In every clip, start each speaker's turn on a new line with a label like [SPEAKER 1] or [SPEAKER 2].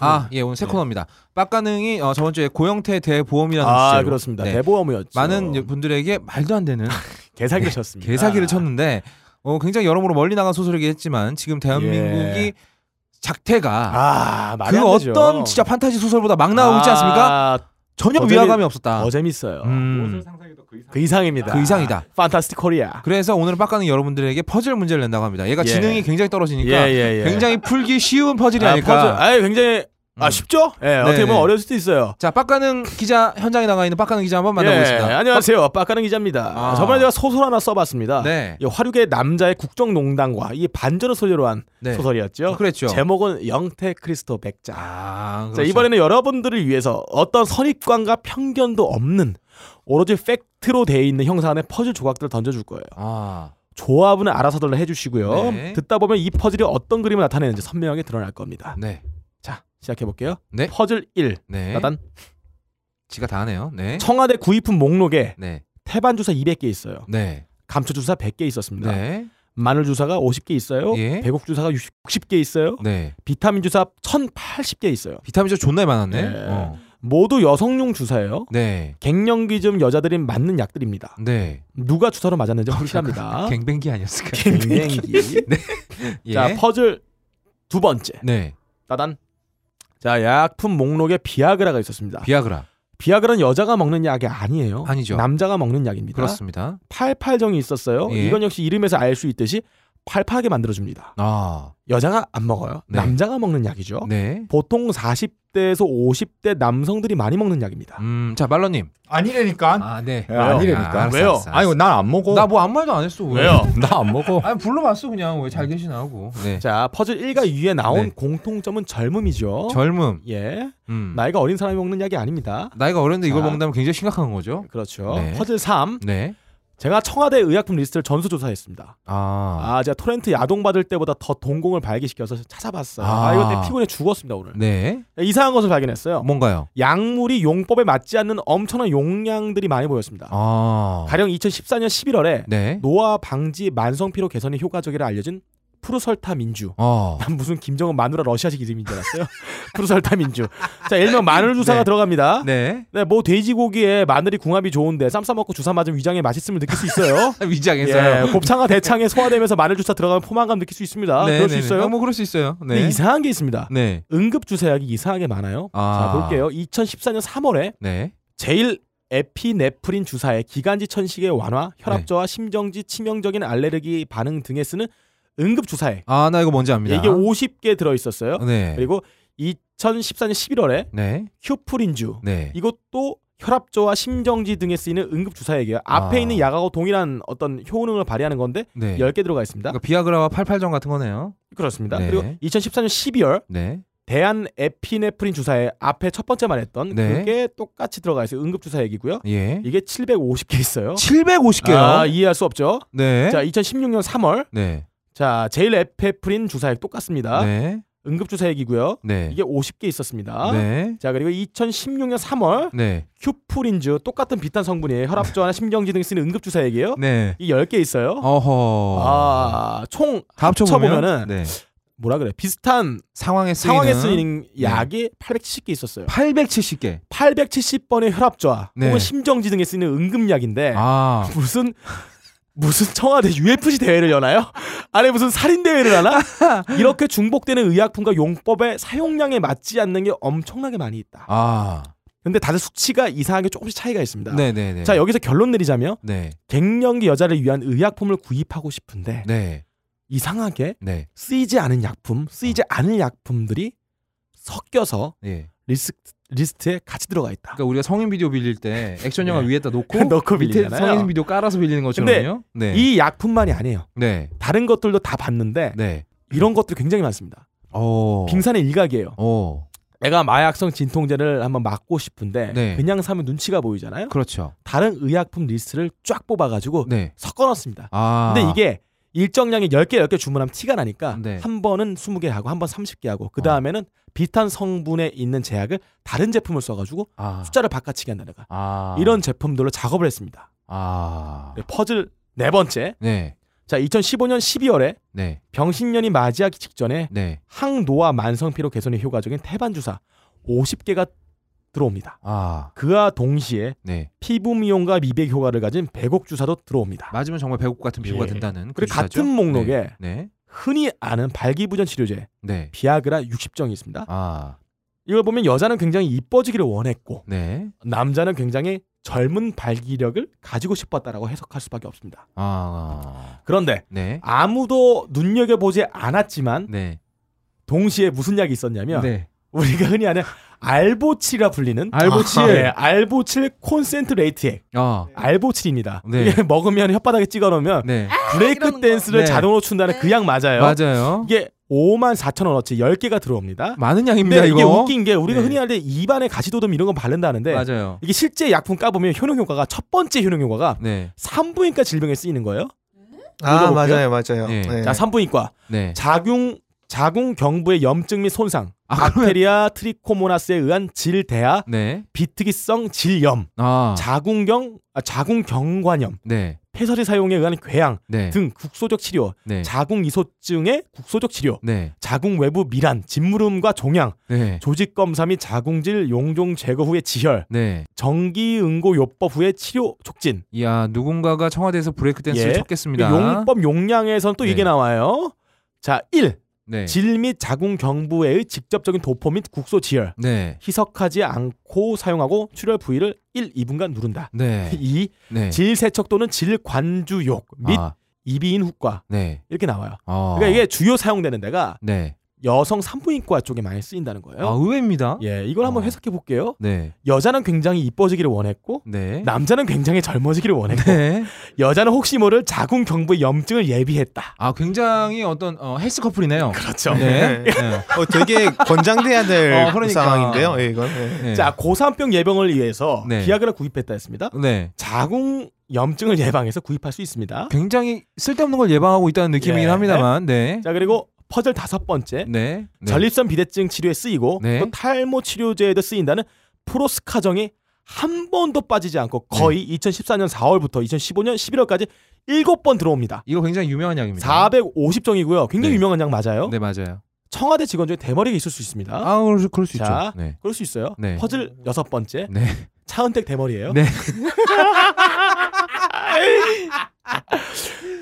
[SPEAKER 1] 아, 예, 오늘 새
[SPEAKER 2] 네.
[SPEAKER 1] 코너입니다. 빡가능이 어, 저번 주에 고영태 대보험이라는
[SPEAKER 2] 아
[SPEAKER 1] 주제로
[SPEAKER 2] 그렇습니다.
[SPEAKER 1] 예, 네.
[SPEAKER 2] 대보험이었죠. 아.
[SPEAKER 1] 많은 분들에게 말도 안 되는
[SPEAKER 2] 개사기를 쳤습니다.
[SPEAKER 1] 개사기를 쳤는데 어, 굉장히 여러모로 멀리 나간 소설이긴 했지만 지금 대한민국이
[SPEAKER 2] 예.
[SPEAKER 1] 작태가
[SPEAKER 2] 아 말이
[SPEAKER 1] 그
[SPEAKER 2] 안 되죠.
[SPEAKER 1] 어떤 진짜 판타지 소설보다 막 나오지 않습니까? 전혀
[SPEAKER 2] 더 재미-
[SPEAKER 1] 위화감이 없었다.
[SPEAKER 2] 더 재밌어요.
[SPEAKER 1] 음,
[SPEAKER 2] 그 이상입니다.
[SPEAKER 1] 그 이상이다.
[SPEAKER 2] 판타스틱 코리아.
[SPEAKER 1] 그래서 오늘 빡가는 여러분들에게 퍼즐 문제를 낸다고 합니다. 얘가
[SPEAKER 2] 예.
[SPEAKER 1] 지능이 굉장히 떨어지니까
[SPEAKER 2] 예, 예.
[SPEAKER 1] 그러니까 굉장히 풀기 쉬운
[SPEAKER 2] 아,
[SPEAKER 1] 퍼즐이니까.
[SPEAKER 2] 퍼즐. 아예 굉장히
[SPEAKER 1] 음.
[SPEAKER 2] 아 쉽죠? 예, 어떻게 보면
[SPEAKER 1] 네.
[SPEAKER 2] 어려울 수도 있어요.
[SPEAKER 1] 자, 빡가는 기자 현장에 나가 있는 빡가는 기자 한번 만나보겠습니다.
[SPEAKER 2] 예, 안녕하세요. 빡가는 기자입니다.
[SPEAKER 1] 아.
[SPEAKER 2] 저번에 제가 소설 하나 써봤습니다.
[SPEAKER 1] 네.
[SPEAKER 2] 이 화륙의 남자의 국정농단과 이 반전을 소재로 한
[SPEAKER 1] 네.
[SPEAKER 2] 소설이었죠.
[SPEAKER 1] 그랬죠.
[SPEAKER 2] 제목은 영태 크리스토 백작.
[SPEAKER 1] 아,
[SPEAKER 2] 자,
[SPEAKER 1] 그렇죠.
[SPEAKER 2] 이번에는 여러분들을 위해서 어떤 선입관과 편견도 없는 오로지 팩트로 되어 있는 형사안의 퍼즐 조각들을 던져줄 거예요.
[SPEAKER 1] 아,
[SPEAKER 2] 조합은 알아서들 해주시고요.
[SPEAKER 1] 네.
[SPEAKER 2] 듣다 보면 이 퍼즐이 어떤 그림을 나타내는지 선명하게 드러날 겁니다.
[SPEAKER 1] 네,
[SPEAKER 2] 자, 시작해볼게요.
[SPEAKER 1] 네.
[SPEAKER 2] 퍼즐 1.
[SPEAKER 1] 네.
[SPEAKER 2] 일단
[SPEAKER 1] 지가 다 하네요. 네,
[SPEAKER 2] 청와대 구입품 목록에
[SPEAKER 1] 네,
[SPEAKER 2] 태반 주사 200개 있어요.
[SPEAKER 1] 네,
[SPEAKER 2] 감초 주사 100개 있었습니다.
[SPEAKER 1] 네,
[SPEAKER 2] 마늘 주사가 50개 있어요.
[SPEAKER 1] 예.
[SPEAKER 2] 배국 주사가 60, 60개 있어요.
[SPEAKER 1] 네.
[SPEAKER 2] 비타민 주사 1080개 있어요.
[SPEAKER 1] 비타민 C 존나 많았네.
[SPEAKER 2] 네.
[SPEAKER 1] 어.
[SPEAKER 2] 모두 여성용 주사예요.
[SPEAKER 1] 네,
[SPEAKER 2] 갱년기즘 여자들이 맞는 약들입니다.
[SPEAKER 1] 네.
[SPEAKER 2] 누가 주사로 맞았는지 확실합니다.
[SPEAKER 1] 아, 그 갱뱅기 아니었을까?
[SPEAKER 2] 갱년기.
[SPEAKER 1] 예.
[SPEAKER 2] 자 퍼즐 두 번째.
[SPEAKER 1] 네,
[SPEAKER 2] 따단. 자 약품 목록에 비아그라가 있었습니다.
[SPEAKER 1] 비아그라
[SPEAKER 2] 비... 아그라는 여자가 먹는 약이 아니에요.
[SPEAKER 1] 아니죠.
[SPEAKER 2] 남자가 먹는 약입니다.
[SPEAKER 1] 그렇습니다.
[SPEAKER 2] 팔팔정이 있었어요.
[SPEAKER 1] 예.
[SPEAKER 2] 이건 역시 이름에서 알 수 있듯이 팔팔하게 만들어줍니다.
[SPEAKER 1] 아,
[SPEAKER 2] 여자가 안 먹어요.
[SPEAKER 1] 네.
[SPEAKER 2] 남자가 먹는 약이죠.
[SPEAKER 1] 네.
[SPEAKER 2] 보통 40대에서 50대 남성들이 많이 먹는 약입니다.
[SPEAKER 1] 음, 자 말러님.
[SPEAKER 3] 아니래니까.
[SPEAKER 1] 아, 네.
[SPEAKER 3] 예, 아니래니까. 왜요? 아니 난 안 먹어.
[SPEAKER 1] 나뭐 아무 말도 안 했어. 왜?
[SPEAKER 3] 나 안 먹어.
[SPEAKER 1] 아니 불러봤어 그냥 왜 잘 계시나 하고. 네.
[SPEAKER 2] 자 퍼즐 1과 2에 나온
[SPEAKER 1] 네.
[SPEAKER 2] 공통점은
[SPEAKER 1] 어?
[SPEAKER 2] 젊음이죠.
[SPEAKER 1] 젊음.
[SPEAKER 2] 예,
[SPEAKER 1] 음.
[SPEAKER 2] 나이가 어린 사람이 먹는 약이 아닙니다.
[SPEAKER 1] 나이가 어렸는데 이걸
[SPEAKER 2] 자.
[SPEAKER 1] 먹는다면 굉장히 심각한 거죠.
[SPEAKER 2] 그렇죠.
[SPEAKER 1] 네.
[SPEAKER 2] 퍼즐 3.
[SPEAKER 1] 네.
[SPEAKER 2] 제가 청와대 의약품 리스트를 전수조사했습니다.
[SPEAKER 1] 아.
[SPEAKER 2] 아, 제가 토렌트 야동 받을 때보다 더 동공을 발기시켜서 찾아봤어요. 아,
[SPEAKER 1] 아.
[SPEAKER 2] 이거 때문에 피곤해 죽었습니다 오늘.
[SPEAKER 1] 네.
[SPEAKER 2] 이상한 것을 발견했어요.
[SPEAKER 1] 뭔가요?
[SPEAKER 2] 약물이 용법에 맞지 않는 엄청난 용량들이 많이 보였습니다.
[SPEAKER 1] 아.
[SPEAKER 2] 가령 2014년 11월에
[SPEAKER 1] 네.
[SPEAKER 2] 노화 방지 만성 피로 개선에 효과적이라 알려진 푸르설타민주.
[SPEAKER 1] 어.
[SPEAKER 2] 난 무슨 김정은 마누라 러시아식 이름인 줄 알았어요. 푸르설타민주. 자, 일명 마늘 주사가
[SPEAKER 1] 네.
[SPEAKER 2] 들어갑니다.
[SPEAKER 1] 네.
[SPEAKER 2] 네, 뭐 돼지고기에 마늘이 궁합이 좋은데 쌈 싸먹고 주사 맞으면 위장에 맛있음을 느낄 수 있어요.
[SPEAKER 1] 아, 위장에서요.
[SPEAKER 2] 예, 곱창과 대창에 소화되면서 마늘 주사 들어가면 포만감 느낄 수 있습니다. 그럴 수 있어요.
[SPEAKER 1] 아, 뭐 그럴 수 있어요. 네.
[SPEAKER 2] 근데 이상한 게 있습니다.
[SPEAKER 1] 네.
[SPEAKER 2] 응급 주사약이 이상하게 많아요.
[SPEAKER 1] 아.
[SPEAKER 2] 자 볼게요. 2014년 3월에
[SPEAKER 1] 네.
[SPEAKER 2] 제일 에피네프린 주사에 기관지 천식의 완화, 혈압 저하,
[SPEAKER 1] 네.
[SPEAKER 2] 심정지, 치명적인 알레르기 반응 등에 쓰는 응급 주사액
[SPEAKER 1] 아, 나 이거 뭔지 압니다.
[SPEAKER 2] 이게 50개 들어 있었어요.
[SPEAKER 1] 네.
[SPEAKER 2] 그리고 2014년 11월에
[SPEAKER 1] 네.
[SPEAKER 2] 휴프린주
[SPEAKER 1] 네.
[SPEAKER 2] 이것도 혈압 저하, 심정지 등에 쓰이는 응급 주사액이에요. 앞에
[SPEAKER 1] 아.
[SPEAKER 2] 있는 약하고 동일한 어떤 효능을 발휘하는 건데
[SPEAKER 1] 네.
[SPEAKER 2] 10개 들어가 있습니다.
[SPEAKER 1] 그러니까 비아그라와 팔팔정 같은 거네요.
[SPEAKER 2] 그렇습니다.
[SPEAKER 1] 네.
[SPEAKER 2] 그리고 2014년 12월
[SPEAKER 1] 네.
[SPEAKER 2] 대한 에피네프린 주사에 앞에 첫 번째 말했던
[SPEAKER 1] 네.
[SPEAKER 2] 그게 똑같이 들어가 있어요. 응급 주사 얘기고요.
[SPEAKER 1] 예.
[SPEAKER 2] 이게 750개 있어요.
[SPEAKER 1] 750개요.
[SPEAKER 2] 아, 이해할 수 없죠.
[SPEAKER 1] 네.
[SPEAKER 2] 자, 2016년 3월
[SPEAKER 1] 네.
[SPEAKER 2] 자, 제일 에페프린 주사액 똑같습니다.
[SPEAKER 1] 네.
[SPEAKER 2] 응급 주사 얘기고요.
[SPEAKER 1] 네.
[SPEAKER 2] 아? 이게 아? 50개 있었습니다.
[SPEAKER 1] 네.
[SPEAKER 2] 자, 그리고 2016년 3월
[SPEAKER 1] 네.
[SPEAKER 2] 큐프린주 똑같은 비탄 성분이에요. 혈압 저하나 심정지 등에 쓰는 응급 주사 얘기예요.
[SPEAKER 1] 네.
[SPEAKER 2] 이 10개 있어요.
[SPEAKER 1] 어허.
[SPEAKER 2] 아, 총
[SPEAKER 1] 다 합쳐 보면은
[SPEAKER 2] 합쳐보면은
[SPEAKER 1] 네.
[SPEAKER 2] 뭐라 그래? 비슷한
[SPEAKER 1] 상황에 쓰이는 네.
[SPEAKER 2] 상황에 쓰이는 약이 870개 있었어요.
[SPEAKER 1] 870개.
[SPEAKER 2] 870번의 혈압 저하
[SPEAKER 1] 네.
[SPEAKER 2] 혹은 심정지 등에 쓰이는 응급약인데
[SPEAKER 1] 아.
[SPEAKER 2] 무슨 무슨 청와대 UFC 대회를 여나요? 아니 무슨 살인 대회를 하나? 이렇게 중복되는 의약품과 용법의 사용량에 맞지 않는 게 엄청나게 많이 있다.
[SPEAKER 1] 아.
[SPEAKER 2] 근데 다들 수치가 이상하게 조금씩 차이가 있습니다.
[SPEAKER 1] 네, 네, 네.
[SPEAKER 2] 자 여기서 결론 내리자면
[SPEAKER 1] 네.
[SPEAKER 2] 갱년기 여자를 위한 의약품을 구입하고 싶은데
[SPEAKER 1] 네.
[SPEAKER 2] 이상하게
[SPEAKER 1] 네.
[SPEAKER 2] 쓰이지 않은 약품, 쓰이지
[SPEAKER 1] 아.
[SPEAKER 2] 않은 약품들이 섞여서
[SPEAKER 1] 예.
[SPEAKER 2] 리스, 리스트에 같이 들어가 있다.
[SPEAKER 1] 그러니까 우리가 성인 비디오 빌릴 때 액션 영화
[SPEAKER 2] 네.
[SPEAKER 1] 위에다 놓고
[SPEAKER 2] 넣고
[SPEAKER 1] 그러니까 밑에
[SPEAKER 2] 빌리잖아요.
[SPEAKER 1] 성인 비디오 깔아서 빌리는 것처럼요. 네.
[SPEAKER 2] 이 약품만이 아니에요.
[SPEAKER 1] 네.
[SPEAKER 2] 다른 것들도 다 봤는데
[SPEAKER 1] 네.
[SPEAKER 2] 이런 것들이 굉장히 많습니다.
[SPEAKER 1] 어.
[SPEAKER 2] 빙산의 일각이에요.
[SPEAKER 1] 어.
[SPEAKER 2] 내가 마약성 진통제를 한번 맞고 싶은데
[SPEAKER 1] 네.
[SPEAKER 2] 그냥 사면 눈치가 보이잖아요.
[SPEAKER 1] 그렇죠.
[SPEAKER 2] 다른 의약품 리스트를 쫙 뽑아가지고
[SPEAKER 1] 네.
[SPEAKER 2] 섞어놨습니다.
[SPEAKER 1] 아.
[SPEAKER 2] 근데 이게 일정량이 10개 10개 주문하면 티가 나니까
[SPEAKER 1] 네. 아.
[SPEAKER 2] 한 번은 20개 하고 한 번 30개 하고 그 다음에는 비슷한 성분에 있는 제약을 다른 제품을 써가지고
[SPEAKER 1] 아.
[SPEAKER 2] 숫자를 바꿔치기 한다든가
[SPEAKER 1] 아.
[SPEAKER 2] 이런 제품들로 작업을 했습니다.
[SPEAKER 1] 아.
[SPEAKER 2] 네, 퍼즐 네 번째
[SPEAKER 1] 네.
[SPEAKER 2] 자, 2015년 12월에
[SPEAKER 1] 네.
[SPEAKER 2] 병신년이 맞이하기 직전에
[SPEAKER 1] 네.
[SPEAKER 2] 항노화 만성피로 개선에 효과적인 태반 주사 50개가 들어옵니다.
[SPEAKER 1] 아.
[SPEAKER 2] 그와 동시에
[SPEAKER 1] 네.
[SPEAKER 2] 피부 미용과 미백 효과를 가진 백옥 주사도 들어옵니다.
[SPEAKER 1] 맞으면 정말 배고프 같은 비교가
[SPEAKER 2] 예.
[SPEAKER 1] 된다는 그
[SPEAKER 2] 그리고
[SPEAKER 1] 주사죠?
[SPEAKER 2] 같은 목록에
[SPEAKER 1] 네.
[SPEAKER 2] 흔히 아는 발기부전 치료제
[SPEAKER 1] 네. 네.
[SPEAKER 2] 비아그라 60정이 있습니다.
[SPEAKER 1] 아.
[SPEAKER 2] 이걸 보면 여자는 굉장히 이뻐지기를 원했고
[SPEAKER 1] 네.
[SPEAKER 2] 남자는 굉장히 젊은 발기력을 가지고 싶었다라고 해석할 수밖에 없습니다.
[SPEAKER 1] 아.
[SPEAKER 2] 그런데
[SPEAKER 1] 네.
[SPEAKER 2] 아무도 눈여겨보지 않았지만
[SPEAKER 1] 네.
[SPEAKER 2] 동시에 무슨 약이 있었냐면
[SPEAKER 1] 네.
[SPEAKER 2] 우리가 흔히 아는 알보칠이라 불리는
[SPEAKER 1] 알보칠.
[SPEAKER 2] 아, 예, 알보칠 콘센트레이트액
[SPEAKER 1] 아.
[SPEAKER 2] 알보칠입니다.
[SPEAKER 1] 네.
[SPEAKER 2] 이게 먹으면 혓바닥에 찍어놓으면
[SPEAKER 1] 네.
[SPEAKER 2] 브레이크
[SPEAKER 4] 이러는 거.
[SPEAKER 2] 댄스를
[SPEAKER 1] 네.
[SPEAKER 2] 자동으로 춘다는 그 약 맞아요.
[SPEAKER 1] 맞아요.
[SPEAKER 2] 이게 5만 4천 원어치 10개가 들어옵니다.
[SPEAKER 1] 많은
[SPEAKER 2] 근데
[SPEAKER 1] 양입니다,
[SPEAKER 2] 이게
[SPEAKER 1] 이거.
[SPEAKER 2] 웃긴 게 우리가
[SPEAKER 1] 네.
[SPEAKER 2] 흔히 할때 입안에 가시도듬 이런 건 바른다는데
[SPEAKER 1] 맞아요.
[SPEAKER 2] 이게 실제 약품 까보면 효능 효과가 첫 번째 효능 효과가
[SPEAKER 1] 네.
[SPEAKER 2] 산부인과 질병에 쓰이는 거예요.
[SPEAKER 5] 아
[SPEAKER 2] 읽어볼게요.
[SPEAKER 5] 맞아요 맞아요.
[SPEAKER 1] 네.
[SPEAKER 5] 네.
[SPEAKER 2] 자, 산부인과
[SPEAKER 1] 네.
[SPEAKER 2] 자궁 자궁 경부의 염증 및 손상,
[SPEAKER 1] 아, 그러면-
[SPEAKER 2] 박테리아 트리코모나스에 의한 질대하,
[SPEAKER 1] 네.
[SPEAKER 2] 비특이성 질염,
[SPEAKER 1] 아.
[SPEAKER 2] 자궁경 아, 자궁경관염,
[SPEAKER 1] 네.
[SPEAKER 2] 폐설이 사용에 의한 궤양
[SPEAKER 1] 네.
[SPEAKER 2] 등 국소적 치료,
[SPEAKER 1] 네.
[SPEAKER 2] 자궁 이소증의 국소적 치료,
[SPEAKER 1] 네.
[SPEAKER 2] 자궁 외부 미란, 진물음과 종양,
[SPEAKER 1] 네.
[SPEAKER 2] 조직 검사 및 자궁질 용종 제거 후의 지혈,
[SPEAKER 1] 네.
[SPEAKER 2] 정기 응고 요법 후의 치료 촉진,
[SPEAKER 1] 이야, 누군가가 청와대에서 브레이크 댄스를
[SPEAKER 2] 예.
[SPEAKER 1] 쳤겠습니다.
[SPEAKER 2] 용법 용량에선 또
[SPEAKER 1] 네.
[SPEAKER 2] 이게 나와요. 자, 1.
[SPEAKER 1] 네.
[SPEAKER 2] 질 및 자궁 경부의 직접적인 도포 및 국소 지혈.
[SPEAKER 1] 네.
[SPEAKER 2] 희석하지 않고 사용하고 출혈 부위를 1, 2분간 누른다.
[SPEAKER 1] 네.
[SPEAKER 2] 2.
[SPEAKER 1] 네.
[SPEAKER 2] 질 세척 또는 질 관주욕 및
[SPEAKER 1] 아,
[SPEAKER 2] 이비인 후과.
[SPEAKER 1] 네.
[SPEAKER 2] 이렇게 나와요.
[SPEAKER 1] 어.
[SPEAKER 2] 그러니까 이게 주요 사용되는 데가
[SPEAKER 1] 네.
[SPEAKER 2] 여성 산부인과 쪽에 많이 쓰인다는
[SPEAKER 1] 아,
[SPEAKER 2] 거예요.
[SPEAKER 1] 의외입니다.
[SPEAKER 2] 어? 예, 이걸 한번
[SPEAKER 1] 어.
[SPEAKER 2] 해석해 볼게요.
[SPEAKER 1] 네.
[SPEAKER 2] 여자는 굉장히 이뻐지기를 원했고
[SPEAKER 1] 네.
[SPEAKER 2] 남자는 굉장히 젊어지기를 원했고
[SPEAKER 1] 네.
[SPEAKER 2] 여자는 혹시 모를 자궁 경부의 염증을 예비했다.
[SPEAKER 1] 아, 굉장히 어떤 어, 헬스 커플이네요.
[SPEAKER 2] 그렇죠.
[SPEAKER 1] 네.
[SPEAKER 5] 네.
[SPEAKER 1] 네.
[SPEAKER 5] 어, 되게 권장돼야 될
[SPEAKER 1] 어, 그러니까.
[SPEAKER 5] 상황인데요. 예, 이건 예.
[SPEAKER 1] 네.
[SPEAKER 2] 자, 고산병 예방을 위해서
[SPEAKER 1] 네.
[SPEAKER 2] 비아그라 구입했다 했습니다.
[SPEAKER 1] 네.
[SPEAKER 2] 자궁 염증을 예방해서 구입할 수 있습니다.
[SPEAKER 1] 굉장히 쓸데없는 걸 예방하고 있다는 느낌이긴
[SPEAKER 2] 예.
[SPEAKER 1] 합니다만. 네.
[SPEAKER 2] 자, 그리고 퍼즐 다섯 번째.
[SPEAKER 1] 네. 네.
[SPEAKER 2] 전립선 비대증 치료에 쓰이고
[SPEAKER 1] 네.
[SPEAKER 2] 또 탈모 치료제에도 쓰인다는 프로스카정이 한 번도 빠지지 않고 거의
[SPEAKER 1] 네.
[SPEAKER 2] 2014년 4월부터 2015년 11월까지 일곱 번 들어옵니다.
[SPEAKER 1] 이거 굉장히 유명한 약입니다.
[SPEAKER 2] 450정이고요. 굉장히
[SPEAKER 1] 네.
[SPEAKER 2] 유명한 약 맞아요.
[SPEAKER 1] 네, 맞아요.
[SPEAKER 2] 청와대 직원 중에 대머리가 있을 수 있습니다.
[SPEAKER 1] 아, 그럴 수, 그럴 수
[SPEAKER 2] 자.
[SPEAKER 1] 있죠. 네.
[SPEAKER 2] 그럴 수 있어요.
[SPEAKER 1] 네.
[SPEAKER 2] 퍼즐 여섯 번째.
[SPEAKER 1] 네.
[SPEAKER 2] 차은택 대머리예요.
[SPEAKER 1] 네.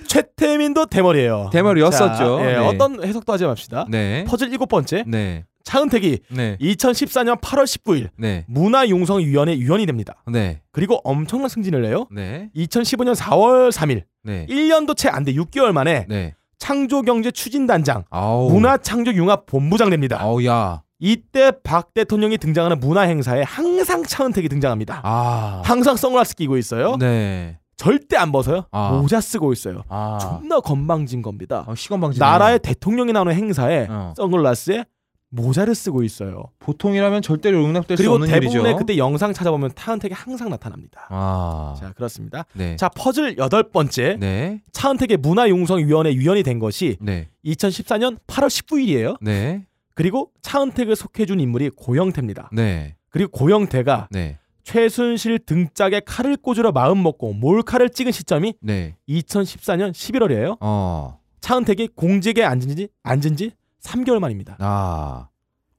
[SPEAKER 2] 최태민도 대머리예요.
[SPEAKER 1] 대머리였었죠.
[SPEAKER 2] 자, 예,
[SPEAKER 1] 네.
[SPEAKER 2] 어떤 해석도 하지 맙시다.
[SPEAKER 1] 네.
[SPEAKER 2] 퍼즐 일곱 번째.
[SPEAKER 1] 네.
[SPEAKER 2] 차은택이
[SPEAKER 1] 네.
[SPEAKER 2] 2014년 8월 19일
[SPEAKER 1] 네.
[SPEAKER 2] 문화융성위원회 위원이 됩니다.
[SPEAKER 1] 네.
[SPEAKER 2] 그리고 엄청난 승진을 해요.
[SPEAKER 1] 네.
[SPEAKER 2] 2015년 4월 3일
[SPEAKER 1] 네.
[SPEAKER 2] 1년도 채 안 돼 6개월 만에
[SPEAKER 1] 네.
[SPEAKER 2] 창조경제추진단장
[SPEAKER 1] 아우.
[SPEAKER 2] 문화창조융합본부장 됩니다.
[SPEAKER 1] 아우 야.
[SPEAKER 2] 이때 박 대통령이 등장하는 문화행사에 항상 차은택이 등장합니다.
[SPEAKER 1] 아.
[SPEAKER 2] 항상 선글라스 끼고 있어요.
[SPEAKER 1] 네.
[SPEAKER 2] 절대 안 벗어요.
[SPEAKER 1] 아.
[SPEAKER 2] 모자 쓰고 있어요.
[SPEAKER 1] 아.
[SPEAKER 2] 존나 건방진 겁니다.
[SPEAKER 1] 아, 시간 방지.
[SPEAKER 2] 나라의 대통령이 나오는 행사에
[SPEAKER 1] 어.
[SPEAKER 2] 선글라스에 모자를 쓰고 있어요.
[SPEAKER 1] 보통이라면 절대로 용납될 수
[SPEAKER 2] 그리고
[SPEAKER 1] 없는
[SPEAKER 2] 대부분의
[SPEAKER 1] 일이죠.
[SPEAKER 2] 그때 영상 찾아보면 타은택이 항상 나타납니다.
[SPEAKER 1] 아.
[SPEAKER 2] 자 그렇습니다.
[SPEAKER 1] 네.
[SPEAKER 2] 자 퍼즐 여덟 번째
[SPEAKER 1] 네.
[SPEAKER 2] 차은택의 문화융성위원회 위원이 된 것이
[SPEAKER 1] 네.
[SPEAKER 2] 2014년 8월 19일이에요.
[SPEAKER 1] 네.
[SPEAKER 2] 그리고 차은택을 속해준 인물이 고영태입니다.
[SPEAKER 1] 네.
[SPEAKER 2] 그리고 고영태가
[SPEAKER 1] 네.
[SPEAKER 2] 최순실 등짝에 칼을 꽂으러 마음먹고 몰카를 찍은 시점이
[SPEAKER 1] 네.
[SPEAKER 2] 2014년 11월이에요.
[SPEAKER 1] 어.
[SPEAKER 2] 차은택이 공직에 앉은 지, 앉은 지 3개월 만입니다.
[SPEAKER 1] 아.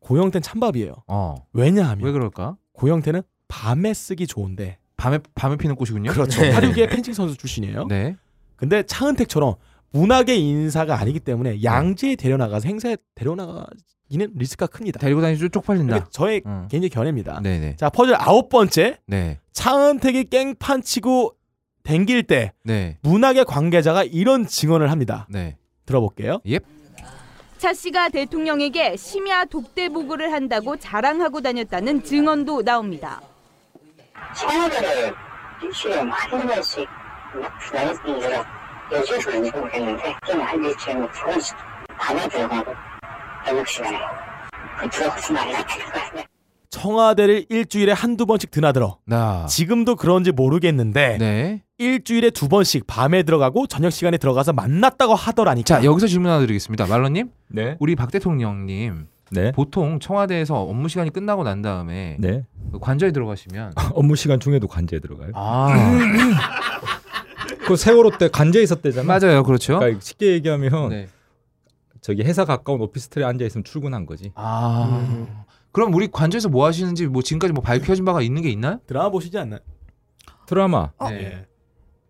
[SPEAKER 2] 고영태는 찬밥이에요.
[SPEAKER 1] 어.
[SPEAKER 2] 왜냐하면
[SPEAKER 1] 왜 그럴까?
[SPEAKER 2] 고영태는 밤에 쓰기 좋은데
[SPEAKER 1] 밤에 밤에 피는 꽃이군요.
[SPEAKER 2] 그렇죠.
[SPEAKER 5] 네.
[SPEAKER 2] 파리우기의 펜칭 선수 출신이에요.
[SPEAKER 1] 네.
[SPEAKER 2] 근데 차은택처럼 문학의 인사가 아니기
[SPEAKER 1] 네.
[SPEAKER 2] 때문에 양지에 데려나가서 행사에 데려나가기는 리스크가 큽니다.
[SPEAKER 1] 데리고 다니면 쪽팔린다.
[SPEAKER 2] 이게 저의
[SPEAKER 1] 응.
[SPEAKER 2] 개인적 견해입니다.
[SPEAKER 1] 네, 네.
[SPEAKER 2] 자 퍼즐 아홉 번째
[SPEAKER 1] 네.
[SPEAKER 2] 차은택이 깽판 치고 댕길 때
[SPEAKER 1] 네.
[SPEAKER 2] 문학의 관계자가 이런 증언을 합니다.
[SPEAKER 1] 네.
[SPEAKER 2] 들어볼게요.
[SPEAKER 4] 차 씨가 대통령에게 심야 독대 보고를 한다고 자랑하고 다녔다는 증언도 나옵니다.
[SPEAKER 6] 청와대를 일주일에 한 번씩 막두 달씩 내가 여주에서 연습을 했는데 좀한 일주일에 뭐 두 번씩 밤에 들어가고 저녁 시간에 그 들어가서 많이 나타날 거야.
[SPEAKER 2] 청와대를 일주일에 한두 번씩 드나들어
[SPEAKER 1] 나.
[SPEAKER 2] 지금도 그런지 모르겠는데
[SPEAKER 1] 아. 네.
[SPEAKER 2] 일주일에 두 번씩 밤에 들어가고 저녁 시간에 들어가서 만났다고 하더라니까.
[SPEAKER 1] 자, 여기서 질문 하나 드리겠습니다. 말러님,
[SPEAKER 7] 네.
[SPEAKER 1] 우리 박 대통령님
[SPEAKER 7] 네.
[SPEAKER 1] 보통 청와대에서 업무 시간이 끝나고 난 다음에
[SPEAKER 7] 네.
[SPEAKER 1] 관저에 들어가시면
[SPEAKER 2] 아.
[SPEAKER 1] 음,
[SPEAKER 7] 업무 시간 중에도 관제에 들어가요.
[SPEAKER 1] 아.
[SPEAKER 7] 그 세월호 때 간제 있었대잖아.
[SPEAKER 1] 맞아요, 그렇죠.
[SPEAKER 7] 그러니까 쉽게 얘기하면
[SPEAKER 1] 네.
[SPEAKER 7] 저기 회사 가까운 오피스텔에 앉아 있으면 출근한 거지.
[SPEAKER 1] 아
[SPEAKER 8] 음.
[SPEAKER 1] 그럼 우리 관저에서 뭐 하시는지 뭐 지금까지 뭐 밝혀진 바가 있는 게 있나요?
[SPEAKER 2] 드라마 보시지 않나요?
[SPEAKER 7] 드라마,
[SPEAKER 1] 네.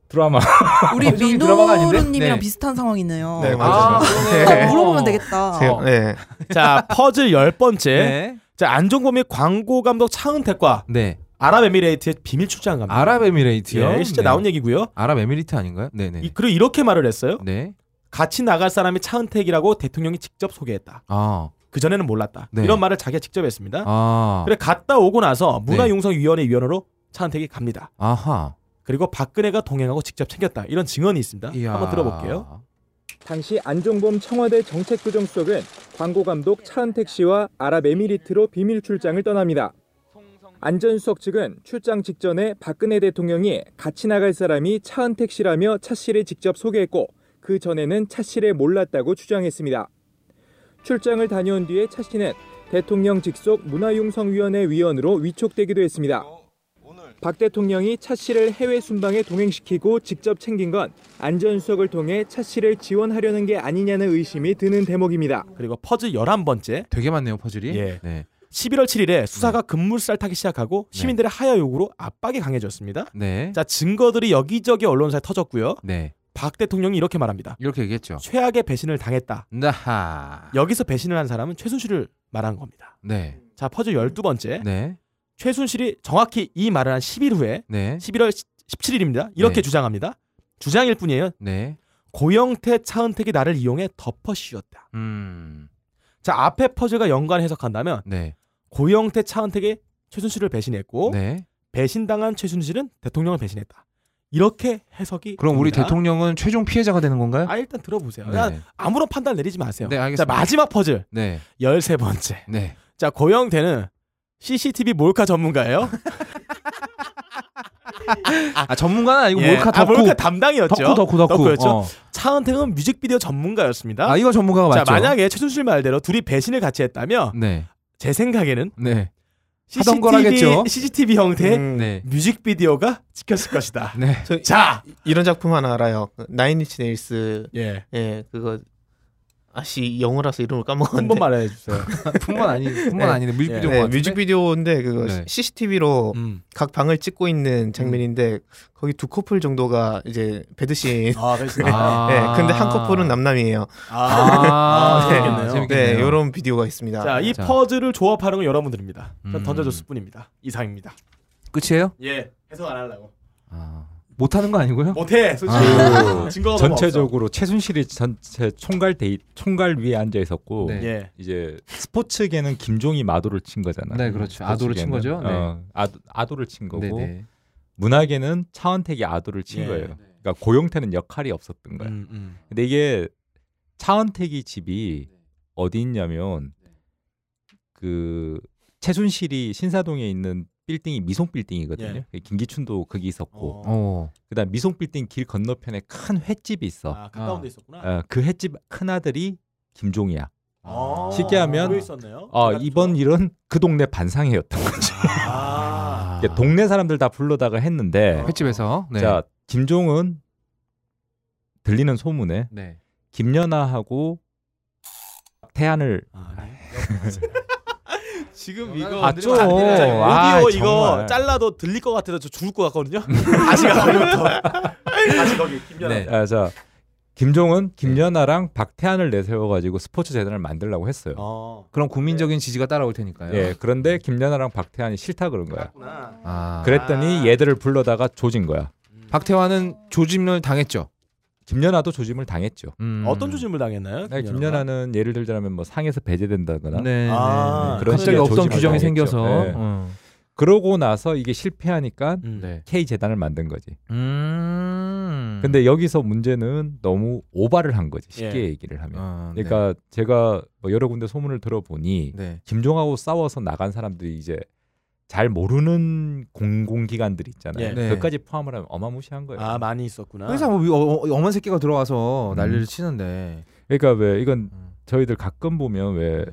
[SPEAKER 7] 드라마.
[SPEAKER 8] 어, 우리
[SPEAKER 1] 갑자기 드라마가 아닌데?
[SPEAKER 8] 민호님이랑
[SPEAKER 1] 네.
[SPEAKER 8] 비슷한 상황이네요.
[SPEAKER 5] 네,
[SPEAKER 1] 아,
[SPEAKER 5] 맞아요.
[SPEAKER 8] 딱
[SPEAKER 5] 네.
[SPEAKER 8] 물어보면 되겠다.
[SPEAKER 5] 제가- 네.
[SPEAKER 2] 자 퍼즐 열 번째.
[SPEAKER 1] 네.
[SPEAKER 2] 자 안종범의 광고 감독 차은택과
[SPEAKER 1] 네.
[SPEAKER 2] 아랍에미레이트의 비밀 출장 갑니다.
[SPEAKER 1] 아랍에미레이트요.
[SPEAKER 2] 예, 실제
[SPEAKER 1] 네.
[SPEAKER 2] 나온 얘기고요.
[SPEAKER 1] 아랍에미리트 아닌가요? 네, 네.
[SPEAKER 2] 이- 그리고 이렇게 말을 했어요.
[SPEAKER 1] 네.
[SPEAKER 2] 같이 나갈 사람이 차은택이라고 대통령이 직접 소개했다.
[SPEAKER 1] 아.
[SPEAKER 2] 그 전에는 몰랐다.
[SPEAKER 1] 네.
[SPEAKER 2] 이런 말을 자기가 직접 했습니다.
[SPEAKER 1] 아.
[SPEAKER 2] 그래 갔다 오고 나서 문화융성위원회 위원으로 차은택이 갑니다.
[SPEAKER 1] 아하.
[SPEAKER 2] 그리고 박근혜가 동행하고 직접 챙겼다. 이런 증언이 있습니다.
[SPEAKER 1] 이야.
[SPEAKER 2] 한번 들어볼게요.
[SPEAKER 9] 당시 안종범 청와대 정책부정 수석은 광고감독 차은택 씨와 아랍에미리트로 비밀 출장을 떠납니다. 안전수석 측은 출장 직전에 박근혜 대통령이 같이 나갈 사람이 차은택 씨라며 차 씨를 직접 소개했고 그 전에는 차 씨를 몰랐다고 주장했습니다. 출장을 다녀온 뒤에 차 씨는 대통령 직속 문화융성위원회 위원으로 위촉되기도 했습니다. 박 대통령이 차 씨를 해외 순방에 동행시키고 직접 챙긴 건 안전수석을 통해 차 씨를 지원하려는 게 아니냐는 의심이 드는 대목입니다.
[SPEAKER 2] 그리고 퍼즐 11번째.
[SPEAKER 1] 되게 많네요, 퍼즐이.
[SPEAKER 2] 예.
[SPEAKER 1] 네.
[SPEAKER 2] 11월 7일에 수사가 급물살 타기 시작하고 시민들의 하야 요구로 압박이 강해졌습니다.
[SPEAKER 1] 네.
[SPEAKER 2] 자, 증거들이 여기저기 언론사에 터졌고요.
[SPEAKER 1] 네.
[SPEAKER 2] 박 대통령이 이렇게 말합니다.
[SPEAKER 1] 이렇게 얘기했죠.
[SPEAKER 2] 최악의 배신을 당했다.
[SPEAKER 1] 나하.
[SPEAKER 2] 여기서 배신을 한 사람은 최순실을 말한 겁니다.
[SPEAKER 1] 네.
[SPEAKER 2] 자, 퍼즐 12번째.
[SPEAKER 1] 네.
[SPEAKER 2] 최순실이 정확히 이 말을 한 10일 후에
[SPEAKER 1] 네.
[SPEAKER 2] 11월 17일입니다. 이렇게
[SPEAKER 1] 네.
[SPEAKER 2] 주장합니다. 주장일 뿐이에요.
[SPEAKER 1] 네.
[SPEAKER 2] 고영태 차은택이 나를 이용해 덮어 씌웠다.
[SPEAKER 1] 음.
[SPEAKER 2] 자, 앞에 퍼즐과 연관 해석한다면
[SPEAKER 1] 네.
[SPEAKER 2] 고영태 차은택이 최순실을 배신했고
[SPEAKER 1] 네.
[SPEAKER 2] 배신당한 최순실은 대통령을 배신했다. 이렇게 해석이
[SPEAKER 1] 그럼 우리
[SPEAKER 2] 됩니다.
[SPEAKER 1] 대통령은 최종 피해자가 되는 건가요?
[SPEAKER 2] 아 일단 들어보세요.
[SPEAKER 1] 네.
[SPEAKER 2] 그냥 아무런 판단 내리지 마세요.
[SPEAKER 1] 네, 알겠습니다.
[SPEAKER 2] 자, 마지막 퍼즐.
[SPEAKER 1] 네.
[SPEAKER 2] 13번째.
[SPEAKER 1] 네.
[SPEAKER 2] 자, 고영태는 CCTV 몰카 전문가예요.
[SPEAKER 1] 아, 전문가는 아니고 몰카
[SPEAKER 2] 아,
[SPEAKER 1] 덕후.
[SPEAKER 2] 몰카 담당이었죠.
[SPEAKER 1] 덕후 덕후 덕후.
[SPEAKER 2] 덕후였죠.
[SPEAKER 1] 어.
[SPEAKER 2] 차은택은 뮤직비디오 전문가였습니다.
[SPEAKER 1] 아, 이거 전문가가
[SPEAKER 2] 자,
[SPEAKER 1] 맞죠.
[SPEAKER 2] 만약에 최순실 말대로 둘이 배신을 같이 했다면
[SPEAKER 1] 네.
[SPEAKER 2] 제 생각에는
[SPEAKER 1] 네. 하던 걸 하겠죠.
[SPEAKER 2] CCTV, CCTV 형태의
[SPEAKER 5] 음,
[SPEAKER 1] 네.
[SPEAKER 2] 뮤직비디오가 찍혔을 것이다.
[SPEAKER 1] 네.
[SPEAKER 5] 저
[SPEAKER 2] 자,
[SPEAKER 5] 이런 작품 하나 알아요. 그 나인인치 네일스
[SPEAKER 2] 예.
[SPEAKER 5] 예 그거 아씨 영어라서 이름을
[SPEAKER 2] 한
[SPEAKER 5] 까먹었는데.
[SPEAKER 2] 번 말해 주세요.
[SPEAKER 1] 뿐만 아니 뿐만 아니네. 뮤직비디오
[SPEAKER 5] 네, 뮤직비디오인데 그거
[SPEAKER 1] 네.
[SPEAKER 5] CCTV로
[SPEAKER 2] 음.
[SPEAKER 5] 각 방을 찍고 있는 장면인데 거기 두 커플 정도가 이제 배드신.
[SPEAKER 2] 아, 그렇습니다.
[SPEAKER 5] 네, 근데 한 커플은 남남이에요.
[SPEAKER 1] 아,
[SPEAKER 2] 아,
[SPEAKER 1] 네.
[SPEAKER 2] 재밌겠네요.
[SPEAKER 5] 네,
[SPEAKER 1] 재밌겠네요.
[SPEAKER 5] 이런 비디오가 있습니다.
[SPEAKER 2] 자, 이
[SPEAKER 1] 자.
[SPEAKER 2] 퍼즐을 조합하는 건 여러분들입니다. 전
[SPEAKER 1] 음.
[SPEAKER 2] 던져줬을 뿐입니다. 이상입니다.
[SPEAKER 1] 끝이에요?
[SPEAKER 2] 예, 해석 안 하려고.
[SPEAKER 1] 아. 못 하는 거 아니고요?
[SPEAKER 2] 못해, 솔직히.
[SPEAKER 7] 그
[SPEAKER 2] 증거가 너무
[SPEAKER 7] 전체적으로 최순실이 전체 총괄 데이 총괄 위에 앉아 있었고
[SPEAKER 1] 네.
[SPEAKER 2] 없어. 예.
[SPEAKER 7] 이제 스포츠계는 김종이 마도를 친 거잖아.
[SPEAKER 1] 네, 그렇죠. 아도를 친 거죠. 네.
[SPEAKER 7] 어, 아도, 아도를 친 거고
[SPEAKER 1] 네네. 네.
[SPEAKER 7] 문학에는 차은택이 아도를 친
[SPEAKER 2] 예.
[SPEAKER 7] 거예요. 그러니까 고영태는 역할이 없었던 거야.
[SPEAKER 2] 음, 음.
[SPEAKER 7] 근데 이게 차은택이 집이
[SPEAKER 2] 네.
[SPEAKER 7] 어디 있냐면 그 최순실이 신사동에 있는 빌딩이 미송 빌딩이거든요. 김기춘도 거기 있었고
[SPEAKER 2] 예. 어.
[SPEAKER 1] 어.
[SPEAKER 7] 그다음 미송 빌딩 길 건너편에 큰 횟집이 있어.
[SPEAKER 2] 아, 가까운 데 있었구나.
[SPEAKER 7] 어, 그 횟집 큰 아들이 김종이야.
[SPEAKER 2] 아,
[SPEAKER 7] 쉽게 하면-
[SPEAKER 2] 모여 있었네요.
[SPEAKER 7] 어,
[SPEAKER 2] 그래가지고.
[SPEAKER 7] 이번 일은 그 동네 반상회였던 거지.
[SPEAKER 2] 아.
[SPEAKER 7] 그러니까 동네 사람들 다 불러다가 했는데
[SPEAKER 1] 횟집에서 네.
[SPEAKER 7] 자 김종은 들리는 소문에
[SPEAKER 1] 네.
[SPEAKER 7] 김연아하고 태안을
[SPEAKER 2] 아, 네.
[SPEAKER 5] 지금
[SPEAKER 1] 이거
[SPEAKER 7] 아, 좀.
[SPEAKER 2] 자, 오디오
[SPEAKER 7] 아,
[SPEAKER 2] 이거
[SPEAKER 7] 정말.
[SPEAKER 2] 잘라도 들릴 것 같아서 저 죽을 것 같거든요. 다시 가 거기부터. 다시 거기 김연아.
[SPEAKER 1] 네.
[SPEAKER 7] 아, 자
[SPEAKER 2] 네.
[SPEAKER 7] 김종은 김연아랑 박태안을 내세워가지고 스포츠 재단을 만들려고 했어요.
[SPEAKER 2] 어.
[SPEAKER 1] 그럼 국민적인 지지가 따라올 테니까요.
[SPEAKER 7] 예, 그런데 김연아랑 박태안이 싫다 그런 거야.
[SPEAKER 2] 네. 그렇구나.
[SPEAKER 1] 아.
[SPEAKER 7] 그랬더니 얘들을 불러다가 조진 거야.
[SPEAKER 1] 박태환은 조짐을 당했죠.
[SPEAKER 7] 김연아도 조짐을 당했죠.
[SPEAKER 1] 음.
[SPEAKER 2] 어떤 조짐을 당했나요?
[SPEAKER 7] 네,
[SPEAKER 2] 김연아가?
[SPEAKER 7] 김연아는 예를 들자면 뭐 상에서 배제된다거나
[SPEAKER 1] 네.
[SPEAKER 2] 아,
[SPEAKER 1] 네.
[SPEAKER 7] 그런
[SPEAKER 1] 갑자기
[SPEAKER 7] 식의
[SPEAKER 1] 없던
[SPEAKER 7] 조짐을
[SPEAKER 1] 규정이
[SPEAKER 7] 당했죠.
[SPEAKER 1] 생겨서.
[SPEAKER 7] 네.
[SPEAKER 1] 음.
[SPEAKER 7] 그러고 나서 이게 실패하니까
[SPEAKER 2] 음.
[SPEAKER 1] 네.
[SPEAKER 7] K 재단을 만든 거지.
[SPEAKER 1] 음.
[SPEAKER 7] 근데 여기서 문제는 너무 오바를 한 거지. 쉽게
[SPEAKER 2] 예.
[SPEAKER 7] 얘기를 하면.
[SPEAKER 1] 어, 네.
[SPEAKER 7] 그러니까 제가 뭐 여러 군데 소문을 들어보니
[SPEAKER 1] 네.
[SPEAKER 7] 김종하고 싸워서 나간 사람들이 이제 잘 모르는 공공기관들 있잖아요.
[SPEAKER 2] 예.
[SPEAKER 1] 네.
[SPEAKER 7] 그것까지 포함을 하면 어마무시한 거예요.
[SPEAKER 2] 아 많이 있었구나.
[SPEAKER 1] 회사 뭐 어, 어, 엄한 새끼가 들어와서
[SPEAKER 7] 음.
[SPEAKER 1] 난리를 치는데.
[SPEAKER 7] 그러니까 왜 이건
[SPEAKER 1] 음.
[SPEAKER 7] 저희들 가끔 보면 왜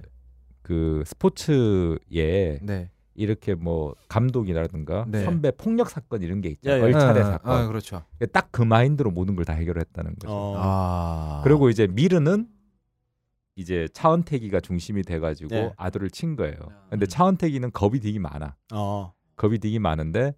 [SPEAKER 7] 그 스포츠에
[SPEAKER 1] 네.
[SPEAKER 7] 이렇게 뭐 감독이라든가
[SPEAKER 1] 네.
[SPEAKER 7] 선배 폭력 사건 이런 게 있죠.
[SPEAKER 2] 예, 예.
[SPEAKER 7] 그 얼차례
[SPEAKER 1] 예,
[SPEAKER 7] 사건.
[SPEAKER 1] 아, 그렇죠.
[SPEAKER 7] 딱 그 마인드로 모든 걸 다 해결했다는 거죠.
[SPEAKER 2] 어.
[SPEAKER 3] 아.
[SPEAKER 7] 그리고 이제 미르는 이제 차은택이가 중심이 돼가지고
[SPEAKER 2] 네.
[SPEAKER 7] 아들을 친 거예요. 근데 차은택이는 겁이 되게 많아.
[SPEAKER 2] 어.
[SPEAKER 7] 겁이 되게 많은데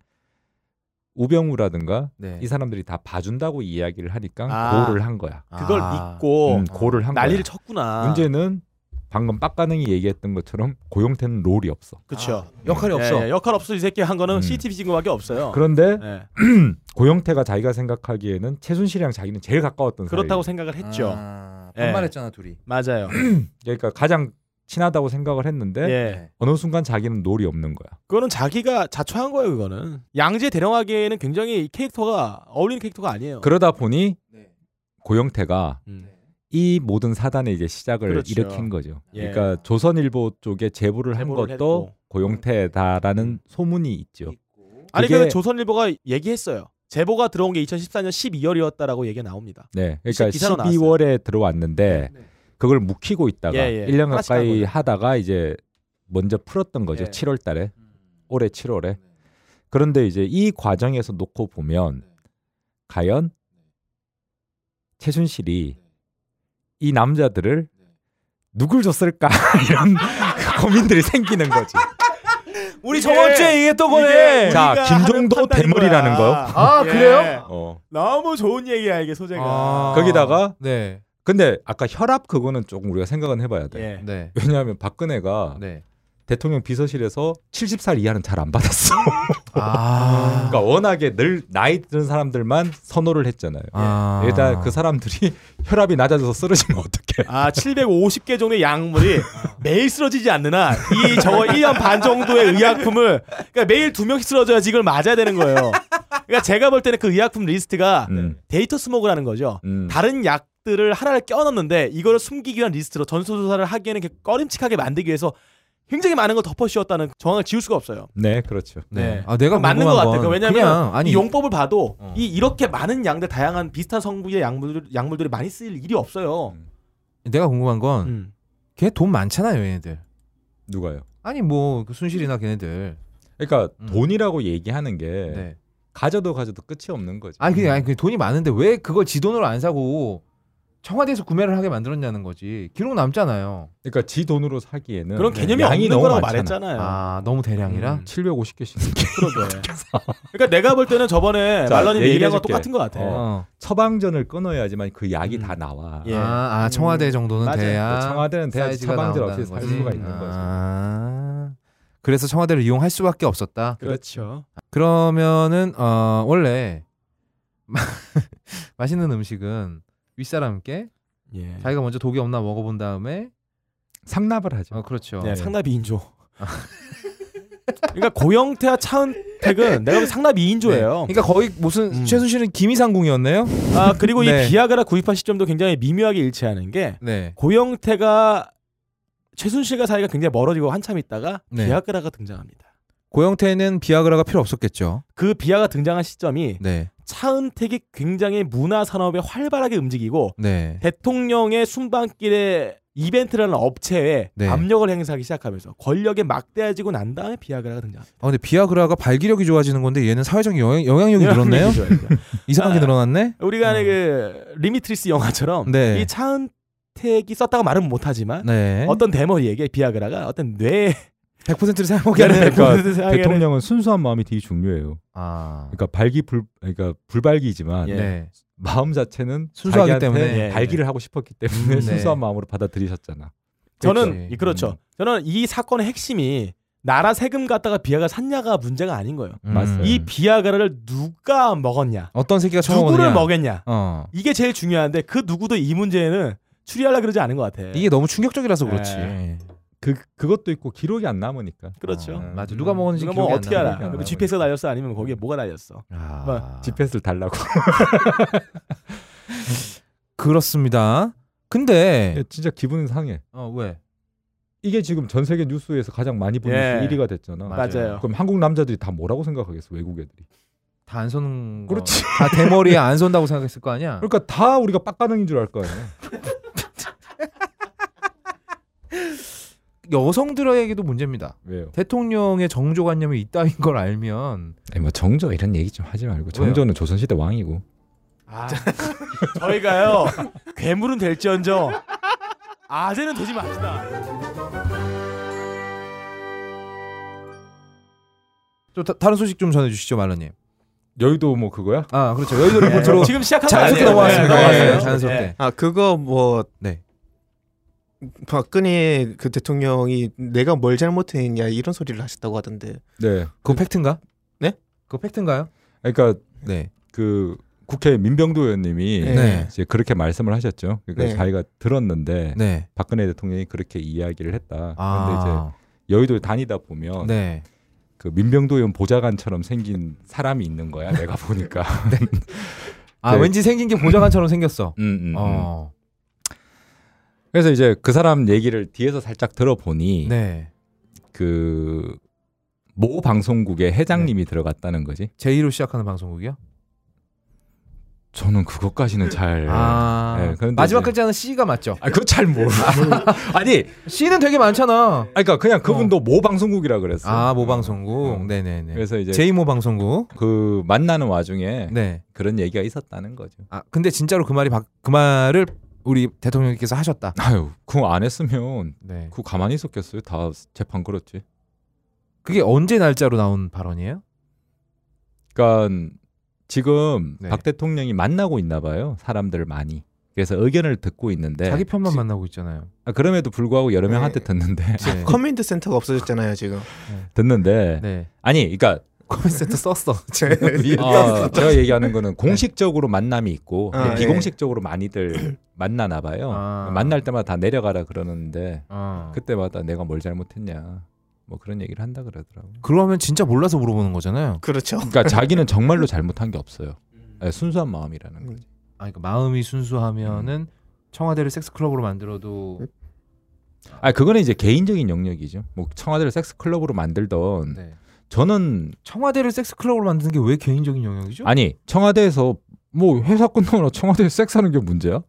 [SPEAKER 7] 우병우라든가
[SPEAKER 3] 네.
[SPEAKER 7] 이 사람들이 다 봐준다고 이야기를 하니까
[SPEAKER 2] 아.
[SPEAKER 7] 고를 한 거야.
[SPEAKER 2] 그걸
[SPEAKER 3] 아.
[SPEAKER 2] 믿고
[SPEAKER 7] 음, 고를 한
[SPEAKER 2] 난리를
[SPEAKER 7] 거야.
[SPEAKER 2] 쳤구나.
[SPEAKER 7] 문제는 방금 빡가능이 얘기했던 것처럼 고용태는 롤이 없어.
[SPEAKER 2] 그렇죠.
[SPEAKER 1] 역할이 없어.
[SPEAKER 7] 예,
[SPEAKER 2] 역할 없어 이 새끼 한 거는
[SPEAKER 7] 아, 음. 네.
[SPEAKER 2] CCTV 찍은 거밖에 없어요.
[SPEAKER 7] 그런데
[SPEAKER 2] 예.
[SPEAKER 7] 고용태가 자기가 생각하기에는 최순실이랑 자기는 제일 가까웠던
[SPEAKER 2] 그렇다고
[SPEAKER 7] 사이.
[SPEAKER 2] 생각을 했죠.
[SPEAKER 3] 아,
[SPEAKER 2] 예.
[SPEAKER 3] 반말했잖아 둘이.
[SPEAKER 2] 맞아요.
[SPEAKER 7] 그러니까 가장 친하다고 생각을 했는데
[SPEAKER 2] 예.
[SPEAKER 1] 네.
[SPEAKER 7] 어느 순간 자기는 롤이 없는 거야.
[SPEAKER 2] 그거는 자기가 자초한 거예요, 그거는. 양지에 데려가기에는 굉장히 이 캐릭터가 어울리는 캐릭터가 아니에요.
[SPEAKER 7] 그러다 보니
[SPEAKER 3] 네.
[SPEAKER 7] 고영태가
[SPEAKER 2] 음.
[SPEAKER 7] 이 모든 사단의 이제 시작을
[SPEAKER 2] 그렇죠.
[SPEAKER 7] 일으킨 거죠.
[SPEAKER 2] 예.
[SPEAKER 7] 그러니까 조선일보 쪽에 제보를 한
[SPEAKER 2] 제보를
[SPEAKER 7] 것도
[SPEAKER 2] 했고. 음.
[SPEAKER 7] 고영태다라는 소문이 있죠.
[SPEAKER 2] 아니
[SPEAKER 7] 그게-
[SPEAKER 2] 그 조선일보가 얘기했어요. 제보가 들어온 게 2014년 12월이었다라고 얘기가 나옵니다.
[SPEAKER 7] 네, 그러니까
[SPEAKER 2] 기사로 네,
[SPEAKER 7] 12월에 들어왔는데 그걸 묵히고 있다가
[SPEAKER 2] 예, 예.
[SPEAKER 7] 1년
[SPEAKER 2] 하나씩 한
[SPEAKER 7] 가까이
[SPEAKER 2] 거죠.
[SPEAKER 7] 하다가 이제 먼저 풀었던 거죠.
[SPEAKER 2] 예. 네.
[SPEAKER 7] 7월달에 올해 7월에. 그런데 이제 이 과정에서 놓고
[SPEAKER 2] 네.
[SPEAKER 7] 보면 과연 최순실이
[SPEAKER 2] 네.
[SPEAKER 7] 이 남자들을 누굴 줬을까 이런 고민들이 생기는 거지.
[SPEAKER 2] 우리
[SPEAKER 7] 저번 주에
[SPEAKER 2] 얘기했던
[SPEAKER 7] 거네. 자, 김종도 대머리라는 거요?
[SPEAKER 3] 아 그래요?
[SPEAKER 7] 어.
[SPEAKER 2] 예. 너무 좋은 얘기야 이게 소재가.
[SPEAKER 3] 아.
[SPEAKER 7] 거기다가
[SPEAKER 3] 네.
[SPEAKER 7] 근데 아까 혈압 그거는 조금 우리가 생각은 해봐야 돼.
[SPEAKER 2] 예.
[SPEAKER 3] 네.
[SPEAKER 7] 왜냐하면 박근혜가
[SPEAKER 3] 네.
[SPEAKER 7] 대통령 비서실에서 70살 이하는 잘 안 받았어.
[SPEAKER 3] 아.
[SPEAKER 7] 그러니까 워낙에 늘 나이 드는 사람들만 선호를 했잖아요.
[SPEAKER 3] 아.
[SPEAKER 7] 예, 일단 그 사람들이 혈압이 낮아져서 쓰러지면 어떡해.
[SPEAKER 2] 아, 750개 종류의 약물이
[SPEAKER 7] 어.
[SPEAKER 2] 매일 쓰러지지 않는 한이 저거 1년 반 정도의 의약품을 그러니까 매일 두 명씩 쓰러져야지 이걸 맞아야 되는 거예요. 그러니까 제가 볼 때는 그 의약품 리스트가
[SPEAKER 7] 음,
[SPEAKER 2] 데이터 스모그라는 거죠.
[SPEAKER 7] 음.
[SPEAKER 2] 네. 다른 약들을 하나를 껴넣는데 이거를 숨기기 위한 리스트로 전수조사를 하기에는 이렇게 꺼림칙하게 만들기 위해서 굉장히 많은 걸 덮어씌웠다는 정황을 지울 수가 없어요.
[SPEAKER 7] 네, 그렇죠.
[SPEAKER 2] 네.
[SPEAKER 1] 아, 내가
[SPEAKER 2] 맞는 것
[SPEAKER 1] 궁금한
[SPEAKER 2] 같아요.
[SPEAKER 1] 건
[SPEAKER 2] 왜냐면
[SPEAKER 1] 그냥, 아니
[SPEAKER 2] 이 용법을 봐도
[SPEAKER 7] 어.
[SPEAKER 2] 이 이렇게 많은 양들 다양한 비슷한 성분의 약물들 약물들이 많이 쓰일 일이 없어요.
[SPEAKER 1] 내가 궁금한 건
[SPEAKER 2] 음.
[SPEAKER 1] 걔 돈 많잖아요, 얘네들.
[SPEAKER 7] 누가요?
[SPEAKER 1] 아니 뭐그 순실이나 걔네들.
[SPEAKER 7] 그러니까
[SPEAKER 1] 음.
[SPEAKER 7] 돈이라고 얘기하는 게
[SPEAKER 3] 네.
[SPEAKER 7] 가져도 가져도 끝이 없는 거지.
[SPEAKER 1] 아니 그게 아니 그 돈이 많은데 왜 그걸 지 돈으로 안 사고 청와대에서 구매를 하게 만들었냐는 거지. 기록 남잖아요.
[SPEAKER 7] 그러니까 지 돈으로 사기에는
[SPEAKER 2] 그런 개념이
[SPEAKER 7] 네. 양이
[SPEAKER 2] 없는
[SPEAKER 7] 너무
[SPEAKER 2] 거라고
[SPEAKER 7] 많잖아.
[SPEAKER 2] 말했잖아요.
[SPEAKER 1] 아, 너무 대량이라.
[SPEAKER 7] 음.
[SPEAKER 1] 어.
[SPEAKER 7] 750개씩.
[SPEAKER 2] 그러게. 그러니까 내가 볼 때는 저번에
[SPEAKER 7] 자,
[SPEAKER 2] 말러님
[SPEAKER 7] 얘기해
[SPEAKER 2] 얘기한 거
[SPEAKER 7] 줄게.
[SPEAKER 2] 똑같은 것 같아.
[SPEAKER 7] 어.
[SPEAKER 1] 어.
[SPEAKER 7] 처방전을 끊어야지만 그 약이
[SPEAKER 2] 음.
[SPEAKER 7] 다 나와.
[SPEAKER 2] 예.
[SPEAKER 1] 아, 아, 청와대 정도는
[SPEAKER 2] 맞아요.
[SPEAKER 1] 돼야
[SPEAKER 7] 음. 그 청와대는 돼야지
[SPEAKER 1] 사이즈가
[SPEAKER 7] 처방전
[SPEAKER 1] 나온다는
[SPEAKER 7] 없이 살
[SPEAKER 1] 거지.
[SPEAKER 7] 수가 있는 거지.
[SPEAKER 1] 아, 그래서 청와대를 이용할 수밖에 없었다.
[SPEAKER 2] 그렇죠.
[SPEAKER 1] 그러면은 어, 원래 마- 맛있는 음식은 윗사람께
[SPEAKER 2] 예.
[SPEAKER 1] 자기가 먼저 독이 없나 먹어본 다음에
[SPEAKER 7] 상납을 하죠.
[SPEAKER 1] 어, 그렇죠.
[SPEAKER 2] 네, 상납 2인조.
[SPEAKER 7] 아.
[SPEAKER 2] 그러니까 고영태와 차은택은 내가 볼 때 상납 2인조예요.
[SPEAKER 7] 네.
[SPEAKER 1] 그러니까 거의 무슨
[SPEAKER 2] 음.
[SPEAKER 1] 최순실은 김이상궁이었네요.
[SPEAKER 2] 아 그리고
[SPEAKER 1] 네.
[SPEAKER 2] 이 비아그라 구입한 시점도 굉장히 미묘하게 일치하는 게
[SPEAKER 1] 네.
[SPEAKER 2] 고영태가 최순실과 사이가 굉장히 멀어지고 한참 있다가
[SPEAKER 1] 네.
[SPEAKER 2] 비아그라가 등장합니다.
[SPEAKER 1] 고영태는 비아그라가 필요 없었겠죠.
[SPEAKER 2] 그 비아가 등장한 시점이
[SPEAKER 1] 네.
[SPEAKER 2] 차은택이 굉장히 문화 산업에 활발하게 움직이고
[SPEAKER 1] 네.
[SPEAKER 2] 대통령의 순방길에 이벤트라는 업체에
[SPEAKER 1] 네.
[SPEAKER 2] 압력을 행사하기 시작하면서 권력에 막대해지고 난 다음에 비아그라가 등장합니다.
[SPEAKER 1] 아 근데 비아그라가 발기력이 좋아지는 건데 얘는 사회적 영향, 영향력이 늘었네요.
[SPEAKER 2] 그런 얘기죠, 이제.
[SPEAKER 1] 이상하게
[SPEAKER 2] 아.
[SPEAKER 1] 늘어났네.
[SPEAKER 2] 우리가 아는 그 리미트리스 영화처럼
[SPEAKER 1] 네.
[SPEAKER 2] 이 차은택이 썼다고 말은 못하지만
[SPEAKER 1] 네.
[SPEAKER 2] 어떤 대머리에게 비아그라가 어떤 뇌
[SPEAKER 1] 100%를 사용하게
[SPEAKER 2] 네.
[SPEAKER 1] 하는
[SPEAKER 7] 그러니까
[SPEAKER 2] 대통령
[SPEAKER 7] 대통령은 순수한 마음이 되게 중요해요.
[SPEAKER 1] 아.
[SPEAKER 7] 그러니까 발기 불 그러니까 불발기지만
[SPEAKER 2] 예.
[SPEAKER 1] 네.
[SPEAKER 7] 마음 자체는
[SPEAKER 1] 순수하기
[SPEAKER 7] 자기한테
[SPEAKER 1] 때문에.
[SPEAKER 2] 예,
[SPEAKER 7] 발기를 하고 싶었기 때문에
[SPEAKER 1] 음, 네.
[SPEAKER 7] 순수한 마음으로 받아들이셨잖아.
[SPEAKER 2] 저는
[SPEAKER 1] 그렇지.
[SPEAKER 2] 이- 그렇죠.
[SPEAKER 7] 음.
[SPEAKER 2] 저는 이 사건의 핵심이 나라 세금 갖다가 비아가 샀냐가 문제가 아닌 거예요.
[SPEAKER 1] 음.
[SPEAKER 7] 맞아요.
[SPEAKER 2] 이 비아그라를 누가 먹었냐,
[SPEAKER 1] 어떤 새끼가 처음
[SPEAKER 2] 누구를
[SPEAKER 1] 오느냐.
[SPEAKER 2] 먹였냐
[SPEAKER 1] 어.
[SPEAKER 2] 이게 제일 중요한데 그 누구도 이 문제에는 추리하려 그러지 않은 것 같아.
[SPEAKER 1] 이게 너무 충격적이라서 그렇지.
[SPEAKER 2] 네.
[SPEAKER 7] 그 그것도 있고 기록이 안 남으니까.
[SPEAKER 2] 그렇죠.
[SPEAKER 1] 어, 맞아. 누가 먹었는지
[SPEAKER 2] 이거 뭐
[SPEAKER 1] 기억이 안
[SPEAKER 2] 어떻게
[SPEAKER 1] 나네.
[SPEAKER 2] 알아?
[SPEAKER 7] 나니까.
[SPEAKER 2] 뭐 GPS가 달렸어 아니면 거기에 뭐가 달렸어?
[SPEAKER 1] 아.
[SPEAKER 7] GPS를 달라고.
[SPEAKER 1] 그렇습니다. 근데
[SPEAKER 7] 진짜 기분은 상해.
[SPEAKER 1] 어 왜?
[SPEAKER 7] 이게 지금 전 세계 뉴스에서 가장 많이 본
[SPEAKER 2] 예.
[SPEAKER 7] 뉴스 1위가 됐잖아.
[SPEAKER 2] 맞아요.
[SPEAKER 7] 그럼 한국 남자들이 다 뭐라고 생각하겠어? 외국 애들이.
[SPEAKER 1] 다 안 쏘는 거.
[SPEAKER 7] 그렇지.
[SPEAKER 1] 다 대머리에 안 쏜다고 생각했을 거 아니야?
[SPEAKER 7] 그러니까 다 우리가 빡가능인 줄 알 거 아니야.
[SPEAKER 1] 여성들에게도 문제입니다.
[SPEAKER 7] 왜요?
[SPEAKER 1] 대통령의 정조관념이 있다인 걸 알면
[SPEAKER 7] 아니, 뭐 정조 이런 얘기 좀 하지 말고 정조는 조선시대 왕이고
[SPEAKER 2] 아. 저희가요 괴물은 될지언정 아재는 되지 맙시다.
[SPEAKER 1] 좀 다, 른 소식 좀 전해주시죠, 말러님.
[SPEAKER 7] 여의도 뭐 그거야?
[SPEAKER 1] 아 그렇죠. 여의도 리포트로
[SPEAKER 2] 지금 시작한 거
[SPEAKER 1] 자연스럽게
[SPEAKER 2] 아니에요?
[SPEAKER 1] 넘어왔습니다.
[SPEAKER 2] 네, 넘어왔어요.
[SPEAKER 1] 예, 자연스럽게.
[SPEAKER 2] 네.
[SPEAKER 5] 아 그거 뭐
[SPEAKER 1] 네.
[SPEAKER 5] 박근혜 그 대통령이 내가 뭘 잘못했냐 이런 소리를 하셨다고 하던데
[SPEAKER 7] 네.
[SPEAKER 1] 그거 팩트인가?
[SPEAKER 5] 네?
[SPEAKER 1] 그거 팩트인가요?
[SPEAKER 7] 그러니까
[SPEAKER 1] 네.
[SPEAKER 7] 그 국회 민병도 의원님이
[SPEAKER 5] 네.
[SPEAKER 1] 네.
[SPEAKER 7] 이제 그렇게 말씀을 하셨죠. 그러니까
[SPEAKER 5] 네.
[SPEAKER 7] 자기가 들었는데
[SPEAKER 1] 네.
[SPEAKER 7] 박근혜 대통령이 그렇게 이야기를 했다. 그런데
[SPEAKER 1] 아.
[SPEAKER 7] 이제 여의도에 다니다 보면
[SPEAKER 1] 네.
[SPEAKER 7] 그 민병도 의원 보좌관처럼 생긴 사람이 있는 거야. 내가 보니까.
[SPEAKER 1] 아
[SPEAKER 7] 네.
[SPEAKER 1] 왠지 생긴 게 보좌관처럼 생겼어.
[SPEAKER 7] 음, 음, 음.
[SPEAKER 1] 어.
[SPEAKER 7] 그래서 이제 그 사람 얘기를 뒤에서 살짝 들어보니
[SPEAKER 1] 네.
[SPEAKER 7] 그 모 방송국의
[SPEAKER 1] 네.
[SPEAKER 7] 회장님이 들어갔다는 거지.
[SPEAKER 1] 제2로 시작하는 방송국이요?
[SPEAKER 7] 저는 그것까지는 잘.
[SPEAKER 1] 아.
[SPEAKER 7] 아, 네, 그런데
[SPEAKER 1] 마지막
[SPEAKER 7] 이제-
[SPEAKER 1] 글자는 C가 맞죠?
[SPEAKER 7] 그거 잘 모르. 아니,
[SPEAKER 1] C는 되게 많잖아.
[SPEAKER 7] 아니, 그러니까 그냥 그분도 모 방송국이라 그랬어.
[SPEAKER 1] 어. 아, 모방송국.
[SPEAKER 7] 음.
[SPEAKER 1] 네, 네, 네.
[SPEAKER 7] 그래서 이제
[SPEAKER 1] 제2 모방송국.
[SPEAKER 7] 그 만나는 와중에
[SPEAKER 1] 네.
[SPEAKER 7] 그런 얘기가 있었다는 거죠.
[SPEAKER 1] 아, 근데 진짜로 그 말이 박- 그 말을 우리 대통령께서 하셨다.
[SPEAKER 7] 아유, 그거 안 했으면
[SPEAKER 1] 네.
[SPEAKER 7] 그거 가만히 있었겠어요. 다 재판 걸었지.
[SPEAKER 1] 그게 언제 날짜로 나온 발언이에요?
[SPEAKER 7] 그러니까 지금
[SPEAKER 1] 네.
[SPEAKER 7] 박 대통령이 만나고 있나 봐요. 사람들을 많이. 그래서 의견을 듣고 있는데
[SPEAKER 1] 자기 편만 만나고 있잖아요.
[SPEAKER 7] 아, 그럼에도 불구하고 여러
[SPEAKER 5] 네.
[SPEAKER 7] 명한테 듣는데
[SPEAKER 1] 네.
[SPEAKER 5] 커뮤니티 센터가 없어졌잖아요 지금
[SPEAKER 7] 듣는데
[SPEAKER 1] 네.
[SPEAKER 7] 아니 그러니까
[SPEAKER 1] 코멘센터 썼어.
[SPEAKER 7] 어, 제가 얘기하는 거는 공식적으로 만남이 있고
[SPEAKER 5] 아,
[SPEAKER 7] 근데
[SPEAKER 5] 예.
[SPEAKER 7] 비공식적으로 많이들 만나나 봐요.
[SPEAKER 1] 아.
[SPEAKER 7] 만날 때마다 다 내려가라 그러는데
[SPEAKER 1] 어.
[SPEAKER 7] 그때마다 내가 뭘 잘못했냐 뭐 그런 얘기를 한다 그러더라고요.
[SPEAKER 1] 그러면 진짜 몰라서 물어보는 거잖아요.
[SPEAKER 5] 그렇죠
[SPEAKER 7] 그러니까 자기는 정말로 잘못한 게 없어요.
[SPEAKER 1] 음.
[SPEAKER 7] 예, 순수한 마음이라는 거죠.
[SPEAKER 1] 아, 그러니까 마음이 음. 순수하면은 청와대를 섹스 클럽으로 만들어도
[SPEAKER 7] 아 그거는 이제 개인적인 영역이죠. 뭐 청와대를 섹스 클럽으로 만들던
[SPEAKER 1] 네.
[SPEAKER 7] 저는
[SPEAKER 1] 청와대를 섹스 클럽으로 만드는 게 왜 개인적인 영역이죠?
[SPEAKER 7] 아니 청와대에서 뭐 회사 끝나고 나 청와대에 섹스하는 게 문제야?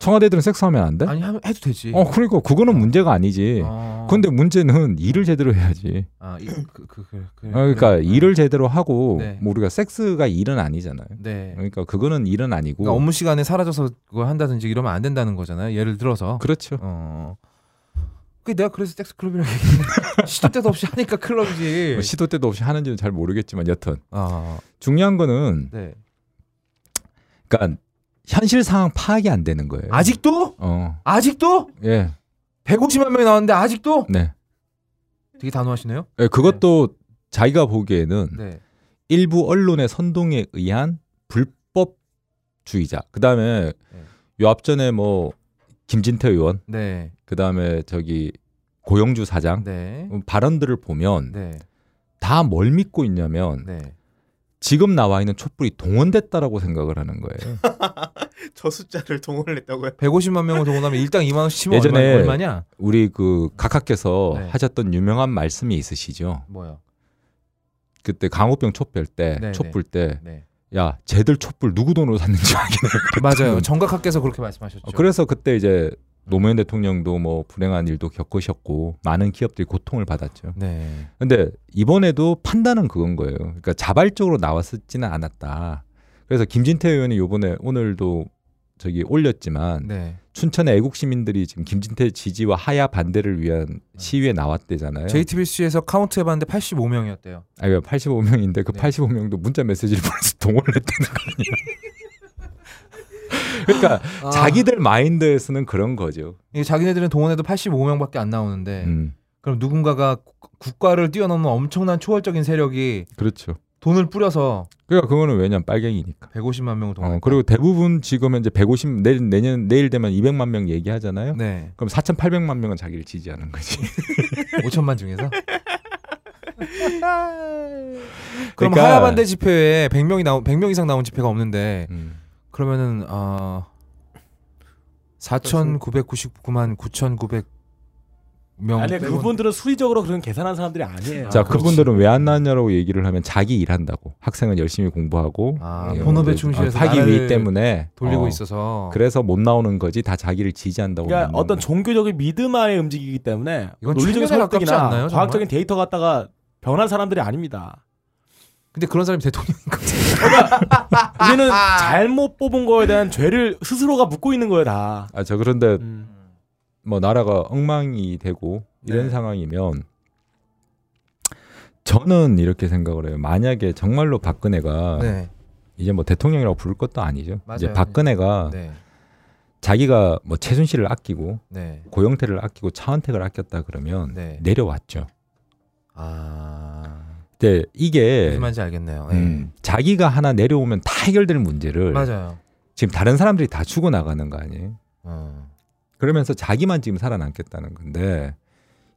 [SPEAKER 7] 청와대들은 섹스하면 안 돼?
[SPEAKER 1] 아니 하면 해도 되지.
[SPEAKER 7] 어 그러니까 그거는 문제가 아니지.
[SPEAKER 1] 어.
[SPEAKER 7] 예. 근데 문제는 일을 제대로 해야지.
[SPEAKER 1] 아, 이, 그, 그, 그, 그,
[SPEAKER 7] 어, 그러니까
[SPEAKER 1] 그래.
[SPEAKER 7] 일을 제대로 하고
[SPEAKER 1] 네.
[SPEAKER 7] 뭐 우리가 섹스가 일은 아니잖아요.
[SPEAKER 1] 네.
[SPEAKER 7] 그러니까 그거는 일은 아니고.
[SPEAKER 1] 그러니까 업무 시간에 사라져서 그걸 한다든지 이러면 안 된다는 거잖아요. 예를 들어서.
[SPEAKER 7] 그렇죠.
[SPEAKER 1] 어. 그 내가 그래서 섹스 클럽이라고 얘기했는데 시도 때도 없이 하니까 클럽이지.
[SPEAKER 7] 뭐 시도 때도 없이 하는지는 잘 모르겠지만 여튼
[SPEAKER 1] 아,
[SPEAKER 7] 중요한 거는
[SPEAKER 1] 네.
[SPEAKER 7] 그러니까 현실 상황 파악이 안 되는 거예요.
[SPEAKER 1] 아직도?
[SPEAKER 7] 어.
[SPEAKER 1] 아직도?
[SPEAKER 7] 예.
[SPEAKER 1] 150만 명이 나왔는데 아직도?
[SPEAKER 7] 네.
[SPEAKER 1] 되게 단호하시네요.
[SPEAKER 7] 예, 그것도 자기가 보기에는
[SPEAKER 1] 네.
[SPEAKER 7] 일부 언론의 선동에 의한 불법주의자. 그다음에
[SPEAKER 1] 네.
[SPEAKER 7] 요 앞전에 뭐 김진태 의원,
[SPEAKER 1] 네.
[SPEAKER 7] 그다음에 저기 고영주 사장
[SPEAKER 1] 네.
[SPEAKER 7] 음, 발언들을 보면
[SPEAKER 1] 네.
[SPEAKER 7] 다 뭘 믿고 있냐면
[SPEAKER 1] 네.
[SPEAKER 7] 지금 나와 있는 촛불이 동원됐다라고 생각을 하는
[SPEAKER 1] 네.
[SPEAKER 7] 거예요.
[SPEAKER 5] 저 숫자를 동원을 했다고요
[SPEAKER 1] 150만 명을 동원하면 일당 2만 원씩 치면
[SPEAKER 7] 예전에-
[SPEAKER 1] 얼마, 얼마냐?
[SPEAKER 7] 우리 그 각하께서
[SPEAKER 1] 네.
[SPEAKER 7] 하셨던 유명한 말씀이 있으시죠.
[SPEAKER 1] 뭐요?
[SPEAKER 7] 그때 강호병 촛불 때,
[SPEAKER 1] 네,
[SPEAKER 7] 촛불 때,
[SPEAKER 1] 네.
[SPEAKER 7] 야 쟤들 촛불 누구 돈으로 샀는지 확인해.
[SPEAKER 1] 맞아요. 정각학께서 그렇게 말씀하셨죠.
[SPEAKER 7] 어, 그래서 그때 이제 노무현 대통령도 뭐 불행한 일도 겪으셨고 많은 기업들이 고통을 받았죠.
[SPEAKER 1] 네.
[SPEAKER 7] 근데 이번에도 판단은 그건 거예요. 그러니까 자발적으로 나왔었지는 않았다. 그래서 김진태 의원이 요번에 오늘도 저기 올렸지만
[SPEAKER 1] 네.
[SPEAKER 7] 춘천의 애국 시민들이 지금 김진태 지지와 하야 반대를
[SPEAKER 1] 네.
[SPEAKER 7] 위한 시위에 나왔대잖아요.
[SPEAKER 1] JTBC에서 카운트 해봤는데 85명이었대요.
[SPEAKER 7] 아니 85명인데 그
[SPEAKER 1] 네.
[SPEAKER 7] 85명도 문자 메시지를 보내서 동원을 했다는 거 아니야. 그러니까 자기들 마인드에서는 그런 거죠.
[SPEAKER 1] 이게 자기네들은 동원해도 85명밖에 안 나오는데
[SPEAKER 7] 음,
[SPEAKER 1] 그럼 누군가가 국- 국가를 뛰어넘는 엄청난 초월적인 세력이
[SPEAKER 7] 그렇죠.
[SPEAKER 1] 돈을 뿌려서
[SPEAKER 7] 그러니까 그거는 왜냐면 빨갱이니까.
[SPEAKER 1] 150만 명을 동원.
[SPEAKER 7] 어, 그리고 대부분 지금 현재 150 내일 내년 내일 되면 200만 명 얘기하잖아요.
[SPEAKER 1] 네.
[SPEAKER 7] 그럼 4,800만 명은 자기를 지지하는 거지.
[SPEAKER 1] 5천만 중에서.
[SPEAKER 2] 네.
[SPEAKER 1] 그럼
[SPEAKER 7] 그러니까-
[SPEAKER 1] 하야 반대 집회에 100명이 나온 100명 이상 나온 집회가 없는데
[SPEAKER 7] 음.
[SPEAKER 1] 그러면은 어 4,999만 9,900 명.
[SPEAKER 2] 아니 그분들은 수리적으로 그런 계산한 사람들이 아니에요.
[SPEAKER 7] 자 그분들은 왜 안 나왔냐라고 얘기를 하면 자기 일한다고 학생은 열심히 공부하고
[SPEAKER 1] 아,
[SPEAKER 7] 예,
[SPEAKER 1] 본업에
[SPEAKER 7] 이제
[SPEAKER 1] 충실해서
[SPEAKER 7] 하기
[SPEAKER 1] 나라를
[SPEAKER 7] 위해 때문에
[SPEAKER 1] 돌리고
[SPEAKER 7] 어,
[SPEAKER 1] 있어서
[SPEAKER 7] 그래서 못 나오는 거지 다 자기를 지지한다고
[SPEAKER 2] 그러니까
[SPEAKER 7] 믿는
[SPEAKER 2] 어떤
[SPEAKER 7] 거.
[SPEAKER 2] 종교적인 믿음하에 움직이기 때문에
[SPEAKER 1] 음. 이건
[SPEAKER 2] 논리적인
[SPEAKER 1] 최면에 가깝지
[SPEAKER 2] 설득이나
[SPEAKER 1] 않나요, 정말?
[SPEAKER 2] 과학적인 데이터 갖다가 변한 사람들이 아닙니다.
[SPEAKER 1] 근데 그런 사람이 대통령인 거
[SPEAKER 2] 우리는 잘못 뽑은 거에 대한 죄를 스스로가 묻고 있는 거예요 다.
[SPEAKER 7] 아, 저 그런데
[SPEAKER 2] 음.
[SPEAKER 7] 뭐 나라가 엉망이 되고 이런
[SPEAKER 2] 네.
[SPEAKER 7] 상황이면 저는 이렇게 생각을 해요. 만약에 정말로 박근혜가
[SPEAKER 1] 네.
[SPEAKER 7] 이제 뭐 대통령이라고 부를 것도 아니죠. 이제
[SPEAKER 1] 맞아요.
[SPEAKER 7] 박근혜가
[SPEAKER 1] 네.
[SPEAKER 7] 자기가 뭐 최순실을 아끼고
[SPEAKER 1] 네.
[SPEAKER 7] 고영태를 아끼고 차은택을 아꼈다 그러면
[SPEAKER 1] 네.
[SPEAKER 7] 내려왔죠.
[SPEAKER 1] 아.
[SPEAKER 7] 근데 이게
[SPEAKER 1] 무슨 말인지 알겠네요. 네.
[SPEAKER 7] 음, 자기가 하나 내려오면 다 해결될 문제를
[SPEAKER 1] 맞아요.
[SPEAKER 7] 지금 다른 사람들이 다 죽어 나가는 거 아니에요?
[SPEAKER 1] 어.
[SPEAKER 7] 그러면서 자기만 지금 살아남겠다는 건데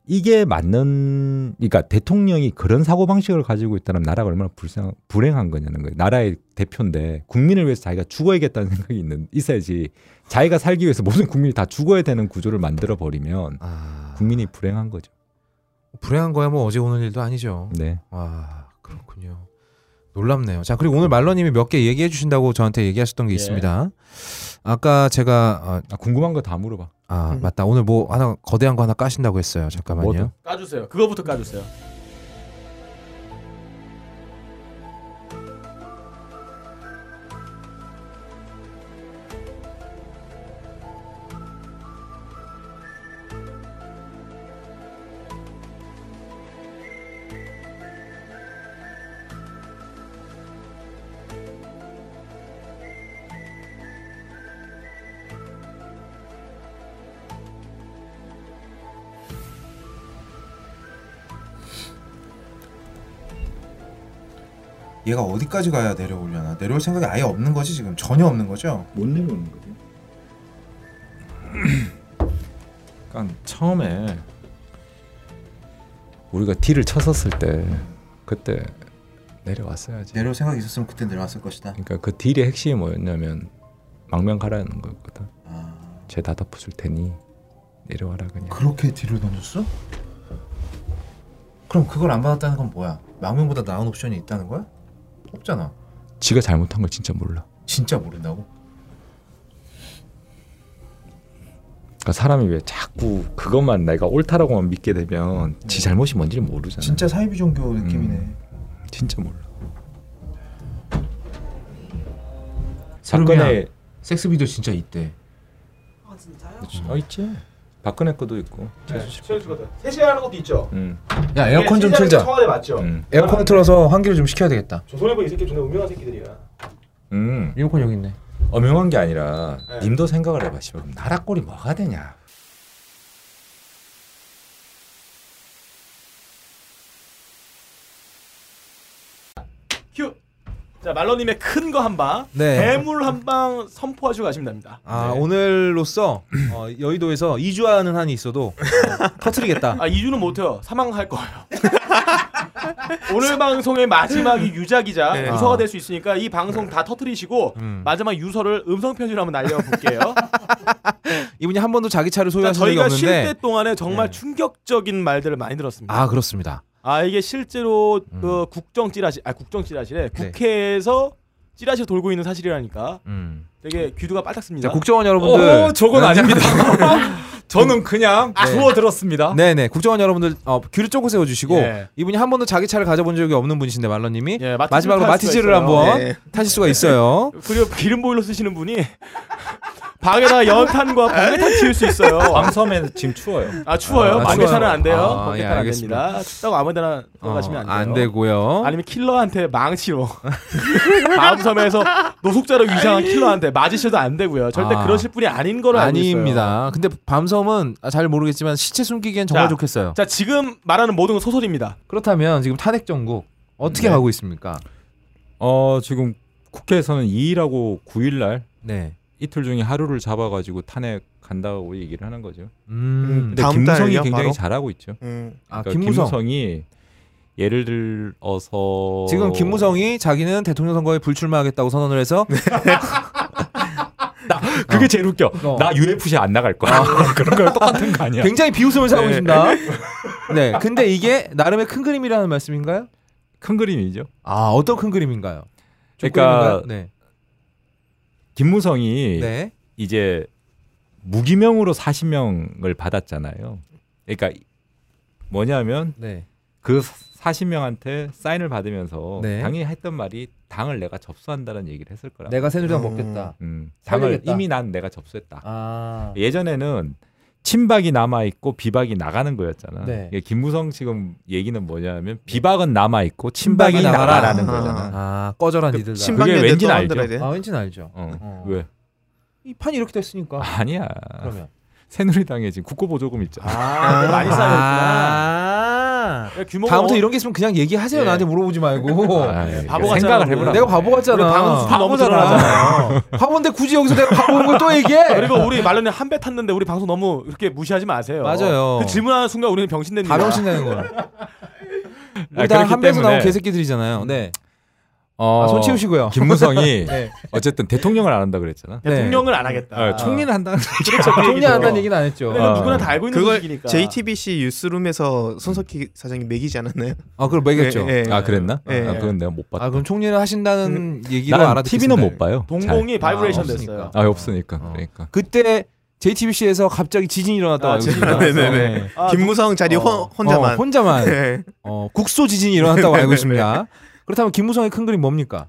[SPEAKER 7] 이게 맞는 그러니까 대통령이 그런 사고 방식을 가지고 있다면 나라가 얼마나 불쌍 불행한 거냐는 거예요. 나라의 대표인데 국민을 위해서 자기가 죽어야겠다는 생각이 있는 있어야지 자기가 살기 위해서 모든 국민이 다 죽어야 되는 구조를 만들어 버리면
[SPEAKER 1] 아.
[SPEAKER 7] 국민이 불행한 거죠.
[SPEAKER 1] 불행한 거야 뭐 어제 오는 일도 아니죠.
[SPEAKER 7] 네.
[SPEAKER 1] 와 그렇군요. 놀랍네요. 자 그리고 오늘 말러님이 몇 개 얘기해 주신다고 저한테 얘기하셨던 게
[SPEAKER 2] 예.
[SPEAKER 1] 있습니다. 아까 제가
[SPEAKER 7] 아, 궁금한 거 다 물어봐.
[SPEAKER 1] 어, 아 맞다 오늘 뭐 하나 거대한 거 하나 까신다고 했어요. 잠깐만요.
[SPEAKER 7] 뭐죠?
[SPEAKER 2] 까주세요. 그거부터 까주세요. 네.
[SPEAKER 1] 얘가 어디까지 가야 내려오려나 내려올 생각이 아예 없는 거지 지금 전혀 없는 거죠?
[SPEAKER 7] 못 내려오는 거죠. 그러니까 처음에 우리가 딜을 쳤었을 때 그때 내려왔어야지.
[SPEAKER 1] 내려올 생각이 있었으면 그때 내려왔을 것이다.
[SPEAKER 7] 그러니까 그 딜의 핵심이 뭐였냐면 망명 가라는 거였거든.
[SPEAKER 1] 아.
[SPEAKER 7] 죄 다 덮어줄 테니 내려와라 그냥.
[SPEAKER 1] 그렇게 뒤로 던졌어? 그럼 그걸 안 받았다는 건 뭐야? 망명보다 나은 옵션이 있다는 거야? 없잖아.
[SPEAKER 7] 지가 잘못한 걸 진짜 몰라.
[SPEAKER 1] 진짜 모른다고?
[SPEAKER 7] 그러니까 사람이 왜 자꾸 그것만 내가 옳다라고만 믿게 되면 지 잘못이 뭔지를 모르잖아.
[SPEAKER 1] 네. 진짜 사이비 종교 느낌이네.
[SPEAKER 7] 진짜 몰라.
[SPEAKER 1] 설명이야.
[SPEAKER 7] 박근혜
[SPEAKER 1] 섹스 비디오 진짜 있대.
[SPEAKER 7] 어 있지. 박근혜 것도 있고.
[SPEAKER 2] 세시하는 것도 있죠.
[SPEAKER 7] 음.
[SPEAKER 1] 야 네.
[SPEAKER 2] 네,
[SPEAKER 1] 에어컨 좀 틀자.
[SPEAKER 2] 청와대 맞죠.
[SPEAKER 7] 음.
[SPEAKER 1] 에어컨 틀어서 환기를 좀 시켜야 되겠다.
[SPEAKER 2] 조선일보 이 새끼 존나 유명한 새끼들이야.
[SPEAKER 7] 음.
[SPEAKER 1] 리모컨 여기 있네.
[SPEAKER 7] 엄명한 게 아니라
[SPEAKER 2] 네.
[SPEAKER 7] 님도 생각을 해봐. 씨발. 그럼 나라 꼴이 뭐가 되냐.
[SPEAKER 2] 휴. 자 말러님의 큰 거 한 방,
[SPEAKER 1] 네.
[SPEAKER 2] 대물 한 방 선포하시고 가시면 됩니다.
[SPEAKER 1] 아
[SPEAKER 2] 네.
[SPEAKER 1] 오늘로써 어, 여의도에서 2주하는 한이 있어도 어, 터트리겠다.
[SPEAKER 2] 아 2주는 못해요. 사망할 거예요. 오늘 방송의 마지막이 유작이자 유서가 될 수 있으니까 이 방송 다 터트리시고
[SPEAKER 1] 네. 아. 음.
[SPEAKER 2] 마지막 유서를 음성 편지로 한번 날려볼게요.
[SPEAKER 1] 이분이 한 번도 자기 차를
[SPEAKER 2] 자,
[SPEAKER 1] 소유하신 적이
[SPEAKER 2] 저희가 쉴
[SPEAKER 1] 없는데. 네.
[SPEAKER 2] 때 동안에 정말 충격적인 말들을 많이 들었습니다.
[SPEAKER 1] 아 그렇습니다.
[SPEAKER 2] 아 이게 실제로
[SPEAKER 1] 음. 네.
[SPEAKER 2] 그 국정 찌라시 아 국정 찌라시래 국회에서 찌라시 돌고 있는 사실이라니까
[SPEAKER 1] 음.
[SPEAKER 2] 되게 귀두가 빠짝습니다.
[SPEAKER 1] 자 국정원 여러분들.
[SPEAKER 2] 어,
[SPEAKER 7] 저건
[SPEAKER 1] 네,
[SPEAKER 7] 아닙니다. 저는 그냥 주워 들었습니다.
[SPEAKER 1] 네네 국정원 여러분들 어, 귀를 쪼고 세워주시고
[SPEAKER 2] 예.
[SPEAKER 1] 이분이 한 번도 자기 차를 가져본 적이 없는 분이신데 말러님이
[SPEAKER 2] 예, 마티즈를 탈
[SPEAKER 1] 마지막으로
[SPEAKER 2] 수가 있어요.
[SPEAKER 1] 마티즈를
[SPEAKER 2] 예.
[SPEAKER 1] 한번
[SPEAKER 5] 네.
[SPEAKER 1] 타실 수가 있어요.
[SPEAKER 2] 그리고 기름 보일러 쓰시는 분이 방에다가 연탄과 번개탄 치울 수 있어요.
[SPEAKER 7] 밤섬에 지금 추워요.
[SPEAKER 2] 아 추워요.
[SPEAKER 1] 아,
[SPEAKER 2] 번개탄은
[SPEAKER 1] 추워요.
[SPEAKER 2] 안 돼요.
[SPEAKER 1] 아,
[SPEAKER 2] 번개탄
[SPEAKER 1] 예,
[SPEAKER 2] 안
[SPEAKER 1] 알겠습니다.
[SPEAKER 2] 됩니다. 춥다고 아무데나 들어가시면 안 돼요.
[SPEAKER 1] 안 되고요.
[SPEAKER 2] 아니면 킬러한테 망치로 뭐. 밤섬에서 노숙자로 위장한 킬러한테 맞으셔도 안 되고요. 절대
[SPEAKER 1] 아.
[SPEAKER 2] 그러실 분이 아닌 걸로 알고 있어요.
[SPEAKER 1] 아닙니다. 근데 밤섬은 아, 잘 모르겠지만 시체 숨기기엔 정말
[SPEAKER 2] 자,
[SPEAKER 1] 좋겠어요.
[SPEAKER 2] 자 지금 말하는 모든 건 소설입니다.
[SPEAKER 1] 그렇다면 지금 탄핵 정국 어떻게 가고 있습니까?
[SPEAKER 7] 어 지금 국회에서는 2일하고 9일 날
[SPEAKER 1] 네.
[SPEAKER 7] 이틀 중에 하루를 잡아가지고 탄핵 간다고 얘기를 하는 거죠.
[SPEAKER 1] 음.
[SPEAKER 5] 음,
[SPEAKER 7] 근데
[SPEAKER 5] 다음
[SPEAKER 7] 김무성이
[SPEAKER 5] 달이요,
[SPEAKER 7] 굉장히
[SPEAKER 5] 바로?
[SPEAKER 7] 잘하고 있죠.
[SPEAKER 5] 음.
[SPEAKER 1] 아
[SPEAKER 7] 그러니까
[SPEAKER 1] 김무성.
[SPEAKER 7] 이 예를 들어서
[SPEAKER 1] 지금 김무성이 자기는 대통령 선거에 불출마하겠다고 선언을 해서
[SPEAKER 7] 그게 제일 웃겨.
[SPEAKER 1] 어.
[SPEAKER 7] 나 UFC 안 나갈 거야. 그런 거랑 똑같은 거 아니야?
[SPEAKER 1] 굉장히 비웃으면서 하고 계신다. 네. 근데 이게 나름의 큰 그림이라는 말씀인가요?
[SPEAKER 7] 큰 그림이죠.
[SPEAKER 1] 아 어떤 큰 그림인가요? 좀
[SPEAKER 7] 그러니까 예.
[SPEAKER 1] 그림인가요? 네.
[SPEAKER 7] 김무성이
[SPEAKER 1] 네.
[SPEAKER 7] 이제 무기명으로 40명을 받았잖아요. 그러니까 뭐냐면
[SPEAKER 1] 네.
[SPEAKER 7] 그 40명한테 사인을 받으면서
[SPEAKER 1] 네.
[SPEAKER 7] 당연히 했던 말이 당을 내가 접수한다는 얘기를 했을 거라.
[SPEAKER 1] 내가 새누리당
[SPEAKER 5] 음.
[SPEAKER 1] 먹겠다.
[SPEAKER 7] 음, 당을
[SPEAKER 1] 살리겠다.
[SPEAKER 7] 이미 난 내가 접수했다.
[SPEAKER 1] 아.
[SPEAKER 7] 예전에는 친박이 남아 있고 비박이 나가는 거였잖아.
[SPEAKER 1] 네.
[SPEAKER 7] 이게 김무성 지금 얘기는 뭐냐면 비박은 남아 있고 친박이
[SPEAKER 1] 친박이 나가라.
[SPEAKER 7] 나가라는
[SPEAKER 5] 아.
[SPEAKER 7] 거잖아.
[SPEAKER 1] 아 꺼져라 니들. 다.
[SPEAKER 7] 신발- 그게
[SPEAKER 5] 신박년대
[SPEAKER 7] 왠지는
[SPEAKER 5] 또
[SPEAKER 7] 알죠.
[SPEAKER 5] 만들어야 돼.
[SPEAKER 1] 아 왠지 알죠.
[SPEAKER 7] 어.
[SPEAKER 1] 어.
[SPEAKER 7] 왜?
[SPEAKER 1] 이 판이 이렇게 됐으니까.
[SPEAKER 7] 아니야.
[SPEAKER 1] 그러면.
[SPEAKER 7] 새누리당에 지금 국고보조금 있잖아.
[SPEAKER 2] 아, 많이 쌓였구나.
[SPEAKER 1] 아.
[SPEAKER 2] 규모가
[SPEAKER 1] 다음부터
[SPEAKER 2] 어-
[SPEAKER 1] 이런 게 있으면 그냥 얘기하세요.
[SPEAKER 2] 예.
[SPEAKER 1] 나한테 물어보지 말고.
[SPEAKER 7] 아, 이거
[SPEAKER 2] 바보 같잖아,
[SPEAKER 7] 생각을
[SPEAKER 2] 우리.
[SPEAKER 7] 해보라.
[SPEAKER 1] 내가 바보 같잖아.
[SPEAKER 2] 우리 방수 너무
[SPEAKER 1] 바보잖아. 바보인데 굳이 여기서 내가 바보인 걸 또 얘기해?
[SPEAKER 2] 뭐 그리고 우리 말년에 한 배 탔는데 우리 방송 너무 그렇게 무시하지 마세요.
[SPEAKER 1] 맞아요.
[SPEAKER 2] 그 질문하는 순간 우리는 병신됩니다.
[SPEAKER 1] 가병신 내는 거야.
[SPEAKER 7] 아,
[SPEAKER 1] 우리 다
[SPEAKER 7] 그렇기
[SPEAKER 1] 한 배에서 나온
[SPEAKER 7] 때문에-
[SPEAKER 1] 개새끼들이잖아요. 네.
[SPEAKER 7] 어,
[SPEAKER 1] 아, 손 치우시고요.
[SPEAKER 7] 김무성이
[SPEAKER 1] 네.
[SPEAKER 7] 어쨌든 대통령을 안 한다 그랬잖아.
[SPEAKER 2] 대통령을 예, 안 하겠다.
[SPEAKER 7] 어, 총리는 한다는
[SPEAKER 2] 그렇죠. 그
[SPEAKER 1] 총리 안
[SPEAKER 2] 얘기죠.
[SPEAKER 1] 한다는 얘기는 안 했죠.
[SPEAKER 2] 근데 이건
[SPEAKER 7] 어.
[SPEAKER 2] 그러니까 누구나 다 알고 있는
[SPEAKER 5] 그걸
[SPEAKER 2] 소식이니까.
[SPEAKER 5] JTBC 뉴스룸에서 손석희 사장이 매기지 않았나요?
[SPEAKER 1] 아, 그럼 매겠죠.
[SPEAKER 5] 예, 예.
[SPEAKER 7] 아 그랬나?
[SPEAKER 5] 예.
[SPEAKER 7] 아, 그건 내가 못 봤다.
[SPEAKER 1] 아, 그럼 총리는 하신다는 얘기로
[SPEAKER 7] 나는
[SPEAKER 1] 알아듣겠습니다.
[SPEAKER 7] TV는 못 봐요. 잘.
[SPEAKER 2] 동공이 바이브레이션
[SPEAKER 1] 아,
[SPEAKER 2] 됐어요.
[SPEAKER 1] 없으니까.
[SPEAKER 7] 아 없으니까
[SPEAKER 1] 어.
[SPEAKER 7] 그러니까.
[SPEAKER 1] 그때 JTBC에서 갑자기 지진이 일어났다고
[SPEAKER 2] 아,
[SPEAKER 1] 알고
[SPEAKER 2] 지진이
[SPEAKER 1] 있습니다.
[SPEAKER 5] 네네네.
[SPEAKER 1] 네.
[SPEAKER 2] 아,
[SPEAKER 5] 김무성 자리
[SPEAKER 2] 어.
[SPEAKER 5] 혼, 혼자만.
[SPEAKER 1] 어, 혼자만
[SPEAKER 5] 네.
[SPEAKER 1] 어, 국소 지진이 일어났다고 알고 있습니다. 그렇다면 김무성의 큰 그림 뭡니까?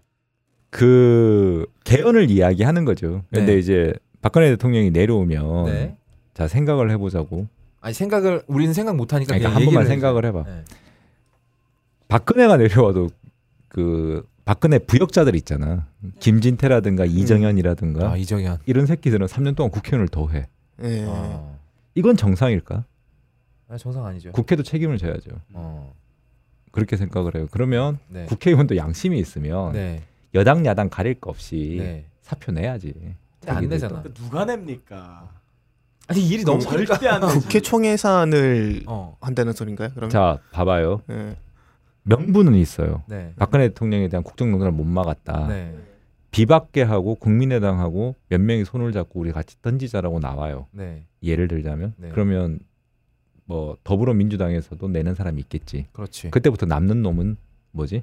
[SPEAKER 7] 그 개헌을 이야기하는 거죠. 근데
[SPEAKER 1] 네.
[SPEAKER 7] 이제 박근혜 대통령이 내려오면
[SPEAKER 1] 네.
[SPEAKER 7] 자 생각을 해보자고.
[SPEAKER 1] 아니 생각을 우리는 생각 못 하니까
[SPEAKER 7] 그러니까
[SPEAKER 1] 그냥
[SPEAKER 7] 한 번만
[SPEAKER 1] 얘기를
[SPEAKER 7] 생각을 해봐.
[SPEAKER 1] 해주세요. 네.
[SPEAKER 7] 박근혜가 내려와도 그 박근혜 부역자들 있잖아. 김진태라든가 이정현이라든가
[SPEAKER 1] 음. 아, 이정현.
[SPEAKER 7] 이런 새끼들은 3년 동안 국회의원을 더해.
[SPEAKER 5] 예.
[SPEAKER 1] 어.
[SPEAKER 7] 이건 정상일까?
[SPEAKER 1] 아, 정상 아니죠.
[SPEAKER 7] 국회도 책임을 져야죠.
[SPEAKER 1] 어.
[SPEAKER 7] 그렇게 생각을 해요. 그러면
[SPEAKER 1] 네.
[SPEAKER 7] 국회의원도 양심이 있으면
[SPEAKER 1] 네.
[SPEAKER 7] 여당 야당 가릴 거 없이
[SPEAKER 1] 네.
[SPEAKER 7] 사표 내야지.
[SPEAKER 1] 근데 안 내잖아.
[SPEAKER 2] 그 누가 냅니까?
[SPEAKER 1] 아니 일이 너무 크니까.
[SPEAKER 2] 절대 안 되지.
[SPEAKER 5] 국회 총예산을
[SPEAKER 1] 어.
[SPEAKER 5] 한다는 소린가요? 그러면
[SPEAKER 7] 자 봐봐요.
[SPEAKER 5] 예.
[SPEAKER 7] 명분은 있어요.
[SPEAKER 1] 네.
[SPEAKER 7] 박근혜 대통령에 대한 국정농단을 못 막았다.
[SPEAKER 1] 네.
[SPEAKER 7] 비박계하고 국민의당하고 몇 명이 손을 잡고 우리 같이 던지자라고 나와요.
[SPEAKER 1] 네.
[SPEAKER 7] 예를 들자면
[SPEAKER 1] 네.
[SPEAKER 7] 그러면 뭐 더불어민주당에서도 내는 사람이 있겠지.
[SPEAKER 1] 그렇지.
[SPEAKER 7] 그때부터 남는 놈은 뭐지?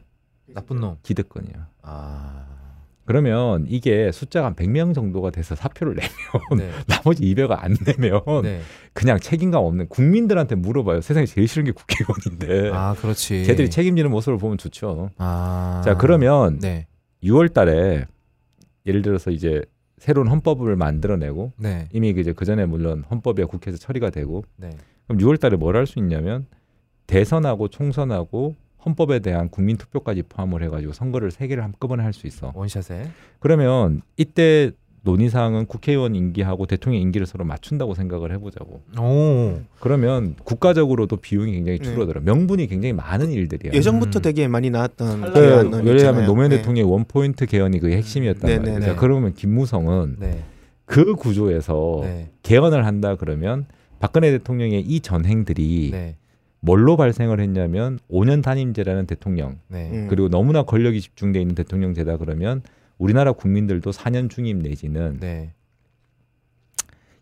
[SPEAKER 1] 나쁜 놈.
[SPEAKER 7] 기득권이야.
[SPEAKER 1] 아.
[SPEAKER 7] 그러면 이게 숫자가 한 100명 정도가 돼서 사표를 내면
[SPEAKER 1] 네.
[SPEAKER 7] 나머지 200을 안 내면
[SPEAKER 5] 음.
[SPEAKER 1] 네.
[SPEAKER 7] 그냥 책임감 없는 국민들한테 물어봐요. 세상에 제일 싫은 게 국회의원인데
[SPEAKER 1] 아, 그렇지.
[SPEAKER 7] 네. 걔들이 책임지는 모습을 보면 좋죠.
[SPEAKER 1] 아.
[SPEAKER 7] 자 그러면
[SPEAKER 1] 네.
[SPEAKER 7] 6월달에 예를 들어서 이제 새로운 헌법을 만들어내고
[SPEAKER 1] 네.
[SPEAKER 7] 이미 그 이제 그 전에 물론 헌법이 국회에서 처리가 되고
[SPEAKER 1] 네.
[SPEAKER 7] 그럼 6월달에 뭘 할 수 있냐면 대선하고 총선하고 헌법에 대한 국민 투표까지 포함을 해가지고 선거를 세 개를 한꺼번에 할 수 있어.
[SPEAKER 1] 원샷에.
[SPEAKER 7] 그러면 이때 논의 사항은 국회의원 임기하고 대통령 임기를 서로 맞춘다고 생각을 해보자고.
[SPEAKER 1] 오.
[SPEAKER 7] 그러면 국가적으로도 비용이 굉장히
[SPEAKER 5] 네.
[SPEAKER 7] 줄어들어. 명분이 굉장히 많은 일들이야.
[SPEAKER 5] 예전부터
[SPEAKER 1] 음.
[SPEAKER 5] 되게 많이 나왔던
[SPEAKER 2] 그,
[SPEAKER 5] 개헌
[SPEAKER 7] 그,
[SPEAKER 5] 논의잖아요.
[SPEAKER 7] 왜냐하면 노무현
[SPEAKER 5] 예.
[SPEAKER 7] 대통령의 원포인트 개헌이 그
[SPEAKER 5] 네,
[SPEAKER 7] 핵심이었단
[SPEAKER 5] 네,
[SPEAKER 7] 말이야.
[SPEAKER 1] 네.
[SPEAKER 7] 그러면 김무성은
[SPEAKER 1] 네.
[SPEAKER 7] 그 구조에서
[SPEAKER 1] 네.
[SPEAKER 7] 개헌을 한다 그러면 박근혜 대통령의 이 전행들이
[SPEAKER 1] 네.
[SPEAKER 7] 뭘로 발생을 했냐면 5년 단임제라는 대통령
[SPEAKER 1] 네.
[SPEAKER 5] 음.
[SPEAKER 7] 그리고 너무나 권력이 집중돼 있는 대통령제다 그러면 우리나라 국민들도 4년 중임 내지는
[SPEAKER 1] 네.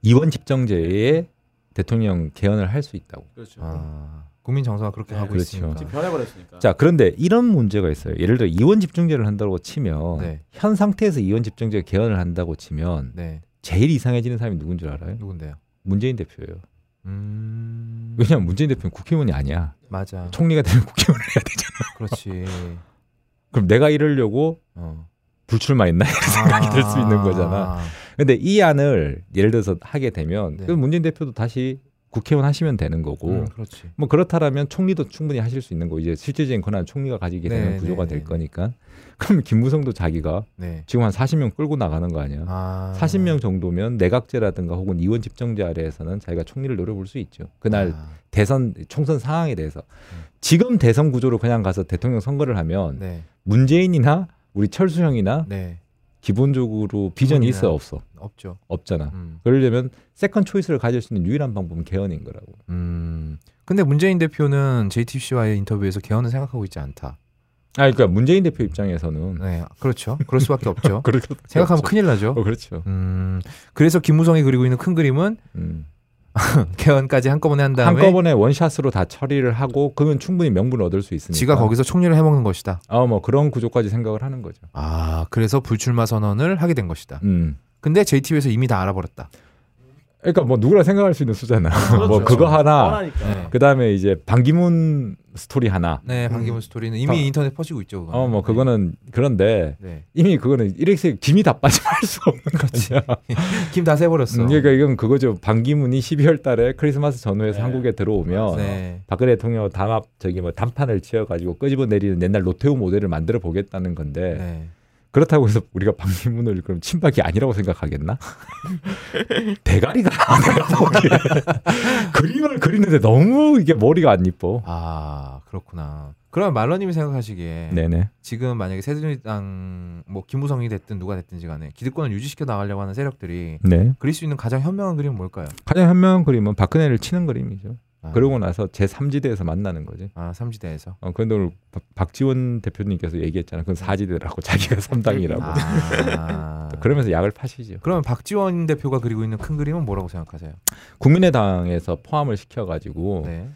[SPEAKER 7] 이원 집정제의 대통령 개헌을 할 수 있다고.
[SPEAKER 2] 그렇죠.
[SPEAKER 1] 아. 국민 정서가 그렇게
[SPEAKER 2] 네,
[SPEAKER 1] 가고
[SPEAKER 7] 그렇죠.
[SPEAKER 2] 지금
[SPEAKER 1] 있으니까.
[SPEAKER 2] 변해버렸으니까.
[SPEAKER 7] 자 그런데 이런 문제가 있어요. 예를 들어 이원 집정제를 한다고 치면
[SPEAKER 1] 네.
[SPEAKER 7] 현 상태에서 이원 집정제 개헌을 한다고 치면
[SPEAKER 1] 네.
[SPEAKER 7] 제일 이상해지는 사람이 누군 줄 알아요?
[SPEAKER 1] 누군데요?
[SPEAKER 7] 문재인 대표예요.
[SPEAKER 1] 음.
[SPEAKER 7] 왜냐하면 문재인 대표는 국회의원이 아니야.
[SPEAKER 1] 맞아.
[SPEAKER 7] 총리가 되면 국회의원을 해야 되잖아.
[SPEAKER 1] 그렇지.
[SPEAKER 7] 그럼 내가 이러려고
[SPEAKER 1] 어.
[SPEAKER 7] 불출마했나 이런 생각이 들 수 있는 거잖아.
[SPEAKER 1] 아.
[SPEAKER 7] 근데 이 안을 예를 들어서 하게 되면
[SPEAKER 1] 네.
[SPEAKER 7] 그 문재인 대표도 다시 국회의원 하시면 되는 거고
[SPEAKER 1] 음, 그렇지.
[SPEAKER 7] 뭐 그렇다라면 총리도 충분히 하실 수 있는 거 이제 실질적인 권한 은 총리가 가지게 되는
[SPEAKER 1] 네,
[SPEAKER 7] 구조가
[SPEAKER 1] 네,
[SPEAKER 7] 될
[SPEAKER 1] 네.
[SPEAKER 7] 거니까 그럼 김무성도 자기가
[SPEAKER 1] 네.
[SPEAKER 7] 지금 한 40명 끌고 나가는 거 아니야?
[SPEAKER 1] 아.
[SPEAKER 7] 40명 정도면 내각제라든가 혹은 이원 집정제 아래에서는 자기가 총리를 노려볼 수 있죠. 그날
[SPEAKER 1] 아.
[SPEAKER 7] 대선 총선 상황에 대해서 지금 대선 구조로 그냥 가서 대통령 선거를 하면
[SPEAKER 1] 음. 네.
[SPEAKER 7] 문재인이나 우리 철수 형이나
[SPEAKER 1] 네.
[SPEAKER 7] 기본적으로 비전이
[SPEAKER 1] 기본이나.
[SPEAKER 7] 있어 없어
[SPEAKER 1] 없죠.
[SPEAKER 7] 없잖아.
[SPEAKER 1] 음.
[SPEAKER 7] 그러려면 세컨 초이스를 가질 수 있는 유일한 방법은 개헌인 거라고.
[SPEAKER 1] 음. 근데 문재인 대표는 JTBC와의 인터뷰에서 개헌은 생각하고 있지 않다.
[SPEAKER 7] 아니 그러니까 문재인 대표 입장에서는
[SPEAKER 1] 네, 그렇죠. 그럴 수밖에 없죠.
[SPEAKER 7] 그렇게
[SPEAKER 1] 생각하면 큰일 나죠.
[SPEAKER 7] 어, 그렇죠.
[SPEAKER 1] 음, 그래서 김무성이 그리고 있는 큰 그림은
[SPEAKER 7] 음.
[SPEAKER 1] 개헌까지 한꺼번에 한 다음에
[SPEAKER 7] 한꺼번에 원샷으로 다 처리를 하고 그건 충분히 명분 을 얻을 수 있으니까.
[SPEAKER 1] 지가 거기서 총리를 해먹는 것이다.
[SPEAKER 7] 아뭐 그런 구조까지 생각을 하는 거죠.
[SPEAKER 1] 아, 그래서 불출마 선언을 하게 된 것이다.
[SPEAKER 7] 음.
[SPEAKER 1] 근데 JTBC에서 이미 다 알아버렸다.
[SPEAKER 7] 그러니까 뭐 누구나 생각할 수 있는 수잖아.
[SPEAKER 1] 그렇죠.
[SPEAKER 7] 뭐 그거 하나.
[SPEAKER 1] 네,
[SPEAKER 7] 그다음에 이제 반기문 스토리 하나.
[SPEAKER 1] 네 반기문 스토리는 이미
[SPEAKER 7] 다-
[SPEAKER 1] 인터넷 퍼지고 있죠. 그거는.
[SPEAKER 7] 어 뭐 그거는 그런데
[SPEAKER 1] 네.
[SPEAKER 7] 이미 그거는 일렉스 김이 다 빠져날 수 없는 거죠.
[SPEAKER 1] 김다 세버렸어.
[SPEAKER 7] 음, 그러니까 이건 그거죠. 반기문이 12월 달에 크리스마스 전후에서
[SPEAKER 2] 네.
[SPEAKER 7] 한국에 들어오면
[SPEAKER 1] 네.
[SPEAKER 7] 박근혜 대통령 담합 저기 뭐 단판을 치어 가지고 끄집어 내리는 옛날 로테오 모델을 만들어 보겠다는 건데
[SPEAKER 1] 네.
[SPEAKER 7] 그렇다고 해서 우리가 반기문을 그럼 친박이 아니라고 생각하겠나? 대가리가 내가 보기에 그림을 그리는데 너무 이게 머리가 안 이뻐.
[SPEAKER 1] 아 그렇구나. 그러면 말러님이 생각하시기에
[SPEAKER 7] 네네.
[SPEAKER 1] 지금 만약에 새누리당 뭐 김무성이 됐든 누가 됐든지 간에 기득권을 유지시켜 나가려고 하는 세력들이
[SPEAKER 7] 네.
[SPEAKER 1] 그릴 수 있는 가장 현명한 그림은 뭘까요?
[SPEAKER 7] 가장 현명한 그림은 박근혜를 치는 그림이죠.
[SPEAKER 1] 아,
[SPEAKER 7] 그러고 나서 제 3지대에서 만나는 거지.
[SPEAKER 1] 아 삼지대에서
[SPEAKER 7] 어, 그런데 오늘 박- 박지원 대표님께서 얘기했잖아. 그건 4지대라고 자기가 3당이라고.
[SPEAKER 1] 아,
[SPEAKER 7] 그러면서 약을 파시죠.
[SPEAKER 1] 그러면 박지원 대표가 그리고 있는 큰 그림은 뭐라고 생각하세요?
[SPEAKER 7] 국민의당에서 포함을 시켜가지고
[SPEAKER 1] 네.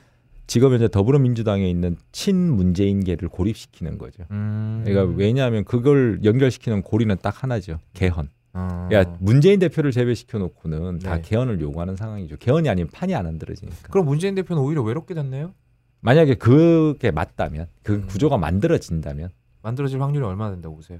[SPEAKER 7] 지금 현재 더불어민주당에 있는 친문재인계를 고립시키는 거죠.
[SPEAKER 1] 음.
[SPEAKER 7] 그러니까 왜냐하면 그걸 연결시키는 고리는 딱 하나죠. 개헌.
[SPEAKER 1] 어.
[SPEAKER 7] 그러니까 문재인 대표를 제외시켜 놓고는 다
[SPEAKER 1] 네.
[SPEAKER 7] 개헌을 요구하는 상황이죠. 개헌이 아니면 판이 안 흔들어지니까.
[SPEAKER 1] 그럼 문재인 대표는 오히려 외롭게 됐네요.
[SPEAKER 7] 만약에 그게 맞다면, 그
[SPEAKER 1] 음.
[SPEAKER 7] 구조가 만들어진다면,
[SPEAKER 1] 만들어질 확률이 얼마나 된다고 보세요?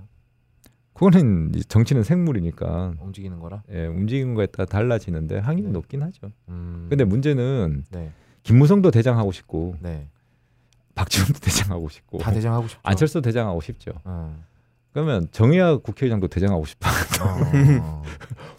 [SPEAKER 7] 그거는 이제 정치는 생물이니까
[SPEAKER 1] 움직이는 거라.
[SPEAKER 7] 예, 움직이는 거에 따라 달라지는데 항의는 높긴 하죠.
[SPEAKER 1] 네. 음.
[SPEAKER 7] 근데 문제는
[SPEAKER 1] 네,
[SPEAKER 7] 김무성도 대장하고 싶고
[SPEAKER 1] 네,
[SPEAKER 7] 박지원도 대장하고 싶고
[SPEAKER 1] 다 대장하고 싶죠.
[SPEAKER 7] 뭐 안철수 대장하고 싶죠.
[SPEAKER 1] 어.
[SPEAKER 7] 그러면 정의학 국회의장도 대장하고 싶어.
[SPEAKER 1] 어.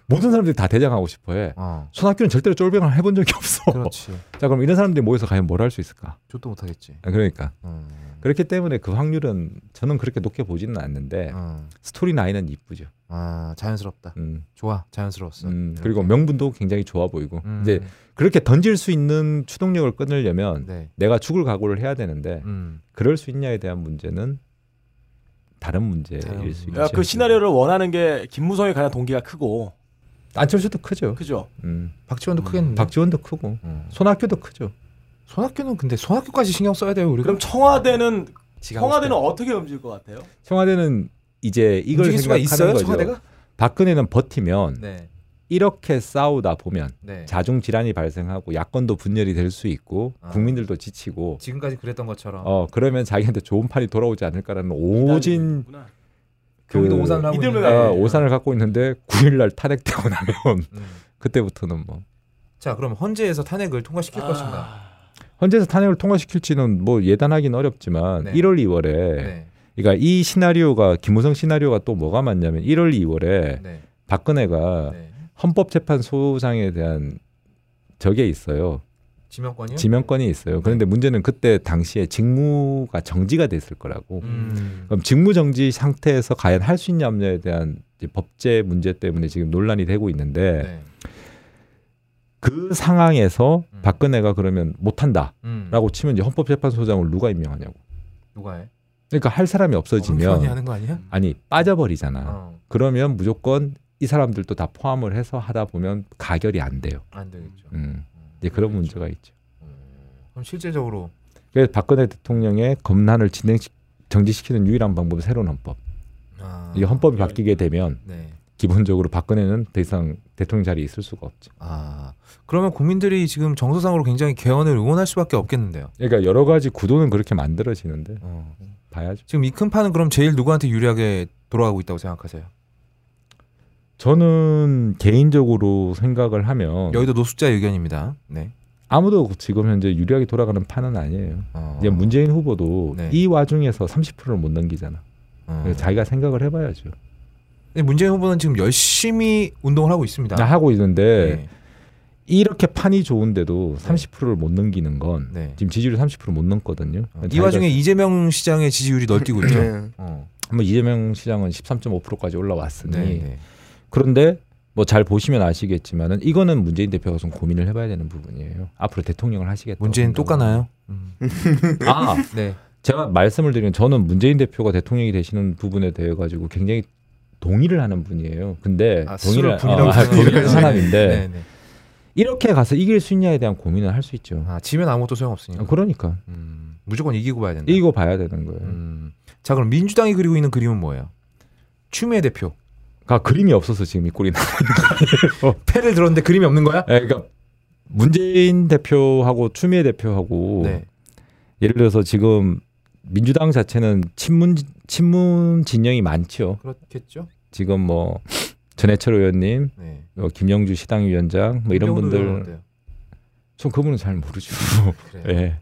[SPEAKER 7] 모든 사람들이 다 대장하고 싶어해.
[SPEAKER 1] 어.
[SPEAKER 7] 손학규는 절대로 쫄병을 해본 적이 없어.
[SPEAKER 1] 그렇지.
[SPEAKER 7] 자 그럼 이런 사람들이 모여서 과연 뭘 할 수 있을까?
[SPEAKER 1] 저도 못하겠지.
[SPEAKER 7] 아, 그러니까
[SPEAKER 1] 음.
[SPEAKER 7] 그렇기 때문에 그 확률은 저는 그렇게 높게 보지는 않는데
[SPEAKER 1] 음.
[SPEAKER 7] 스토리 라인은 이쁘죠.
[SPEAKER 1] 아 자연스럽다.
[SPEAKER 7] 음,
[SPEAKER 1] 좋아, 자연스러웠어.
[SPEAKER 7] 음,
[SPEAKER 1] 이렇게.
[SPEAKER 7] 그리고 명분도 굉장히 좋아 보이고
[SPEAKER 1] 그렇죠. 음.
[SPEAKER 7] 이제 그렇게 던질 수 있는 추동력을 끊으려면
[SPEAKER 1] 네.
[SPEAKER 7] 내가 죽을 각오를 해야 되는데
[SPEAKER 1] 음.
[SPEAKER 7] 그럴 수 있냐에 대한 문제는 다른 문제일
[SPEAKER 1] 다른
[SPEAKER 7] 수
[SPEAKER 1] 문제. 아,
[SPEAKER 7] 있죠.
[SPEAKER 1] 야,
[SPEAKER 2] 그 시나리오를 원하는 게 김무성에 관한 동기가 크고
[SPEAKER 7] 안철수도 크죠.
[SPEAKER 2] 그죠?
[SPEAKER 7] 음,
[SPEAKER 1] 박지원도 크겠는데.
[SPEAKER 7] 박지원도 크고
[SPEAKER 1] 음.
[SPEAKER 7] 손학규도 크죠.
[SPEAKER 1] 손학규는 근데 손학규까지 신경 써야 돼요 우리가.
[SPEAKER 2] 그럼 청와대는
[SPEAKER 1] 지가 하고
[SPEAKER 2] 청와대는
[SPEAKER 1] 싶다.
[SPEAKER 2] 어떻게 움직일 것 같아요?
[SPEAKER 7] 청와대는 이제 이걸
[SPEAKER 1] 움직일 수가
[SPEAKER 7] 생각하는
[SPEAKER 1] 있어요
[SPEAKER 7] 거죠. 음.
[SPEAKER 1] 청와대가?
[SPEAKER 7] 박근혜는 버티면
[SPEAKER 1] 네,
[SPEAKER 7] 이렇게 싸우다 보면
[SPEAKER 1] 네.
[SPEAKER 7] 자중 질환이 발생하고 야권도 분열이 될 수 있고
[SPEAKER 1] 아.
[SPEAKER 7] 국민들도 지치고
[SPEAKER 1] 지금까지 그랬던 것처럼
[SPEAKER 7] 어 그러면 자기한테 좋은 판이 돌아오지 않을까라는 오진
[SPEAKER 2] 기다리는구나.
[SPEAKER 7] 그
[SPEAKER 1] 경기도 오산을 하고
[SPEAKER 2] 이들을
[SPEAKER 1] 있는데.
[SPEAKER 2] 가야
[SPEAKER 7] 어, 오산을 갖고 있는데 9일날 탄핵되고 나면
[SPEAKER 1] 음.
[SPEAKER 7] 그때부터는 뭐
[SPEAKER 1] 자, 그럼 헌재에서 탄핵을 통과시킬 것인가?
[SPEAKER 2] 아,
[SPEAKER 7] 헌재에서 탄핵을 통과시킬지는 뭐 예단하기는 어렵지만
[SPEAKER 1] 네.
[SPEAKER 7] 1월 2월에
[SPEAKER 1] 네.
[SPEAKER 7] 그러니까 이 시나리오가 김무성 시나리오가 또 뭐가 맞냐면 1월 2월에
[SPEAKER 1] 네.
[SPEAKER 7] 박근혜가
[SPEAKER 1] 네.
[SPEAKER 7] 헌법재판소장에 대한 저게 있어요.
[SPEAKER 1] 지명권이요? 네.
[SPEAKER 7] 지명권이 있어요. 그런데 문제는 그때 당시에 직무가 정지가 됐을 거라고.
[SPEAKER 1] 음.
[SPEAKER 7] 그럼 직무 정지 상태에서 과연 할 수 있냐 없냐에 대한 이제 법제 문제 때문에 지금 논란이 되고 있는데
[SPEAKER 1] 네.
[SPEAKER 7] 그 상황에서
[SPEAKER 1] 음.
[SPEAKER 7] 박근혜가 그러면 못한다라고
[SPEAKER 1] 음.
[SPEAKER 7] 치면 이제 헌법재판소장을 누가 임명하냐고.
[SPEAKER 1] 누가 해?
[SPEAKER 7] 그러니까 할 사람이
[SPEAKER 1] 이
[SPEAKER 7] 없어지면
[SPEAKER 1] 하는 거 아니야?
[SPEAKER 7] 아니 빠져버리잖아.
[SPEAKER 1] 어.
[SPEAKER 7] 그러면 무조건 이 사람들도 다 포함을 해서 하다 보면 가결이 안 돼요.
[SPEAKER 1] 안 되겠죠.
[SPEAKER 7] 음. 이제 그런 문제가 있죠.
[SPEAKER 1] 그럼 실제적으로
[SPEAKER 7] 그래서 박근혜 대통령의 검난을 진행 정지시키는 유일한 방법은 새로운 헌법.
[SPEAKER 1] 아.
[SPEAKER 7] 이 헌법이 바뀌게 되면
[SPEAKER 1] 네.
[SPEAKER 7] 기본적으로 박근혜는 더 이상 대통령 자리에 있을 수가 없죠.
[SPEAKER 1] 아. 그러면 국민들이 지금 정서상으로 굉장히 개헌을 응원할 수밖에 없겠는데요.
[SPEAKER 7] 그러니까 여러 가지 구도는 그렇게 만들어지는데
[SPEAKER 1] 어.
[SPEAKER 7] 봐야죠.
[SPEAKER 1] 지금 이 큰 판은 그럼 제일 누구한테 유리하게 돌아가고 있다고 생각하세요?
[SPEAKER 7] 저는 개인적으로 생각을 하면
[SPEAKER 1] 여의도 노숙자의 의견입니다. 네.
[SPEAKER 7] 아무도 지금 현재 유리하게 돌아가는 판은 아니에요.
[SPEAKER 1] 어.
[SPEAKER 7] 이제 문재인 후보도
[SPEAKER 1] 네.
[SPEAKER 7] 이 와중에서 30%를 못 넘기잖아.
[SPEAKER 1] 어.
[SPEAKER 7] 그래서 자기가 생각을 해봐야죠.
[SPEAKER 1] 근데 문재인 후보는 지금 열심히 운동을 하고 있습니다.
[SPEAKER 7] 나 하고 있는데
[SPEAKER 1] 네.
[SPEAKER 7] 이렇게 판이 좋은데도 30%를 못 넘기는 건
[SPEAKER 1] 네. 어,
[SPEAKER 7] 지금 지지율 30%못 넘거든요.
[SPEAKER 1] 이 와중에 이재명 시장의 지지율이 널뛰고 있죠.
[SPEAKER 5] 네.
[SPEAKER 1] 어.
[SPEAKER 7] 한번 이재명 시장은 13.5%까지 올라왔으니
[SPEAKER 1] 네. 네.
[SPEAKER 7] 그런데 뭐 잘 보시면 아시겠지만은 이거는 문재인 대표가 좀 고민을 해봐야 되는 부분이에요. 앞으로 대통령을 하시겠다.
[SPEAKER 1] 문재인 똑 가나요? 음.
[SPEAKER 7] 아
[SPEAKER 1] 네.
[SPEAKER 7] 제가 말씀을 드리면 저는 문재인 대표가 대통령이 되시는 부분에 대해 가지고 굉장히 동의를 하는 분이에요. 근데
[SPEAKER 1] 아, 스스로
[SPEAKER 7] 동의를
[SPEAKER 1] 분이라고
[SPEAKER 7] 아, 아,
[SPEAKER 1] 생각하는
[SPEAKER 7] 동의를 하는 사람인데
[SPEAKER 1] 네, 네.
[SPEAKER 7] 이렇게 가서 이길 수 있냐에 대한 고민을 할 수 있죠.
[SPEAKER 1] 아, 지면 아무것도 소용없으니까.
[SPEAKER 7] 그러니까
[SPEAKER 1] 음, 무조건 이기고 봐야 된다.
[SPEAKER 7] 이거 봐야 되는 거예요.
[SPEAKER 1] 음. 자 그럼 민주당이 그리고 있는 그림은 뭐예요? 추미애 대표
[SPEAKER 7] 아, 그림이 없어서 지금 이 꼴이 나.
[SPEAKER 1] 패를 들었는데 그림이 없는 거야?
[SPEAKER 7] 예, 그러니까 문재인 대표하고 추미애 대표하고
[SPEAKER 1] 네.
[SPEAKER 7] 예를 들어서 지금 민주당 자체는 친문 친문 진영이 많죠.
[SPEAKER 1] 그렇겠죠.
[SPEAKER 7] 지금 뭐 전해철 의원님,
[SPEAKER 1] 네.
[SPEAKER 7] 뭐 김영주 시당위원장 뭐 이런
[SPEAKER 1] 김병도 의원은
[SPEAKER 7] 분들
[SPEAKER 1] 어때요?
[SPEAKER 7] 전 그분은 잘 모르죠. 예.
[SPEAKER 1] 그래요.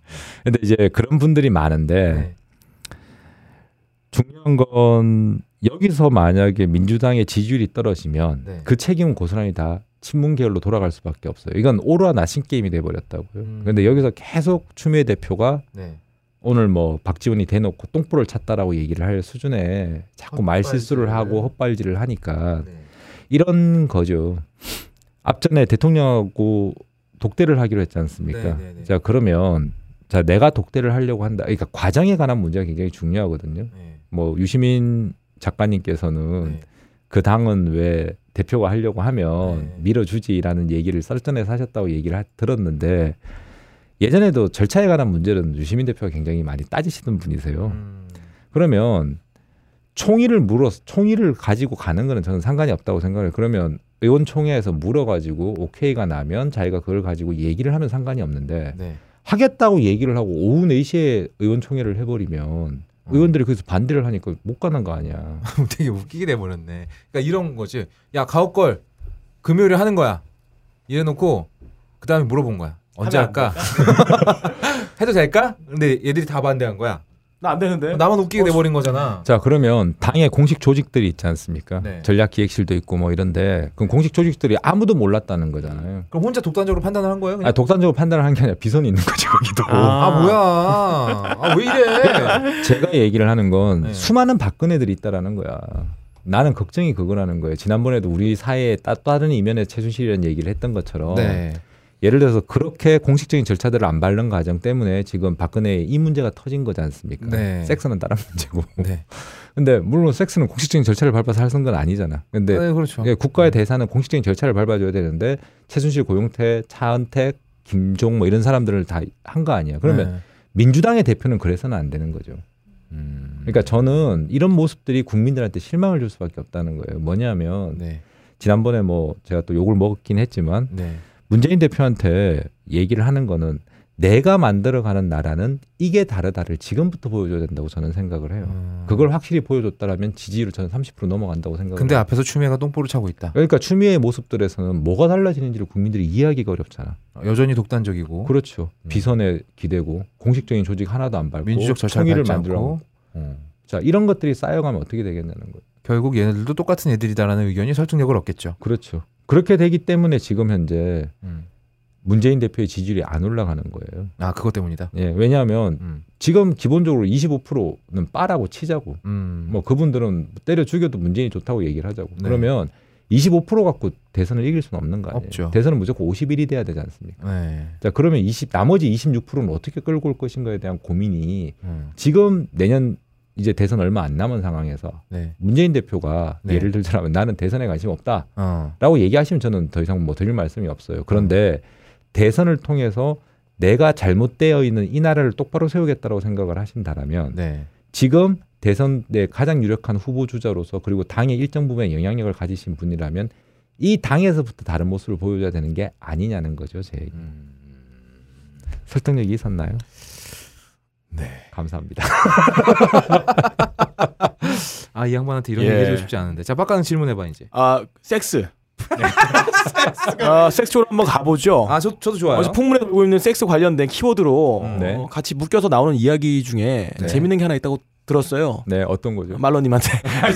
[SPEAKER 7] 근데 이제 그런 분들이 많은데
[SPEAKER 1] 네.
[SPEAKER 7] 중요한 건 여기서 만약에 민주당의 지지율이 떨어지면
[SPEAKER 1] 네.
[SPEAKER 7] 그 책임은 고스란히 다 친문 계열로 돌아갈 수밖에 없어요. 이건 오라 나신 게임이 돼 버렸다고요.
[SPEAKER 1] 음.
[SPEAKER 7] 그런데 여기서 계속 추미애 대표가
[SPEAKER 1] 네.
[SPEAKER 7] 오늘 뭐 박지원이 대놓고 똥볼을 찼다라고 얘기를 할 수준에 자꾸 말 실수를
[SPEAKER 1] 헛발질을.
[SPEAKER 7] 하고 헛발질을 하니까
[SPEAKER 1] 네.
[SPEAKER 7] 이런 거죠. 앞전에 대통령하고 독대를 하기로 했지 않습니까?
[SPEAKER 1] 네, 네, 네.
[SPEAKER 7] 자 그러면 자 내가 독대를 하려고 한다. 그러니까 과정에 관한 문제가 굉장히 중요하거든요.
[SPEAKER 1] 네.
[SPEAKER 7] 뭐 유시민 작가님께서는
[SPEAKER 1] 네.
[SPEAKER 7] 그 당은 왜 대표가 하려고 하면
[SPEAKER 1] 네.
[SPEAKER 7] 밀어주지라는 얘기를 썰전에서 하셨다고 얘기를 하- 들었는데 예전에도 절차에 관한 문제는 유시민 대표가 굉장히 많이 따지시던 분이세요.
[SPEAKER 1] 음.
[SPEAKER 7] 그러면 총의를 물어 총의를 가지고 가는 거는 저는 상관이 없다고 생각을 해요. 그러면 의원총회에서 물어가지고 오케이가 나면 자기가 그걸 가지고 얘기를 하면 상관이 없는데
[SPEAKER 1] 네.
[SPEAKER 7] 하겠다고 얘기를 하고 오후 4시에 의원총회를
[SPEAKER 1] 음.
[SPEAKER 7] 해버리면 의원들이 거기서 반대를 하니까 못 가는 거 아니야.
[SPEAKER 1] 되게 웃기게 돼버렸네. 그러니까 이런 거지. 야 가옥걸 금요일에 하는 거야. 이래놓고 그 다음에 물어본 거야. 언제
[SPEAKER 2] 하면
[SPEAKER 1] 할까? 해도 될까? 근데 얘들이 다 반대한 거야.
[SPEAKER 2] 나안 되는데.
[SPEAKER 1] 나만 웃기게 돼버린 거잖아.
[SPEAKER 7] 자 그러면 당의 공식 조직들이 있지 않습니까?
[SPEAKER 1] 네.
[SPEAKER 7] 전략기획실도 있고 뭐 이런데 그럼 공식 조직들이 아무도 몰랐다는 거잖아요.
[SPEAKER 1] 그럼 혼자 독단적으로 판단을 한 거예요? 그냥?
[SPEAKER 7] 아, 독단적으로 판단을 한 게 아니라 비선이 있는 거죠 거기도.
[SPEAKER 1] 아, 뭐야? 아 왜 이래?
[SPEAKER 7] 제가 얘기를 하는 건
[SPEAKER 1] 네.
[SPEAKER 7] 수많은 박근혜들이 있다라는 거야. 나는 걱정이 그거라는 거예요. 지난번에도 우리 사회의 따, 다른 이면에 최순실이라는 얘기를 했던 것처럼
[SPEAKER 1] 네.
[SPEAKER 7] 예를 들어서 그렇게 공식적인 절차들을 안 밟는 과정 때문에 지금 박근혜의 이 문제가 터진 거지 않습니까?
[SPEAKER 1] 네.
[SPEAKER 7] 섹스는 다른 문제고.
[SPEAKER 1] 네.
[SPEAKER 7] 근데 물론 섹스는 공식적인 절차를 밟아서 하는 건 아니잖아. 근데
[SPEAKER 1] 네, 그렇죠.
[SPEAKER 7] 예, 국가의 대사는 공식적인 절차를 밟아줘야 되는데 최순실, 고용태, 차은택, 김종 뭐 이런 사람들을 다 한 거 아니야. 그러면
[SPEAKER 1] 네. 음.
[SPEAKER 7] 민주당의 대표는 그래서는 안 되는 거죠. 그러니까 저는 이런 모습들이 국민들한테 실망을 줄 수밖에 없다는 거예요. 뭐냐면
[SPEAKER 1] 네.
[SPEAKER 7] 지난번에 뭐 제가 또 욕을 먹었긴 했지만
[SPEAKER 1] 네.
[SPEAKER 7] 문재인 대표한테 얘기를 하는 거는 내가 만들어가는 나라는 이게 다르다를 지금부터 보여줘야 된다고 저는 생각을 해요.
[SPEAKER 1] 음.
[SPEAKER 7] 그걸 확실히 보여줬다라면 지지율 저는 30% 넘어간다고 생각을
[SPEAKER 1] 근데 아-
[SPEAKER 7] 해요.
[SPEAKER 1] 앞에서 추미애가 똥볼을 차고 있다.
[SPEAKER 7] 그러니까 추미애 모습들에서는 뭐가 달라지는지를 국민들이 이해하기가 어렵잖아.
[SPEAKER 1] 여전히 독단적이고
[SPEAKER 7] 그렇죠. 비선에 기대고 공식적인 조직 하나도 안 밟고
[SPEAKER 1] 음. 민주적 절차를
[SPEAKER 7] 총의를
[SPEAKER 1] 밟지
[SPEAKER 7] 만들어
[SPEAKER 1] 않고
[SPEAKER 7] 음. 자 이런 것들이 쌓여가면 어떻게 되겠냐는 거예요.
[SPEAKER 1] 결국 얘네들도 똑같은 애들이다라는 의견이 설득력을 얻겠죠.
[SPEAKER 7] 그렇죠. 그렇게 되기 때문에 지금 현재
[SPEAKER 1] 음.
[SPEAKER 7] 문재인 대표의 지지율이 안 올라가는 거예요.
[SPEAKER 1] 아 그것 때문이다.
[SPEAKER 7] 예, 왜냐하면
[SPEAKER 1] 음.
[SPEAKER 7] 지금 기본적으로 25%는 빠라고 치자고.
[SPEAKER 1] 음.
[SPEAKER 7] 뭐 그분들은 때려 죽여도 문재인이 좋다고 얘기를 하자고.
[SPEAKER 1] 네.
[SPEAKER 7] 그러면 25% 갖고 대선을 이길 수는 없는 거 아니에요.
[SPEAKER 1] 없죠.
[SPEAKER 7] 대선은 무조건 51이 돼야 되지 않습니까?
[SPEAKER 1] 네.
[SPEAKER 7] 자 그러면 20 나머지 26%는 어떻게 끌고 올 것인가에 대한 고민이
[SPEAKER 1] 음.
[SPEAKER 7] 지금 내년 이제 대선 얼마 안 남은 상황에서
[SPEAKER 1] 네.
[SPEAKER 7] 문재인 대표가
[SPEAKER 1] 네.
[SPEAKER 7] 예를 들자면 나는 대선에 관심 없다라고
[SPEAKER 1] 어.
[SPEAKER 7] 얘기하시면 저는 더 이상 뭐 드릴 말씀이 없어요. 그런데
[SPEAKER 1] 음.
[SPEAKER 7] 대선을 통해서 내가 잘못되어 있는 이 나라를 똑바로 세우겠다라고 생각을 하신다라면
[SPEAKER 1] 네.
[SPEAKER 7] 지금 대선 내 가장 유력한 후보 주자로서 그리고 당의 일정 부분의 영향력을 가지신 분이라면 이 당에서부터 다른 모습을 보여줘야 되는 게 아니냐는 거죠. 제 얘기.
[SPEAKER 1] 음.
[SPEAKER 7] 설득력이 있었나요? 네. 감사합니다.
[SPEAKER 1] 아 이 양반한테 이런
[SPEAKER 2] 예.
[SPEAKER 1] 얘기해주고 싶지 않은데. 자 빡가는 질문해봐 이제.
[SPEAKER 2] 아 섹스. 아, 섹스 쪽으로 한번 가보죠.
[SPEAKER 1] 아저 저도 좋아요.
[SPEAKER 2] 어제 풍문에 돌고 있는 섹스 관련된 키워드로
[SPEAKER 1] 음,
[SPEAKER 2] 어,
[SPEAKER 7] 네.
[SPEAKER 2] 같이 묶여서 나오는 이야기 중에
[SPEAKER 1] 네.
[SPEAKER 2] 재밌는 게 하나 있다고 들었어요.
[SPEAKER 7] 네, 어떤 거죠?
[SPEAKER 2] 말로님한테.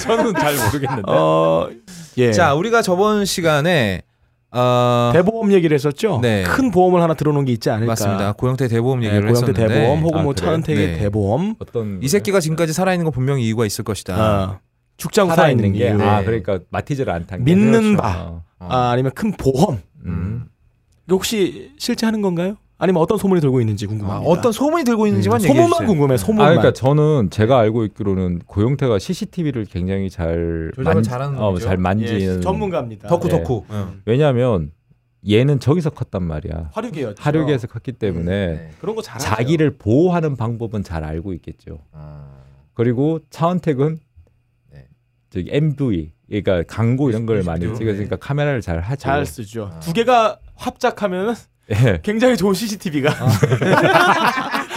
[SPEAKER 7] 저는 잘 모르겠는데.
[SPEAKER 2] 어, 예.
[SPEAKER 1] 자 우리가 저번 시간에 어,
[SPEAKER 2] 대보험 얘기를 했었죠.
[SPEAKER 1] 네.
[SPEAKER 2] 큰 보험을 하나 들어놓은 게 있지 않을까.
[SPEAKER 1] 맞습니다. 고영태 대보험
[SPEAKER 2] 예,
[SPEAKER 1] 얘기를
[SPEAKER 2] 그러니까 고영태
[SPEAKER 1] 했었는데
[SPEAKER 2] 대보험 혹은
[SPEAKER 7] 아,
[SPEAKER 2] 뭐
[SPEAKER 7] 그래요?
[SPEAKER 2] 차은택의
[SPEAKER 1] 네.
[SPEAKER 2] 대보험.
[SPEAKER 7] 어떤
[SPEAKER 1] 이 새끼가 지금까지 살아있는 건 분명히 이유가 있을 것이다.
[SPEAKER 2] 어, 죽자고
[SPEAKER 7] 살아
[SPEAKER 2] 살아있는 아,
[SPEAKER 7] 있는 게.
[SPEAKER 2] 게.
[SPEAKER 7] 아,
[SPEAKER 1] 아. 네.
[SPEAKER 7] 그러니까 마티즈를 안 탄. 게.
[SPEAKER 2] 믿는
[SPEAKER 7] 그렇죠.
[SPEAKER 2] 바.
[SPEAKER 7] 어.
[SPEAKER 1] 어.
[SPEAKER 2] 아, 아니면 큰 보험.
[SPEAKER 7] 음.
[SPEAKER 2] 혹시 실제 하는 건가요? 아니면 어떤 소문이 돌고 있는지
[SPEAKER 1] 아,
[SPEAKER 2] 궁금합니다. 네.
[SPEAKER 1] 어떤 음, 소문이 들고 있는지만 얘기해 주세요. 네.
[SPEAKER 2] 소문만 궁금해. 소문만.
[SPEAKER 7] 아, 그러니까 저는 제가 알고 있기로는 고영태가 CCTV를 굉장히 잘
[SPEAKER 1] 조작을 잘하는
[SPEAKER 7] 어,
[SPEAKER 1] 분이죠.
[SPEAKER 7] 잘 만지는
[SPEAKER 2] 예, 전문가입니다.
[SPEAKER 1] 덕후
[SPEAKER 7] 네.
[SPEAKER 1] 덕후.
[SPEAKER 2] 음.
[SPEAKER 7] 왜냐하면 얘는 저기서 컸단 말이야.
[SPEAKER 2] 화류계였죠.
[SPEAKER 7] 하류계에서 컸기 때문에
[SPEAKER 1] 네.
[SPEAKER 2] 그런 거 잘하죠.
[SPEAKER 7] 자기를 보호하는 방법은 잘 알고 있겠죠.
[SPEAKER 1] 아,
[SPEAKER 7] 그리고 차은택은
[SPEAKER 1] 네. 그렇죠.
[SPEAKER 7] 저기 MV 그러니까 광고 이런 걸 많이
[SPEAKER 1] 뮤직비디오?
[SPEAKER 7] 찍으니까 카메라를 잘 하죠.
[SPEAKER 2] 잘 쓰죠.
[SPEAKER 1] 아.
[SPEAKER 2] 두 개가 합작하면
[SPEAKER 7] 네. 예.
[SPEAKER 2] 굉장히 좋은 CCTV가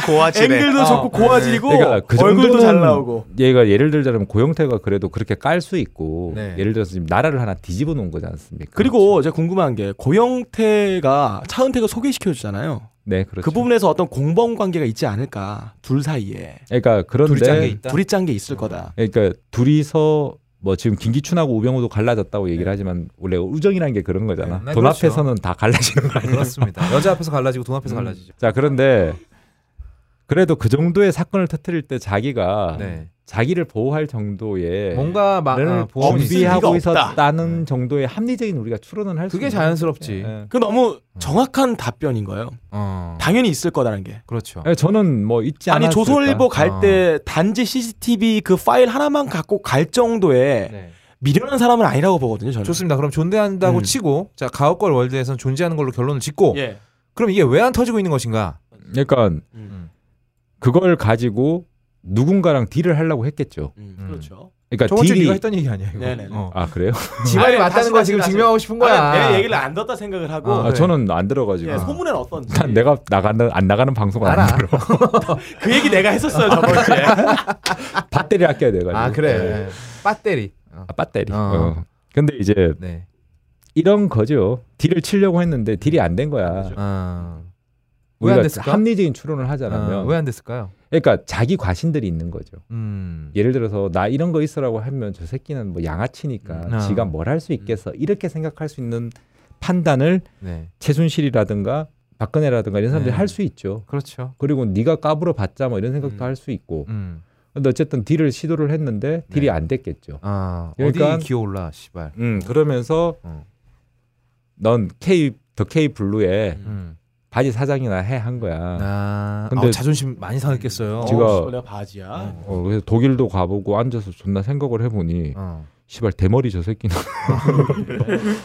[SPEAKER 5] 고화질에
[SPEAKER 2] 앵글도 좋고 고화질이고
[SPEAKER 7] 그러니까 그
[SPEAKER 2] 얼굴도
[SPEAKER 7] 정도는
[SPEAKER 2] 잘 나오고.
[SPEAKER 7] 얘가 예를 들자면 고영태가 그래도 그렇게 깔 수 있고
[SPEAKER 1] 네.
[SPEAKER 7] 예를 들어서 지금 나라를 하나 뒤집어 놓은 거지 않습니까?
[SPEAKER 2] 그리고 제가 궁금한 게 고영태가 차은택을 소개시켜 주잖아요.
[SPEAKER 7] 네,
[SPEAKER 2] 그
[SPEAKER 7] 그렇죠.
[SPEAKER 2] 부분에서 어떤 공범 관계가 있지 않을까 둘 사이에
[SPEAKER 7] 그러니까
[SPEAKER 1] 둘이 짠게
[SPEAKER 7] 그런데
[SPEAKER 1] 있다.
[SPEAKER 2] 둘이 짠 게 있을 거다.
[SPEAKER 7] 그러니까 둘이서 뭐 지금 김기춘하고 우병우도 갈라졌다고 얘기를 하지만 원래 우정이라는 게 그런 거잖아.
[SPEAKER 1] 네, 네,
[SPEAKER 7] 돈
[SPEAKER 1] 그렇죠.
[SPEAKER 7] 앞에서는 다 갈라지는 거 아니야.
[SPEAKER 1] 그렇습니다. 여자 앞에서 갈라지고 돈
[SPEAKER 7] 음.
[SPEAKER 1] 앞에서 갈라지죠.
[SPEAKER 7] 자 그런데 그래도 그 정도의 사건을 터뜨릴 때 자기가
[SPEAKER 1] 네.
[SPEAKER 7] 자기를 보호할 정도의
[SPEAKER 1] 뭔가 막
[SPEAKER 7] 를
[SPEAKER 1] 아, 보험이 있으니까.
[SPEAKER 7] 네. 준비하고
[SPEAKER 2] 있을 리가 없다.
[SPEAKER 7] 있었다는 정도의 합리적인 우리가 추론은 할 수
[SPEAKER 1] 네. 그게 자연스럽지.
[SPEAKER 7] 네.
[SPEAKER 2] 그 너무 정확한 답변인 거예요.
[SPEAKER 1] 어.
[SPEAKER 2] 당연히 있을 거라는 게.
[SPEAKER 1] 그렇죠.
[SPEAKER 7] 저는 뭐 있지 않았을까.
[SPEAKER 2] 아니 조선일보 갈 때 단지 CCTV 그 파일 하나만 갖고 갈 정도의
[SPEAKER 1] 네.
[SPEAKER 2] 미련한 사람은 아니라고 보거든요. 저는.
[SPEAKER 1] 좋습니다. 그럼 존재한다고
[SPEAKER 2] 음.
[SPEAKER 1] 치고 자 가옥걸 월드에서는 존재하는 걸로 결론을 짓고
[SPEAKER 2] 예.
[SPEAKER 1] 그럼 이게 왜 안 터지고 있는 것인가?
[SPEAKER 7] 그러니까
[SPEAKER 2] 음.
[SPEAKER 7] 그걸 가지고 누군가랑 딜을 하려고 했겠죠.
[SPEAKER 2] 음, 그렇죠.
[SPEAKER 7] 그러니까
[SPEAKER 1] 저번 주에
[SPEAKER 7] 딜이
[SPEAKER 1] 네가 했던 얘기 아니야 이거?
[SPEAKER 2] 네네네.
[SPEAKER 1] 어.
[SPEAKER 7] 아 그래요?
[SPEAKER 1] 집안이
[SPEAKER 2] 아니,
[SPEAKER 1] 맞다는
[SPEAKER 2] 다시,
[SPEAKER 1] 거
[SPEAKER 2] 다시,
[SPEAKER 1] 지금
[SPEAKER 2] 다시.
[SPEAKER 1] 증명하고 싶은 거야.
[SPEAKER 2] 아니, 내 얘기를 안 들었다 생각을 하고
[SPEAKER 1] 아,
[SPEAKER 7] 아,
[SPEAKER 1] 그래.
[SPEAKER 7] 저는 안 들어가지고.
[SPEAKER 2] 예, 소문은 어떤지.
[SPEAKER 7] 난 내가 나가는 안 나가는 방송 안
[SPEAKER 1] 알아.
[SPEAKER 7] 들어.
[SPEAKER 2] 그 얘기 내가 했었어요 저번 주에.
[SPEAKER 7] 배터리 아껴야 돼가지고.
[SPEAKER 1] 아
[SPEAKER 7] 예.
[SPEAKER 1] 그래. 배터리.
[SPEAKER 7] 아, 배터리.
[SPEAKER 1] 어.
[SPEAKER 7] 어. 근데 이제
[SPEAKER 1] 네.
[SPEAKER 7] 이런 거죠. 딜을 치려고 했는데 딜이 안 된 거야.
[SPEAKER 1] 아. 왜안
[SPEAKER 7] 우리가
[SPEAKER 1] 됐을까?
[SPEAKER 7] 합리적인 추론을 하잖아요.
[SPEAKER 1] 왜안 됐을까요?
[SPEAKER 7] 그러니까 자기 과신들이 있는 거죠.
[SPEAKER 1] 음.
[SPEAKER 7] 예를 들어서 나 이런 거 있어라고 하면 저 새끼는 뭐 양아치니까
[SPEAKER 1] 아.
[SPEAKER 7] 지가 뭘 할 수 있겠어 이렇게 생각할 수 있는 판단을
[SPEAKER 1] 네.
[SPEAKER 7] 최순실이라든가 박근혜라든가 이런 사람들이
[SPEAKER 1] 네.
[SPEAKER 7] 할 수 있죠.
[SPEAKER 1] 그렇죠.
[SPEAKER 7] 그리고 네가 까불어 봤자 뭐 이런 생각도
[SPEAKER 2] 음.
[SPEAKER 7] 할 수 있고.
[SPEAKER 1] 음.
[SPEAKER 7] 근데 어쨌든 딜을 시도를 했는데 딜이
[SPEAKER 1] 네.
[SPEAKER 7] 안 됐겠죠.
[SPEAKER 1] 아.
[SPEAKER 7] 그러니까-
[SPEAKER 1] 어디 기어올라 씨발.
[SPEAKER 7] 음 그러면서
[SPEAKER 1] 어.
[SPEAKER 7] 넌 K 더 K 블루에
[SPEAKER 1] 음.
[SPEAKER 7] 바지 사장이나 해 한 거야.
[SPEAKER 1] 아.
[SPEAKER 7] 근데-
[SPEAKER 1] 아우, 자존심 많이 상했겠어요.
[SPEAKER 7] 지금- 제가-
[SPEAKER 2] 원래 바지야.
[SPEAKER 7] 어, 그래서 독일도 가보고 앉아서 존나 생각을 해보니
[SPEAKER 1] 어.
[SPEAKER 7] 시발 대머리 저 새끼는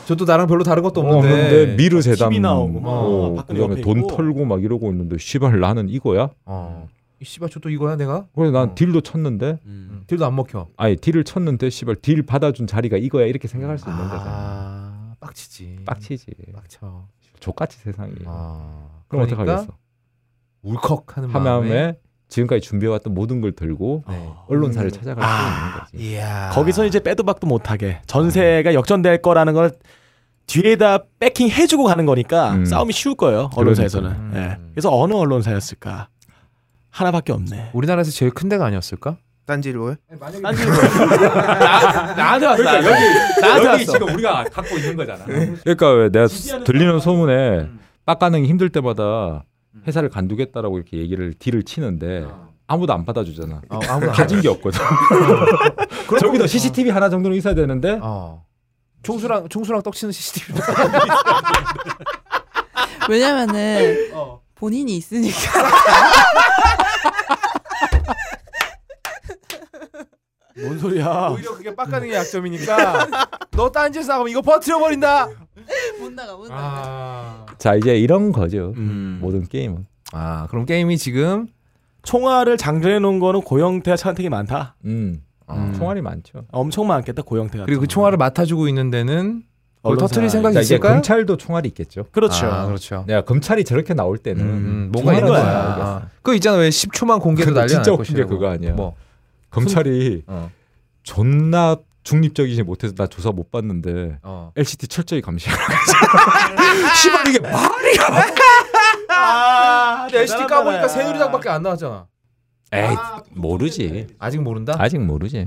[SPEAKER 1] 저도 나랑 별로 다른 것도 없는데. 아,
[SPEAKER 7] 없는데 어, 미르 재단
[SPEAKER 2] 집이 나오고 막
[SPEAKER 7] 어,
[SPEAKER 2] 박근혜
[SPEAKER 7] 그다음에
[SPEAKER 2] 옆에
[SPEAKER 7] 돈
[SPEAKER 2] 있고.
[SPEAKER 7] 털고 막 이러고 있는데 씨발 나는 이거야?
[SPEAKER 1] 어. 이 씨발 저또 이거야 내가?
[SPEAKER 7] 그래서 난
[SPEAKER 1] 어.
[SPEAKER 7] 딜도 쳤는데
[SPEAKER 2] 음.
[SPEAKER 1] 딜도 안 먹혀.
[SPEAKER 7] 아니 딜을 쳤는데 씨발 딜 받아준 자리가 이거야 이렇게 생각할 수 있는 거잖아.
[SPEAKER 1] 아. 빡치지.
[SPEAKER 7] 빡치지.
[SPEAKER 1] 빡쳐.
[SPEAKER 7] 족같이 세상이.
[SPEAKER 1] 아.
[SPEAKER 7] 그럼
[SPEAKER 1] 그러니까
[SPEAKER 7] 어떡하겠어?
[SPEAKER 1] 울컥하는 마음에.
[SPEAKER 7] 하마음에 지금까지 준비해왔던 모든 걸 들고
[SPEAKER 1] 네.
[SPEAKER 7] 언론사를 찾아갈
[SPEAKER 2] 아.
[SPEAKER 7] 수 있는 거지.
[SPEAKER 1] 이야.
[SPEAKER 2] 거기서 이제 빼도 박도 못하게 전세가 역전될 거라는 걸 뒤에다 백킹 해주고 가는 거니까
[SPEAKER 7] 음.
[SPEAKER 2] 싸움이 쉬울 거예요 언론사에서는.
[SPEAKER 1] 그러니까.
[SPEAKER 2] 예.
[SPEAKER 1] 음.
[SPEAKER 2] 그래서 어느 언론사였을까 하나밖에 없네.
[SPEAKER 1] 우리나라에서 제일 큰 데가 아니었을까?
[SPEAKER 5] 딴지로요?
[SPEAKER 2] 뭐, 나한테 왔어.
[SPEAKER 7] 그러니까
[SPEAKER 2] 나한테 왔어.
[SPEAKER 7] 우리가 갖고 있는 거잖아. 그러니까 왜 내가 들리는 소문에
[SPEAKER 1] 음.
[SPEAKER 7] 빡가능이 힘들 때마다 회사를 간두겠다라고 이렇게 얘기를 딜을 치는데 아무도 안 받아주잖아.
[SPEAKER 1] 어, 아무나.
[SPEAKER 7] 가진 게 없거든. 저기도 CCTV 하나 정도는 있어야 되는데
[SPEAKER 1] 어. 총수랑 총수랑 떡치는 CCTV.
[SPEAKER 8] 왜냐면은 본인이 있으니까
[SPEAKER 2] 뭔 소리야?
[SPEAKER 1] 오히려 그게 빡가는 게 약점이니까 너 딴짓 하면 이거 퍼트려 버린다.
[SPEAKER 8] 못 나가 못 나가.
[SPEAKER 1] 아.
[SPEAKER 7] 자 이제 이런 거죠.
[SPEAKER 2] 음.
[SPEAKER 7] 모든 게임은.
[SPEAKER 1] 아, 그럼 게임이 지금
[SPEAKER 2] 총알을 장전해 놓은 거는 고영태와 차은택이 많다.
[SPEAKER 7] 음.
[SPEAKER 1] 음.
[SPEAKER 7] 총알이 많죠.
[SPEAKER 2] 엄청 많겠다 고영태가.
[SPEAKER 1] 그리고 그 총알을 맡아주고 있는 데는 그걸
[SPEAKER 2] 언론사.
[SPEAKER 1] 터트릴 생각이
[SPEAKER 7] 자, 이제
[SPEAKER 1] 있을까요?
[SPEAKER 7] 검찰도 총알이 있겠죠.
[SPEAKER 2] 그렇죠.
[SPEAKER 1] 아, 그렇죠.
[SPEAKER 7] 내가 검찰이 저렇게 나올 때는
[SPEAKER 1] 음, 뭔가
[SPEAKER 7] 총알은
[SPEAKER 1] 있는 거야.
[SPEAKER 7] 잘 알겠어.
[SPEAKER 1] 아, 그거 있잖아 왜 10초만 공개로
[SPEAKER 7] 근데
[SPEAKER 1] 난리
[SPEAKER 7] 진짜
[SPEAKER 1] 날
[SPEAKER 7] 웃긴
[SPEAKER 1] 것이라고.
[SPEAKER 7] 게 그거 아니야.
[SPEAKER 1] 뭐.
[SPEAKER 7] 검찰이
[SPEAKER 1] 어.
[SPEAKER 7] 존나 중립적이지 못해서 나 조사 못 봤는데
[SPEAKER 1] 어.
[SPEAKER 7] LCT 철저히 감시하라고. 시발 이게 말이야.
[SPEAKER 2] 아,
[SPEAKER 1] 근데 LCD 까보니까 새누리당밖에 안 나왔잖아. 음.
[SPEAKER 7] 에이 모르지.
[SPEAKER 1] 아직 모른다?
[SPEAKER 7] 아직 모르지.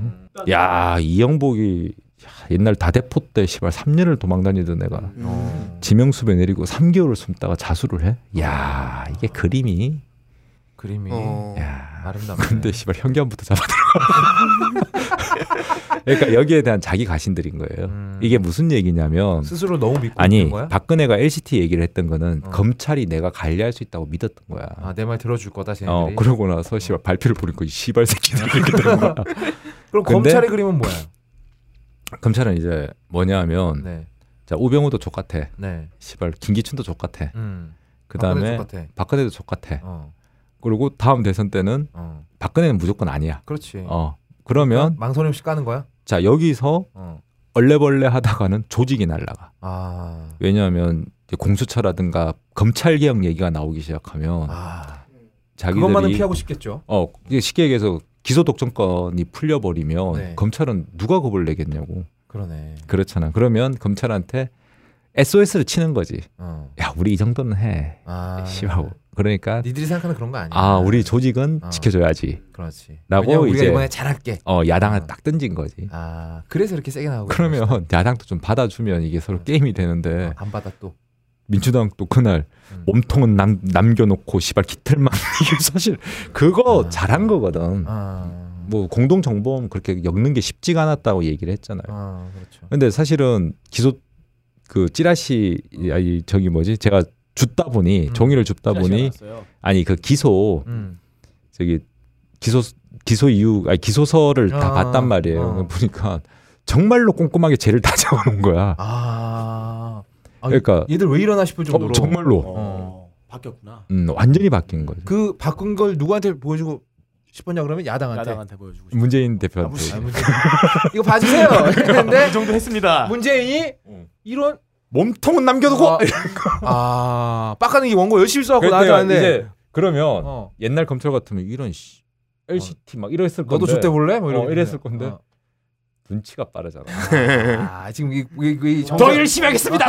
[SPEAKER 7] 야 이영복이 야, 옛날 다대포 때 시발 3년을 도망다니던 애가
[SPEAKER 5] 음.
[SPEAKER 1] 어.
[SPEAKER 7] 지명수배 내리고 3개월을 숨다가 자수를 해. 야 이게 그림이.
[SPEAKER 1] 그림이
[SPEAKER 5] 어.
[SPEAKER 7] 야
[SPEAKER 1] 아름답네. 음.
[SPEAKER 7] 근데 시발 현기암부터 잡아. 그러니까 여기에 대한 자기 가신들인 거예요.
[SPEAKER 1] 음.
[SPEAKER 7] 이게 무슨 얘기냐면
[SPEAKER 1] 스스로 너무 믿고 있는
[SPEAKER 7] 아니
[SPEAKER 1] 거야?
[SPEAKER 7] 박근혜가 LCT 얘기를 했던 거는
[SPEAKER 1] 어.
[SPEAKER 7] 검찰이 내가 관리할 수 있다고 믿었던 거야.
[SPEAKER 1] 아, 내 말 들어줄 거다 쟤네들이.
[SPEAKER 7] 어
[SPEAKER 1] 그럼,
[SPEAKER 7] 그러고 나서 씨발 발표를 보니까 이 씨발 새끼들 이렇게 된 거야. 근데-
[SPEAKER 1] 검찰의 그림은 뭐야?
[SPEAKER 7] 검찰은 이제 뭐냐하면
[SPEAKER 1] 네,
[SPEAKER 7] 자 우병우도 족같아,
[SPEAKER 1] 네,
[SPEAKER 7] 씨발 김기춘도 족같아,
[SPEAKER 1] 음,
[SPEAKER 7] 그 다음에
[SPEAKER 1] 박근혜 똑같아.
[SPEAKER 7] 박근혜도 족같아.
[SPEAKER 1] 어,
[SPEAKER 7] 그리고 다음 대선 때는
[SPEAKER 1] 어,
[SPEAKER 7] 박근혜는 무조건 아니야.
[SPEAKER 1] 네. 그렇지.
[SPEAKER 7] 어 그러면
[SPEAKER 1] 망설임 없이 까는 거야?
[SPEAKER 7] 자 여기서
[SPEAKER 1] 어,
[SPEAKER 7] 얼레벌레 하다가는 조직이 날라가.
[SPEAKER 1] 아,
[SPEAKER 7] 왜냐하면 이제 공수처라든가 검찰 개혁 얘기가 나오기 시작하면
[SPEAKER 1] 아, 그것만은
[SPEAKER 7] 자기들이
[SPEAKER 1] 피하고 싶겠죠.
[SPEAKER 7] 어 이게 쉽게 얘기해서 기소 독점권이 풀려버리면
[SPEAKER 1] 네.
[SPEAKER 7] 검찰은 누가 겁을 내겠냐고
[SPEAKER 1] 그러네.
[SPEAKER 7] 그렇잖아. 그러면 검찰한테 SOS를 치는 거지.
[SPEAKER 1] 어,
[SPEAKER 7] 야 우리 이 정도는 해.
[SPEAKER 1] 아,
[SPEAKER 7] 네, 씨하고 그러니까
[SPEAKER 1] 니들이 생각하는 그런 거 아니야?
[SPEAKER 7] 아 우리 조직은
[SPEAKER 1] 어.
[SPEAKER 7] 지켜줘야지.
[SPEAKER 1] 그렇지.
[SPEAKER 7] 라고
[SPEAKER 1] 왜냐면 우리가
[SPEAKER 7] 이제-
[SPEAKER 1] 이번에 잘할게.
[SPEAKER 7] 어 야당을
[SPEAKER 1] 어.
[SPEAKER 7] 딱 던진 거지.
[SPEAKER 1] 아, 그래서 이렇게 세게 나오고. 있는
[SPEAKER 7] 그러면 야당도 좀 받아주면 이게 서로 게임이 되는데
[SPEAKER 1] 거지. 안 받아 또.
[SPEAKER 7] 민주당도 그날
[SPEAKER 1] 음.
[SPEAKER 7] 몸통은 남, 남겨놓고 시발 깃털만 이게 사실 그거 잘한 거거든.
[SPEAKER 1] 아,
[SPEAKER 7] 뭐 공동 정보험 그렇게 엮는 게 쉽지가 않았다고 얘기를 했잖아요.
[SPEAKER 1] 아, 그렇죠.
[SPEAKER 7] 근데 사실은 기소 그 찌라시 아이 저기 뭐지 제가 줍다 보니
[SPEAKER 1] 음.
[SPEAKER 7] 종이를 줍다 보니 아니 그 기소
[SPEAKER 1] 음,
[SPEAKER 7] 저기 기소 기소 이유 아니 기소서를 다
[SPEAKER 1] 아,
[SPEAKER 7] 봤단 말이에요.
[SPEAKER 1] 어.
[SPEAKER 7] 보니까 정말로 꼼꼼하게 죄를 다 잡아놓은 거야.
[SPEAKER 1] 아, 아,
[SPEAKER 7] 그러니까
[SPEAKER 1] 얘들 왜 이러나 싶을 정도로.
[SPEAKER 7] 어, 정말로
[SPEAKER 2] 어. 바뀌었구나.
[SPEAKER 7] 음, 완전히 바뀐 거죠.
[SPEAKER 1] 그 바꾼 걸 누구한테 보여주고 싶었냐 그러면 야당한테.
[SPEAKER 2] 야당한테 보여주고 싶어.
[SPEAKER 7] 문재인
[SPEAKER 2] 아, 무슨-
[SPEAKER 1] 아,
[SPEAKER 7] 대표한테
[SPEAKER 1] 문재인. 이거 봐주세요. 근데
[SPEAKER 2] 이 정도
[SPEAKER 7] 아.
[SPEAKER 2] 했습니다.
[SPEAKER 1] 문재인이
[SPEAKER 7] 음.
[SPEAKER 1] 이런
[SPEAKER 7] 몸통은 남겨놓고
[SPEAKER 1] 아, 아 빡가는 게 원고 열심히 써갖고
[SPEAKER 7] 그러니까
[SPEAKER 1] 나한테 왔는데.
[SPEAKER 7] 이제 그러면
[SPEAKER 1] 어,
[SPEAKER 7] 옛날 검찰 같으면 이런 씨, LCT 막 이랬을 건데
[SPEAKER 1] 너도 줬대 볼래? 뭐 이런
[SPEAKER 7] 어, 이랬을 건데. 눈치가 빠르잖아.
[SPEAKER 1] 아 지금 이게 이게, 이게
[SPEAKER 2] 더 열심히 하겠습니다.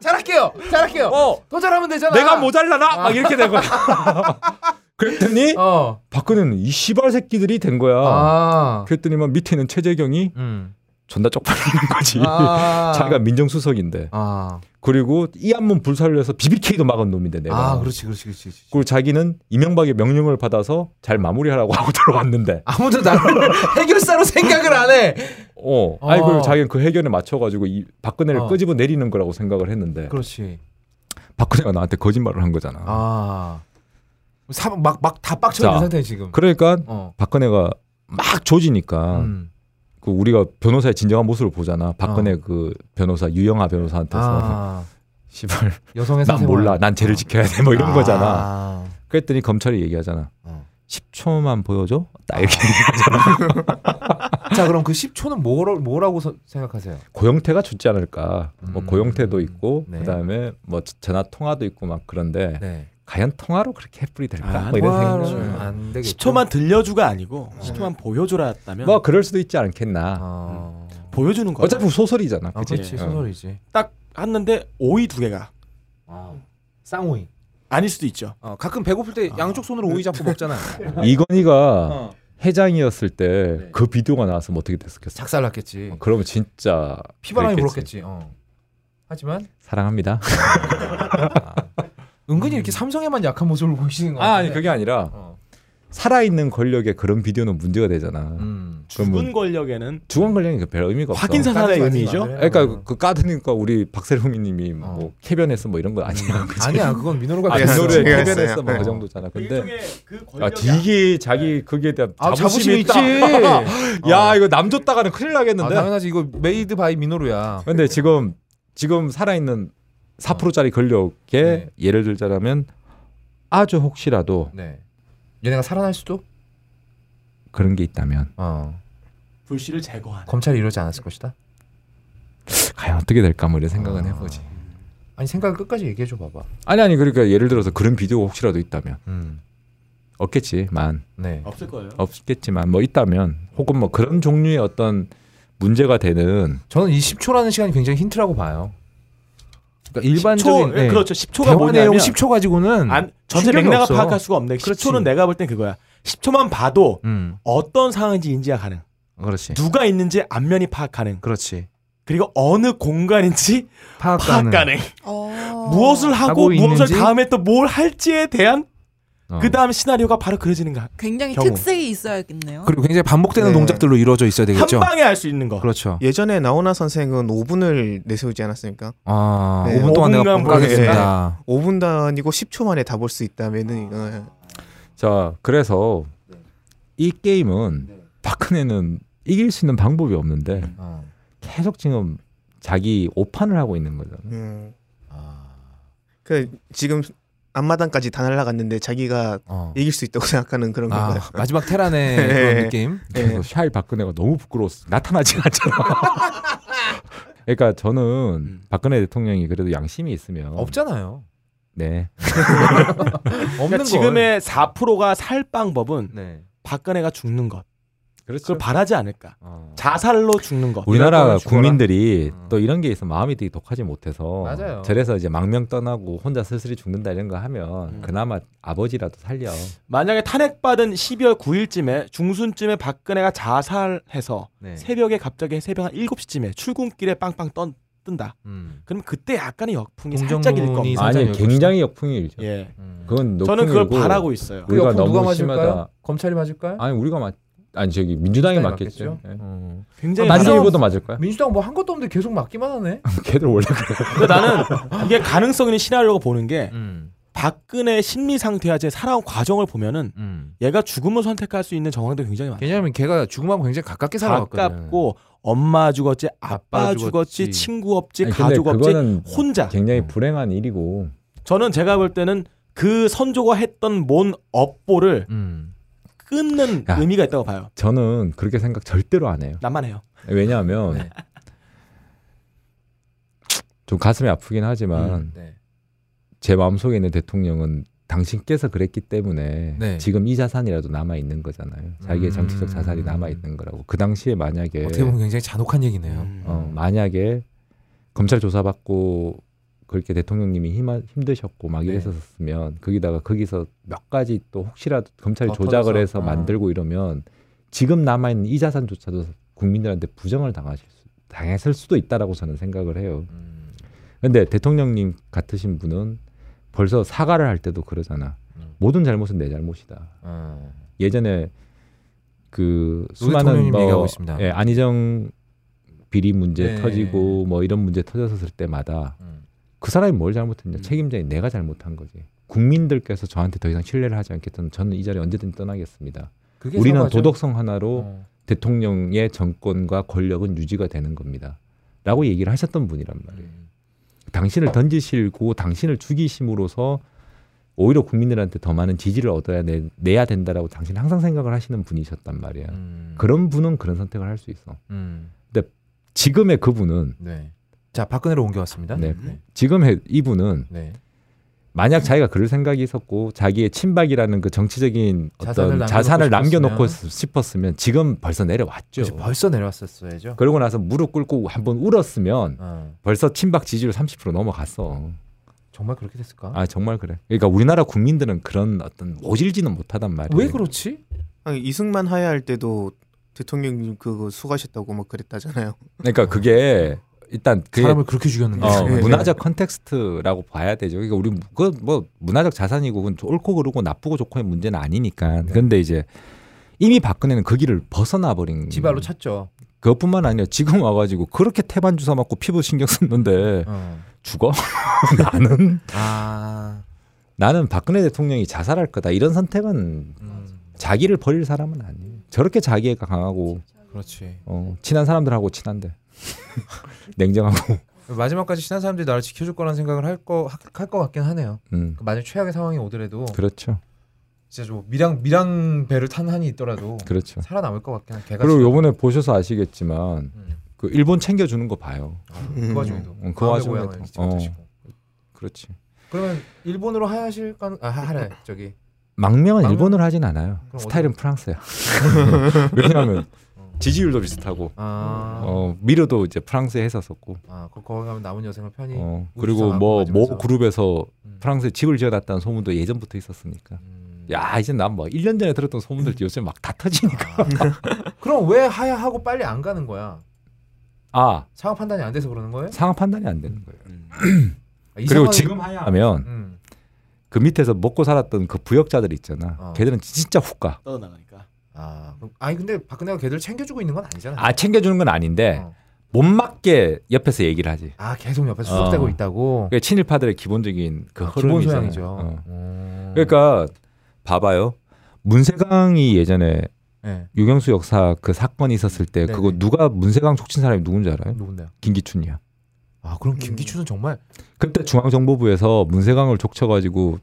[SPEAKER 1] 잘할게요. 잘할게요.
[SPEAKER 7] 어,
[SPEAKER 1] 더 잘하면 되잖아.
[SPEAKER 7] 내가 모자라나? 막 이렇게 된 거야. 그랬더니
[SPEAKER 1] 어.
[SPEAKER 7] 박근혜는 이 시발 새끼들이 된 거야.
[SPEAKER 1] 아.
[SPEAKER 7] 그랬더니만 밑에 있는 최재경이
[SPEAKER 1] 음.
[SPEAKER 7] 존나 쪽팔리는 거지.
[SPEAKER 1] 아.
[SPEAKER 7] 자기가 민정수석인데
[SPEAKER 1] 아.
[SPEAKER 7] 그리고 이 한몸 불살려서 BBK도 막은 놈인데 내가.
[SPEAKER 1] 아, 그렇지, 그렇지, 그렇지. 그렇지.
[SPEAKER 7] 그리고 자기는 이명박의 명령을 받아서 잘 마무리하라고 하고 들어왔는데,
[SPEAKER 1] 아무도 나를 해결사로 생각을 안 해.
[SPEAKER 7] 어,
[SPEAKER 1] 어.
[SPEAKER 7] 아니 그리고 자기는 그 해결에 맞춰가지고 이 박근혜를
[SPEAKER 1] 어.
[SPEAKER 7] 끄집어 내리는 거라고 생각을 했는데,
[SPEAKER 1] 그렇지.
[SPEAKER 7] 박근혜가 나한테 거짓말을 한 거잖아.
[SPEAKER 1] 아. 막막다 빡쳐 있는
[SPEAKER 7] 자.
[SPEAKER 1] 상태야 지금.
[SPEAKER 7] 그러니까 아,
[SPEAKER 1] 어.
[SPEAKER 7] 박근혜가 막 조지니까
[SPEAKER 1] 음.
[SPEAKER 7] 그 우리가 변호사의 진정한 모습을 보잖아. 박근혜 그 변호사 유영아 변호사한테서
[SPEAKER 1] 어. 아.
[SPEAKER 7] 씨발
[SPEAKER 1] 여성의
[SPEAKER 7] 난
[SPEAKER 1] 사생활.
[SPEAKER 7] 몰라. 난 죄를 지켜야 돼. 뭐 이런
[SPEAKER 1] 아.
[SPEAKER 7] 거잖아. 그랬더니 검찰이 얘기하잖아.
[SPEAKER 1] 어. 아.
[SPEAKER 7] 10초만 보여줘. 딱 이렇게
[SPEAKER 1] 자, 그럼 그 10초는 뭐라, 뭐라고 서- 생각하세요?
[SPEAKER 7] 고영태가 좋지 않을까. 뭐
[SPEAKER 1] 음.
[SPEAKER 7] 고영태도 있고
[SPEAKER 1] 네.
[SPEAKER 7] 그다음에 뭐 전화 통화도 있고 막 그런데
[SPEAKER 1] 네.
[SPEAKER 7] 과연 통화로 그렇게 해프리 될까?
[SPEAKER 2] 아,
[SPEAKER 7] 뭐 이런 생각이
[SPEAKER 1] 통화로는
[SPEAKER 7] 들어요.
[SPEAKER 1] 안 되겠죠. 네.
[SPEAKER 2] 10초만 들려주가 아니고 10초만 보여줘라 했다면
[SPEAKER 7] 뭐 그럴 수도 있지 않겠나.
[SPEAKER 1] 아.
[SPEAKER 2] 보여주는 거야.
[SPEAKER 7] 어차피 소설이잖아.
[SPEAKER 1] 아,
[SPEAKER 7] 그치?
[SPEAKER 1] 그렇지.
[SPEAKER 7] 음. 어.
[SPEAKER 1] 소설이지.
[SPEAKER 2] 딱 했는데 오이 두 개가
[SPEAKER 7] 음.
[SPEAKER 1] 아. 쌍오이.
[SPEAKER 2] 아닐 수도 있죠.
[SPEAKER 1] 어, 가끔 배고플 때 양쪽 손으로 오이 잡고 먹잖아.
[SPEAKER 7] 이건희가
[SPEAKER 1] 어. 네.
[SPEAKER 7] 회장이었을 때 그 비디오가 나왔으면 어떻게 됐었겠어?
[SPEAKER 1] 작살 났겠지.
[SPEAKER 7] 그러면 진짜
[SPEAKER 1] 피바람이 불었겠지.
[SPEAKER 7] 그랬겠지.
[SPEAKER 1] 어. 하지만
[SPEAKER 7] 사랑합니다.
[SPEAKER 1] 은근히 이렇게 삼성에만 약한 모습을 보이시는 거
[SPEAKER 7] 아 아니
[SPEAKER 1] 같아요.
[SPEAKER 7] 그게 아니라
[SPEAKER 1] 어.
[SPEAKER 7] 살아있는 권력의 그런 비디오는 문제가 되잖아.
[SPEAKER 1] 음.
[SPEAKER 7] 그럼 뭐
[SPEAKER 2] 죽은 권력에는
[SPEAKER 7] 주관 권력이 별 의미가 없어.
[SPEAKER 2] 확인 사살의
[SPEAKER 1] 다른
[SPEAKER 2] 의미죠.
[SPEAKER 1] 말씀은 안 해요.
[SPEAKER 7] 그러니까 그- 그 까드니까 우리 박세롬이님이
[SPEAKER 1] 어.
[SPEAKER 7] 뭐 캐변에서 뭐 이런 건 아니야. 그치?
[SPEAKER 1] 아니야. 그건 민호루가
[SPEAKER 7] 아,
[SPEAKER 5] 알겠어요.
[SPEAKER 7] 민노루의
[SPEAKER 5] 알겠어요.
[SPEAKER 7] 캐변에서
[SPEAKER 5] 네.
[SPEAKER 7] 뭐그 정도잖아. 근데
[SPEAKER 2] 일종의 그
[SPEAKER 7] 아, 되게 자기 그게 대한
[SPEAKER 1] 아,
[SPEAKER 7] 자부심이,
[SPEAKER 1] 자부심이
[SPEAKER 7] 있다. 야
[SPEAKER 1] 어.
[SPEAKER 7] 이거 남 줬다가는 큰일
[SPEAKER 1] 아,
[SPEAKER 7] 나겠는데.
[SPEAKER 1] 당연하지. 이거 메이드 바이 민호루야.
[SPEAKER 7] 근데 지금 지금 살아있는 4%짜리 권력에
[SPEAKER 1] 네.
[SPEAKER 7] 예를 들자면 아주 혹시라도
[SPEAKER 1] 네. 얘네가 살아날 수도?
[SPEAKER 7] 그런 게 있다면
[SPEAKER 1] 어.
[SPEAKER 2] 불씨를 제거하는.
[SPEAKER 1] 검찰이 이러지 않았을 것이다.
[SPEAKER 7] 과연 어떻게 될까 뭐 이런 생각은
[SPEAKER 1] 아.
[SPEAKER 7] 해보지.
[SPEAKER 1] 아니 생각을 끝까지 얘기해 줘 봐봐.
[SPEAKER 7] 아니 아니 그러니까 예를 들어서 그런 비디오가 혹시라도 있다면
[SPEAKER 1] 음.
[SPEAKER 7] 없겠지만
[SPEAKER 1] 네.
[SPEAKER 2] 없을 거예요.
[SPEAKER 7] 없겠지만 뭐 있다면 혹은 뭐 그런 종류의 어떤 문제가 되는
[SPEAKER 1] 저는 이 10초라는 시간이 굉장히 힌트라고 봐요. 그러니까 일반적인
[SPEAKER 2] 10초,
[SPEAKER 1] 네.
[SPEAKER 2] 그렇죠. 10초가
[SPEAKER 1] 대화 내용
[SPEAKER 2] 뭐냐면
[SPEAKER 1] 10초 가지고는
[SPEAKER 2] 안, 전체
[SPEAKER 1] 충격이
[SPEAKER 2] 맥락을
[SPEAKER 1] 없어.
[SPEAKER 2] 파악할 수가 없네.
[SPEAKER 1] 그렇지.
[SPEAKER 2] 10초는 내가 볼 땐 그거야. 10초만 봐도
[SPEAKER 1] 음.
[SPEAKER 2] 어떤 상황인지 인지가 가능.
[SPEAKER 1] 그렇지.
[SPEAKER 2] 누가 있는지 안면이 파악 가능.
[SPEAKER 1] 그렇지.
[SPEAKER 2] 그리고 어느 공간인지
[SPEAKER 1] 파악
[SPEAKER 2] 파악
[SPEAKER 1] 가능.
[SPEAKER 2] 가능.
[SPEAKER 8] 어.
[SPEAKER 2] 무엇을 하고,
[SPEAKER 1] 하고
[SPEAKER 2] 무엇을
[SPEAKER 1] 있는지?
[SPEAKER 2] 다음에 또 뭘 할지에 대한
[SPEAKER 1] 어.
[SPEAKER 2] 그 다음 시나리오가 바로 그려지는 거
[SPEAKER 8] 굉장히
[SPEAKER 2] 경우.
[SPEAKER 8] 특색이 있어야겠네요.
[SPEAKER 1] 그리고 굉장히 반복되는
[SPEAKER 5] 네.
[SPEAKER 1] 동작들로 이루어져 있어야 되겠죠.
[SPEAKER 2] 한 방에 할 수 있는 거.
[SPEAKER 1] 그렇죠.
[SPEAKER 5] 예전에 나오나 선생은 5분을 내세우지 않았습니까?
[SPEAKER 1] 아,
[SPEAKER 5] 네.
[SPEAKER 1] 5분 동안 내가
[SPEAKER 2] 오분간
[SPEAKER 1] 공부하겠습니다.
[SPEAKER 5] 5분 단위고 10초 만에 다 볼 수 있다면은 어,
[SPEAKER 7] 아. 자, 그래서 이 게임은 박근혜는 이길 수 있는 방법이 없는데
[SPEAKER 1] 어.
[SPEAKER 7] 계속 지금 자기 오판을 하고 있는 거잖아요.
[SPEAKER 5] 음. 그 지금 앞마당까지 다 날아갔는데 자기가
[SPEAKER 1] 어.
[SPEAKER 5] 이길 수 있다고 생각하는 그런 건가요?
[SPEAKER 1] 아, 마지막 테란의
[SPEAKER 5] 네.
[SPEAKER 1] 그런 느낌.
[SPEAKER 7] 그래서 샤이 박근혜가 너무 부끄러웠어. 나타나지 않잖아. 그러니까 저는 박근혜 대통령이 그래도 양심이 있으면
[SPEAKER 1] 없잖아요.
[SPEAKER 7] 네.
[SPEAKER 1] 없는
[SPEAKER 2] 그러니까
[SPEAKER 1] 거.
[SPEAKER 2] 지금의 4%가 살 방법은
[SPEAKER 1] 네.
[SPEAKER 2] 박근혜가 죽는 것.
[SPEAKER 7] 그렇죠.
[SPEAKER 2] 그걸 바라지 않을까.
[SPEAKER 7] 어.
[SPEAKER 2] 자살로 죽는 것.
[SPEAKER 7] 아, 우리나라
[SPEAKER 2] 이럴 거면 죽어라.
[SPEAKER 7] 국민들이
[SPEAKER 1] 음.
[SPEAKER 7] 또 이런 게 있어 마음이 되게 독하지 못해서
[SPEAKER 1] 맞아요.
[SPEAKER 7] 그래서 이제 망명 떠나고 혼자 슬슬이 죽는다 이런 거 하면
[SPEAKER 2] 음.
[SPEAKER 7] 그나마 아버지라도 살려.
[SPEAKER 2] 만약에 탄핵받은 12월 9일쯤에 중순쯤에 박근혜가 자살해서
[SPEAKER 1] 네.
[SPEAKER 2] 새벽에 갑자기 새벽 한 7시쯤에 출근길에 빵빵 떤, 뜬다.
[SPEAKER 1] 음.
[SPEAKER 2] 그럼 그때 약간의 역풍이
[SPEAKER 1] 동정론이
[SPEAKER 2] 살짝 일겁
[SPEAKER 1] 이
[SPEAKER 2] 다
[SPEAKER 1] 상상이
[SPEAKER 7] 아니 굉장히 역풍이 일죠.
[SPEAKER 2] 예.
[SPEAKER 1] 음.
[SPEAKER 7] 그건
[SPEAKER 2] 저는 그걸
[SPEAKER 7] 역풍이고
[SPEAKER 2] 바라고 있어요.
[SPEAKER 1] 그
[SPEAKER 7] 우리가
[SPEAKER 1] 역풍 누가
[SPEAKER 7] 너무
[SPEAKER 1] 맞을까요?
[SPEAKER 7] 심하다.
[SPEAKER 1] 검찰이 맞을까요?
[SPEAKER 7] 아니 우리가 맞 아니 저기 민주당이
[SPEAKER 1] 민주당이
[SPEAKER 7] 맞겠죠. 예.
[SPEAKER 1] 맞겠죠? 어.
[SPEAKER 2] 굉장히
[SPEAKER 1] 맞아.
[SPEAKER 2] 바라고
[SPEAKER 7] 만성일보도 맞을 거야.
[SPEAKER 1] 민주당 뭐 한 것도 없는데 계속 맞기만 하네.
[SPEAKER 7] 걔들 원래 그래.
[SPEAKER 2] 있어요. 나는 이게 가능성 있는 시나리오라고 보는 게
[SPEAKER 1] 음.
[SPEAKER 2] 박근혜 심리 상태와 제 살아온 과정을 보면은
[SPEAKER 1] 음.
[SPEAKER 2] 얘가 죽음을 선택할 수 있는 정황도 굉장히 많아요.
[SPEAKER 1] 왜냐하면 걔가 죽음하고 굉장히 가깝게 살아왔거든.
[SPEAKER 2] 가깝고 엄마 죽었지 아빠
[SPEAKER 1] 아빠
[SPEAKER 2] 죽었지,
[SPEAKER 1] 죽었지,
[SPEAKER 2] 친구 없지
[SPEAKER 7] 아니, 근데
[SPEAKER 2] 가족 없지
[SPEAKER 7] 그거는
[SPEAKER 2] 혼자
[SPEAKER 7] 굉장히 불행한 일이고
[SPEAKER 2] 저는 제가 볼 때는 그 선조가 했던 뭔 업보를
[SPEAKER 1] 음.
[SPEAKER 2] 끊는
[SPEAKER 7] 야.
[SPEAKER 2] 의미가 있다고 봐요
[SPEAKER 7] 저는 그렇게 생각 절대로 안 해요.
[SPEAKER 2] 나만 해요
[SPEAKER 7] 왜냐하면
[SPEAKER 1] 네.
[SPEAKER 7] 좀 가슴이 아프긴 하지만
[SPEAKER 1] 네.
[SPEAKER 7] 제 마음속에 있는 대통령은 당신께서 그랬기 때문에
[SPEAKER 1] 네.
[SPEAKER 7] 지금 이 자산이라도 남아 있는 거잖아요. 자기의
[SPEAKER 1] 음.
[SPEAKER 7] 정치적 자산이 남아 있는 거라고. 그 당시에 만약에
[SPEAKER 1] 어떻게 보면 굉장히 잔혹한 얘기네요.
[SPEAKER 2] 음.
[SPEAKER 7] 어, 만약에 검찰 조사받고 그렇게 대통령님이 힘, 힘드셨고 막
[SPEAKER 1] 네.
[SPEAKER 7] 이랬었으면 거기다가 거기서 몇 가지 또 혹시라도 검찰이
[SPEAKER 1] 더
[SPEAKER 7] 조작을
[SPEAKER 1] 터져서.
[SPEAKER 7] 해서
[SPEAKER 1] 아.
[SPEAKER 7] 만들고 이러면 지금 남아 있는 이 자산조차도 국민들한테 부정을 당하실 수, 당했을 수도 있다라고 저는 생각을 해요.
[SPEAKER 1] 음.
[SPEAKER 7] 근데 대통령님 같으신 분은 벌써 사과를 할 때도 그러잖아.
[SPEAKER 1] 음.
[SPEAKER 7] 모든 잘못은 내 잘못이다.
[SPEAKER 1] 어.
[SPEAKER 7] 예전에 그
[SPEAKER 1] 노
[SPEAKER 7] 수많은
[SPEAKER 1] 대통령님 얘기하고
[SPEAKER 7] 뭐
[SPEAKER 1] 있습니다.
[SPEAKER 7] 예, 안희정 비리 문제
[SPEAKER 1] 네.
[SPEAKER 7] 터지고 뭐 이런 문제 터졌을 때마다
[SPEAKER 1] 음.
[SPEAKER 7] 그 사람이 뭘 잘못했냐 책임자인 내가 잘못한 거지. 국민들께서 저한테 더 이상 신뢰를 하지 않겠다면 저는 이 자리 언제든 떠나겠습니다.
[SPEAKER 1] 그게
[SPEAKER 7] 우리는
[SPEAKER 1] 사과죠.
[SPEAKER 7] 도덕성 하나로
[SPEAKER 1] 어.
[SPEAKER 7] 대통령의 정권과 권력은 유지가 되는 겁니다. 라고 얘기를 하셨던 분이란 말이에요.
[SPEAKER 1] 음.
[SPEAKER 7] 당신을 던지시고 당신을 죽이심으로써 오히려 국민들한테 더 많은 지지를 얻어야 내, 내야 된다라고 당신 항상 생각을 하시는 분이셨단 말이야.
[SPEAKER 1] 음.
[SPEAKER 7] 그런 분은 그런 선택을 할 수 있어.
[SPEAKER 1] 음.
[SPEAKER 7] 지금의 그분은
[SPEAKER 1] 네. 자 박근혜로 옮겨왔습니다.
[SPEAKER 7] 네.
[SPEAKER 1] 네.
[SPEAKER 7] 지금의 이분은
[SPEAKER 1] 네.
[SPEAKER 7] 만약 자기가 그럴 생각이 있었고 자기의 친박이라는 그 정치적인 어떤
[SPEAKER 1] 자산을 남겨놓고
[SPEAKER 7] 자산을, 남겨놓고 싶었으면 지금 벌써 내려왔죠.
[SPEAKER 1] 그치, 벌써 내려왔었어야죠.
[SPEAKER 7] 그러고 나서 무릎 꿇고 한번 울었으면
[SPEAKER 1] 어.
[SPEAKER 7] 벌써 친박 지지율 30% 넘어갔어.
[SPEAKER 1] 정말 그렇게 됐을까?
[SPEAKER 7] 아 정말 그래. 그러니까 우리나라 국민들은 그런 어떤 모질지는 못하단 말이야.
[SPEAKER 1] 왜 그렇지?
[SPEAKER 5] 아니, 이승만 하야할 때도 대통령님 그거 수고하셨다고 막 그랬다잖아요.
[SPEAKER 7] 그러니까 그게 일단 그
[SPEAKER 1] 사람을 그렇게 죽였는데.
[SPEAKER 7] 어,
[SPEAKER 5] 네.
[SPEAKER 7] 문화적 컨텍스트라고 봐야 되죠. 그러니까 우리 그 뭐 문화적 자산이고 그건 옳고 그르고 나쁘고 좋고의 문제는 아니니까.
[SPEAKER 1] 네.
[SPEAKER 7] 근데 이제 이미 박근혜는 그 길을 벗어나 버린
[SPEAKER 1] 지발로 찼죠.
[SPEAKER 7] 그것뿐만 아니라 지금 와가지고 그렇게 태반 주사 맞고 피부 신경 썼는데
[SPEAKER 1] 어.
[SPEAKER 7] 죽어 나는
[SPEAKER 1] 아.
[SPEAKER 7] 나는 박근혜 대통령이 자살할 거다 이런 선택은
[SPEAKER 1] 음.
[SPEAKER 7] 자기를 버릴 사람은 아니에요. 저렇게 자기애가 강하고
[SPEAKER 1] 그렇지.
[SPEAKER 7] 어, 친한 사람들하고 친한데 냉정하고
[SPEAKER 1] 마지막까지 친한 사람들이 나를 지켜줄 거란 생각을 할거할것 같긴 하네요.
[SPEAKER 7] 음,
[SPEAKER 1] 그 만약 최악의 상황이 오더라도
[SPEAKER 7] 그렇죠,
[SPEAKER 1] 진짜 좀 미랑 미랑 배를 탄 한이 있더라도
[SPEAKER 7] 그렇죠.
[SPEAKER 1] 살아남을 것 같긴 한 개가.
[SPEAKER 7] 그리고 요번에 보셔서 아시겠지만
[SPEAKER 1] 음.
[SPEAKER 7] 그 일본 챙겨주는 거 봐요.
[SPEAKER 1] 어, 그 와중에도
[SPEAKER 7] 음, 그
[SPEAKER 1] 마음의
[SPEAKER 7] 와중에도.
[SPEAKER 1] 고향을 직접
[SPEAKER 7] 어.
[SPEAKER 1] 드시고.
[SPEAKER 7] 그렇지.
[SPEAKER 1] 그러면 일본으로 하실 건 아, 하- 하래 저기
[SPEAKER 7] 망명은
[SPEAKER 1] 망명?
[SPEAKER 7] 일본으로 하진 않아요.
[SPEAKER 1] 그럼 어.
[SPEAKER 7] 스타일은 프랑스야. 왜냐하면 지지율도 비슷하고
[SPEAKER 1] 아,
[SPEAKER 7] 어, 미르도 이제 프랑스에 했었었고
[SPEAKER 1] 아 거- 거기 가면 남은 여생을 편히 예.
[SPEAKER 7] 어,
[SPEAKER 1] 우주선
[SPEAKER 7] 그리고
[SPEAKER 1] 안고
[SPEAKER 7] 뭐
[SPEAKER 1] 가지면서.
[SPEAKER 7] 모 그룹에서
[SPEAKER 1] 음.
[SPEAKER 7] 프랑스에 집을 지어놨다는 소문도 예전부터 있었으니까.
[SPEAKER 1] 음.
[SPEAKER 7] 야 이제 난뭐 1년 전에 들었던 소문들 요새 막 다 터지니까.
[SPEAKER 1] 아. 그럼 왜 하야하고 빨리 안 가는 거야?
[SPEAKER 7] 아
[SPEAKER 1] 상황 판단이 안 돼서 그러는 거예요?
[SPEAKER 2] 음.
[SPEAKER 7] 상황 판단이 안 되는 거예요.
[SPEAKER 1] 아, 이
[SPEAKER 7] 그리고
[SPEAKER 1] 상황이-
[SPEAKER 7] 지금 하야하면
[SPEAKER 1] 음.
[SPEAKER 7] 그 밑에서 먹고 살았던 그 부역자들 있잖아.
[SPEAKER 1] 어.
[SPEAKER 7] 걔들은 진짜 후가.
[SPEAKER 2] 떠나가니까.
[SPEAKER 1] 아, 그럼- 아니 근데 박근혜가 걔들 챙겨주고 있는 건 아니잖아.
[SPEAKER 7] 아 챙겨주는 건 아닌데
[SPEAKER 1] 네. 어.
[SPEAKER 7] 못 맞게 옆에서 얘기를 하지.
[SPEAKER 1] 아, 계속 옆에서 수습되고
[SPEAKER 7] 어.
[SPEAKER 1] 있다고.
[SPEAKER 7] 그게 친일파들의 기본적인 그
[SPEAKER 1] 아, 기본
[SPEAKER 7] 흐름이잖아요.
[SPEAKER 1] 소양이죠.
[SPEAKER 7] 어.
[SPEAKER 1] 음.
[SPEAKER 7] 그러니까 봐봐요. 문세강이 예전에
[SPEAKER 1] 네.
[SPEAKER 7] 유경수 역사 그 사건이 있었을 때
[SPEAKER 1] 네네.
[SPEAKER 7] 그거 누가 문세강 속친 사람이 누군지 알아요?
[SPEAKER 1] 누군데요?
[SPEAKER 7] 김기춘이야.
[SPEAKER 1] 아, 그럼
[SPEAKER 7] 음.
[SPEAKER 1] 김기춘은 정말
[SPEAKER 7] 그때 중앙정보부에서 문세강을 족쳐가지고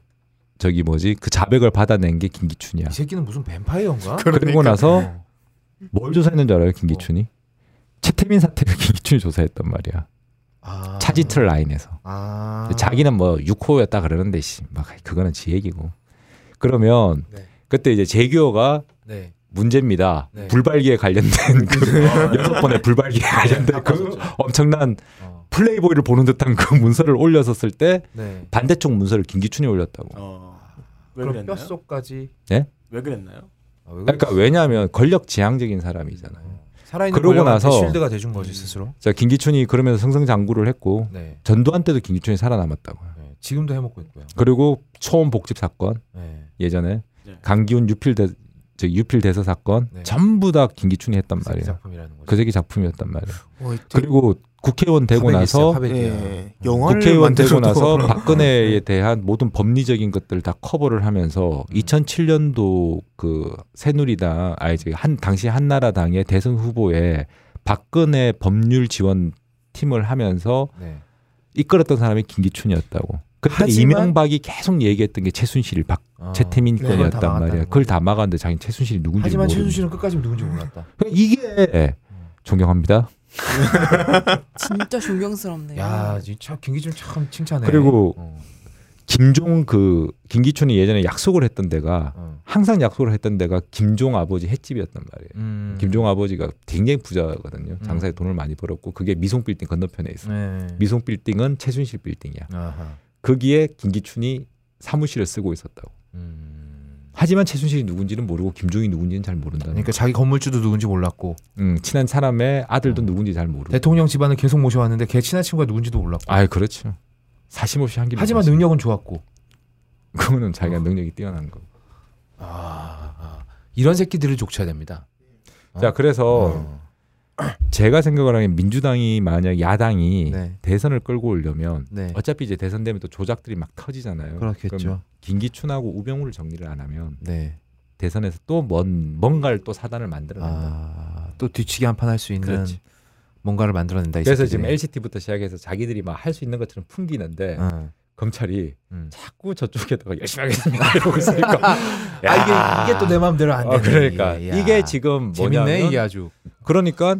[SPEAKER 7] 저기 뭐지 그 자백을 받아낸 게 김기춘이야.
[SPEAKER 1] 이 새끼는 무슨 뱀파이어인가?
[SPEAKER 7] 그리고 나서
[SPEAKER 1] 어.
[SPEAKER 7] 뭘 조사했는 줄 알아요? 김기춘이 채태민 사태를 김기춘이 조사했단 말이야.
[SPEAKER 1] 아.
[SPEAKER 7] 차지틀 라인에서
[SPEAKER 1] 아.
[SPEAKER 7] 자기는 뭐 6호였다 그러는데 씨막 그거는 지 얘기고. 그러면
[SPEAKER 1] 네.
[SPEAKER 7] 그때 이제 재규호가
[SPEAKER 1] 네.
[SPEAKER 7] 문제입니다.
[SPEAKER 1] 네.
[SPEAKER 7] 불발기에 관련된 그 여섯 번의 불발기에 관련된 그 엄청난
[SPEAKER 1] 어.
[SPEAKER 7] 플레이보이를 보는 듯한 그 문서를 올렸었을 때
[SPEAKER 1] 네.
[SPEAKER 7] 반대쪽 문서를 김기춘이 올렸다고.
[SPEAKER 2] 어. 왜
[SPEAKER 1] 그럼
[SPEAKER 2] 그랬나요?
[SPEAKER 1] 뼛속까지
[SPEAKER 2] 왜 그랬나요?
[SPEAKER 1] 아, 왜
[SPEAKER 7] 그러니까 왜냐하면 권력 지향적인 사람이잖아요.
[SPEAKER 1] 살아있는
[SPEAKER 7] 그러고
[SPEAKER 1] 권력한테
[SPEAKER 7] 나서- 음.
[SPEAKER 1] 쉴드가 돼준 거지 스스로.
[SPEAKER 7] 자 김기춘이 그러면서 승승장구를 했고
[SPEAKER 1] 네.
[SPEAKER 7] 전두환 때도 김기춘이 살아남았다고요.
[SPEAKER 1] 네. 지금도 해먹고 있고요.
[SPEAKER 7] 그리고 초원 복집 사건
[SPEAKER 1] 네.
[SPEAKER 7] 예전에
[SPEAKER 2] 네.
[SPEAKER 7] 강기훈 유필 대 저, 유필 대서 사건
[SPEAKER 1] 네.
[SPEAKER 7] 전부 다 김기춘이 했단
[SPEAKER 1] 그
[SPEAKER 7] 말이에요.
[SPEAKER 1] 작품이라는 거죠.
[SPEAKER 7] 그 세기 작품이었단 말이에요.
[SPEAKER 5] 어, 되게-
[SPEAKER 7] 그리고 국회의원 되고
[SPEAKER 1] 화백이 있어요,
[SPEAKER 7] 나서
[SPEAKER 1] 화백이야.
[SPEAKER 5] 예, 영화를
[SPEAKER 7] 네. 음. 국회의원 되고
[SPEAKER 5] 만들어도
[SPEAKER 7] 나서 박근혜에 대한 모든 법리적인 것들을 다 커버를 하면서 2007년도 그 새누리당 아 이제 한 당시 한나라당의 대선 후보에 박근혜 법률 지원 팀을 하면서
[SPEAKER 1] 네.
[SPEAKER 7] 이끌었던 사람이 김기춘이었다고. 그때
[SPEAKER 5] 하지만-
[SPEAKER 7] 이명박이 계속 얘기했던 게 최순실, 박
[SPEAKER 1] 어.
[SPEAKER 7] 채태민
[SPEAKER 1] 그걸 다
[SPEAKER 7] 건이었단
[SPEAKER 1] 막았다는
[SPEAKER 7] 말이야.
[SPEAKER 1] 거죠.
[SPEAKER 7] 그걸 다 막았는데 자기 는 최순실이 누군지
[SPEAKER 1] 하지만
[SPEAKER 7] 모르는
[SPEAKER 1] 최순실은 그 끝까지 누군지 몰랐다.
[SPEAKER 7] 거야. 이게 예, 존경합니다.
[SPEAKER 8] 진짜 존경스럽네요.
[SPEAKER 1] 야, 진짜 김기춘 참 칭찬해.
[SPEAKER 7] 그리고-
[SPEAKER 1] 어,
[SPEAKER 7] 김종 그 김기춘이 예전에 약속을 했던 데가
[SPEAKER 1] 어.
[SPEAKER 7] 항상 약속을 했던 데가 김종 아버지 횟집이었단 말이에요.
[SPEAKER 1] 음.
[SPEAKER 7] 김종 아버지가 굉장히 부자거든요.
[SPEAKER 1] 음.
[SPEAKER 7] 장사에 돈을 많이 벌었고 그게 미송 빌딩 건너편에 있어. 요
[SPEAKER 1] 네.
[SPEAKER 7] 미송 빌딩은 최순실 빌딩이야.
[SPEAKER 1] 아하.
[SPEAKER 7] 거기에 김기춘이 사무실을 쓰고 있었다고.
[SPEAKER 1] 음.
[SPEAKER 7] 하지만 최순실이 누군지는 모르고 김종이 누군지는 잘 모른다.
[SPEAKER 1] 그러니까 자기 건물주도 누군지 몰랐고
[SPEAKER 7] 음, 친한 사람의 아들도
[SPEAKER 1] 어.
[SPEAKER 7] 누군지 잘 모르고.
[SPEAKER 1] 대통령 집안을 계속 모셔왔는데 걔 친한 친구가 누군지도 몰랐고
[SPEAKER 7] 아, 그렇죠. 사심 없이 한 김에.
[SPEAKER 1] 하지만
[SPEAKER 7] 그렇지.
[SPEAKER 1] 능력은 좋았고
[SPEAKER 7] 그거는 자기가 능력이 뛰어난 거.
[SPEAKER 1] 아, 아. 이런 새끼들을 족쳐야 됩니다. 어?
[SPEAKER 7] 자, 그래서 제가 생각을 하기엔 민주당이 만약 야당이
[SPEAKER 1] 네.
[SPEAKER 7] 대선을 끌고 오려면
[SPEAKER 1] 네.
[SPEAKER 7] 어차피 이제 대선되면 또 조작들이 막 터지잖아요.
[SPEAKER 1] 그렇겠죠.
[SPEAKER 7] 아, 그럼 김기춘하고 우병우를 정리를 안 하면
[SPEAKER 1] 네.
[SPEAKER 7] 대선에서 또 뭔 뭔가를 또 사단을 만들어낸다.
[SPEAKER 1] 아, 또 뒤치기 한 판 할 수 있는
[SPEAKER 7] 그렇지.
[SPEAKER 1] 뭔가를 만들어낸다. 이
[SPEAKER 7] 그래서
[SPEAKER 1] 새끼들이.
[SPEAKER 7] 지금 LCT부터 시작해서 자기들이 막 할 수 있는 것처럼 풍기는데
[SPEAKER 1] 어.
[SPEAKER 7] 검찰이
[SPEAKER 1] 음.
[SPEAKER 7] 자꾸 저쪽에다가 열심히 하겠습니다 이러고 있으니까
[SPEAKER 1] 아 이게 이게 또 내 마음대로 안
[SPEAKER 7] 어,
[SPEAKER 1] 되네.
[SPEAKER 7] 그러니까
[SPEAKER 1] 이게, 야.
[SPEAKER 7] 이게, 지금 뭐냐면
[SPEAKER 1] 재밌네 이게 아주.
[SPEAKER 7] 그러니까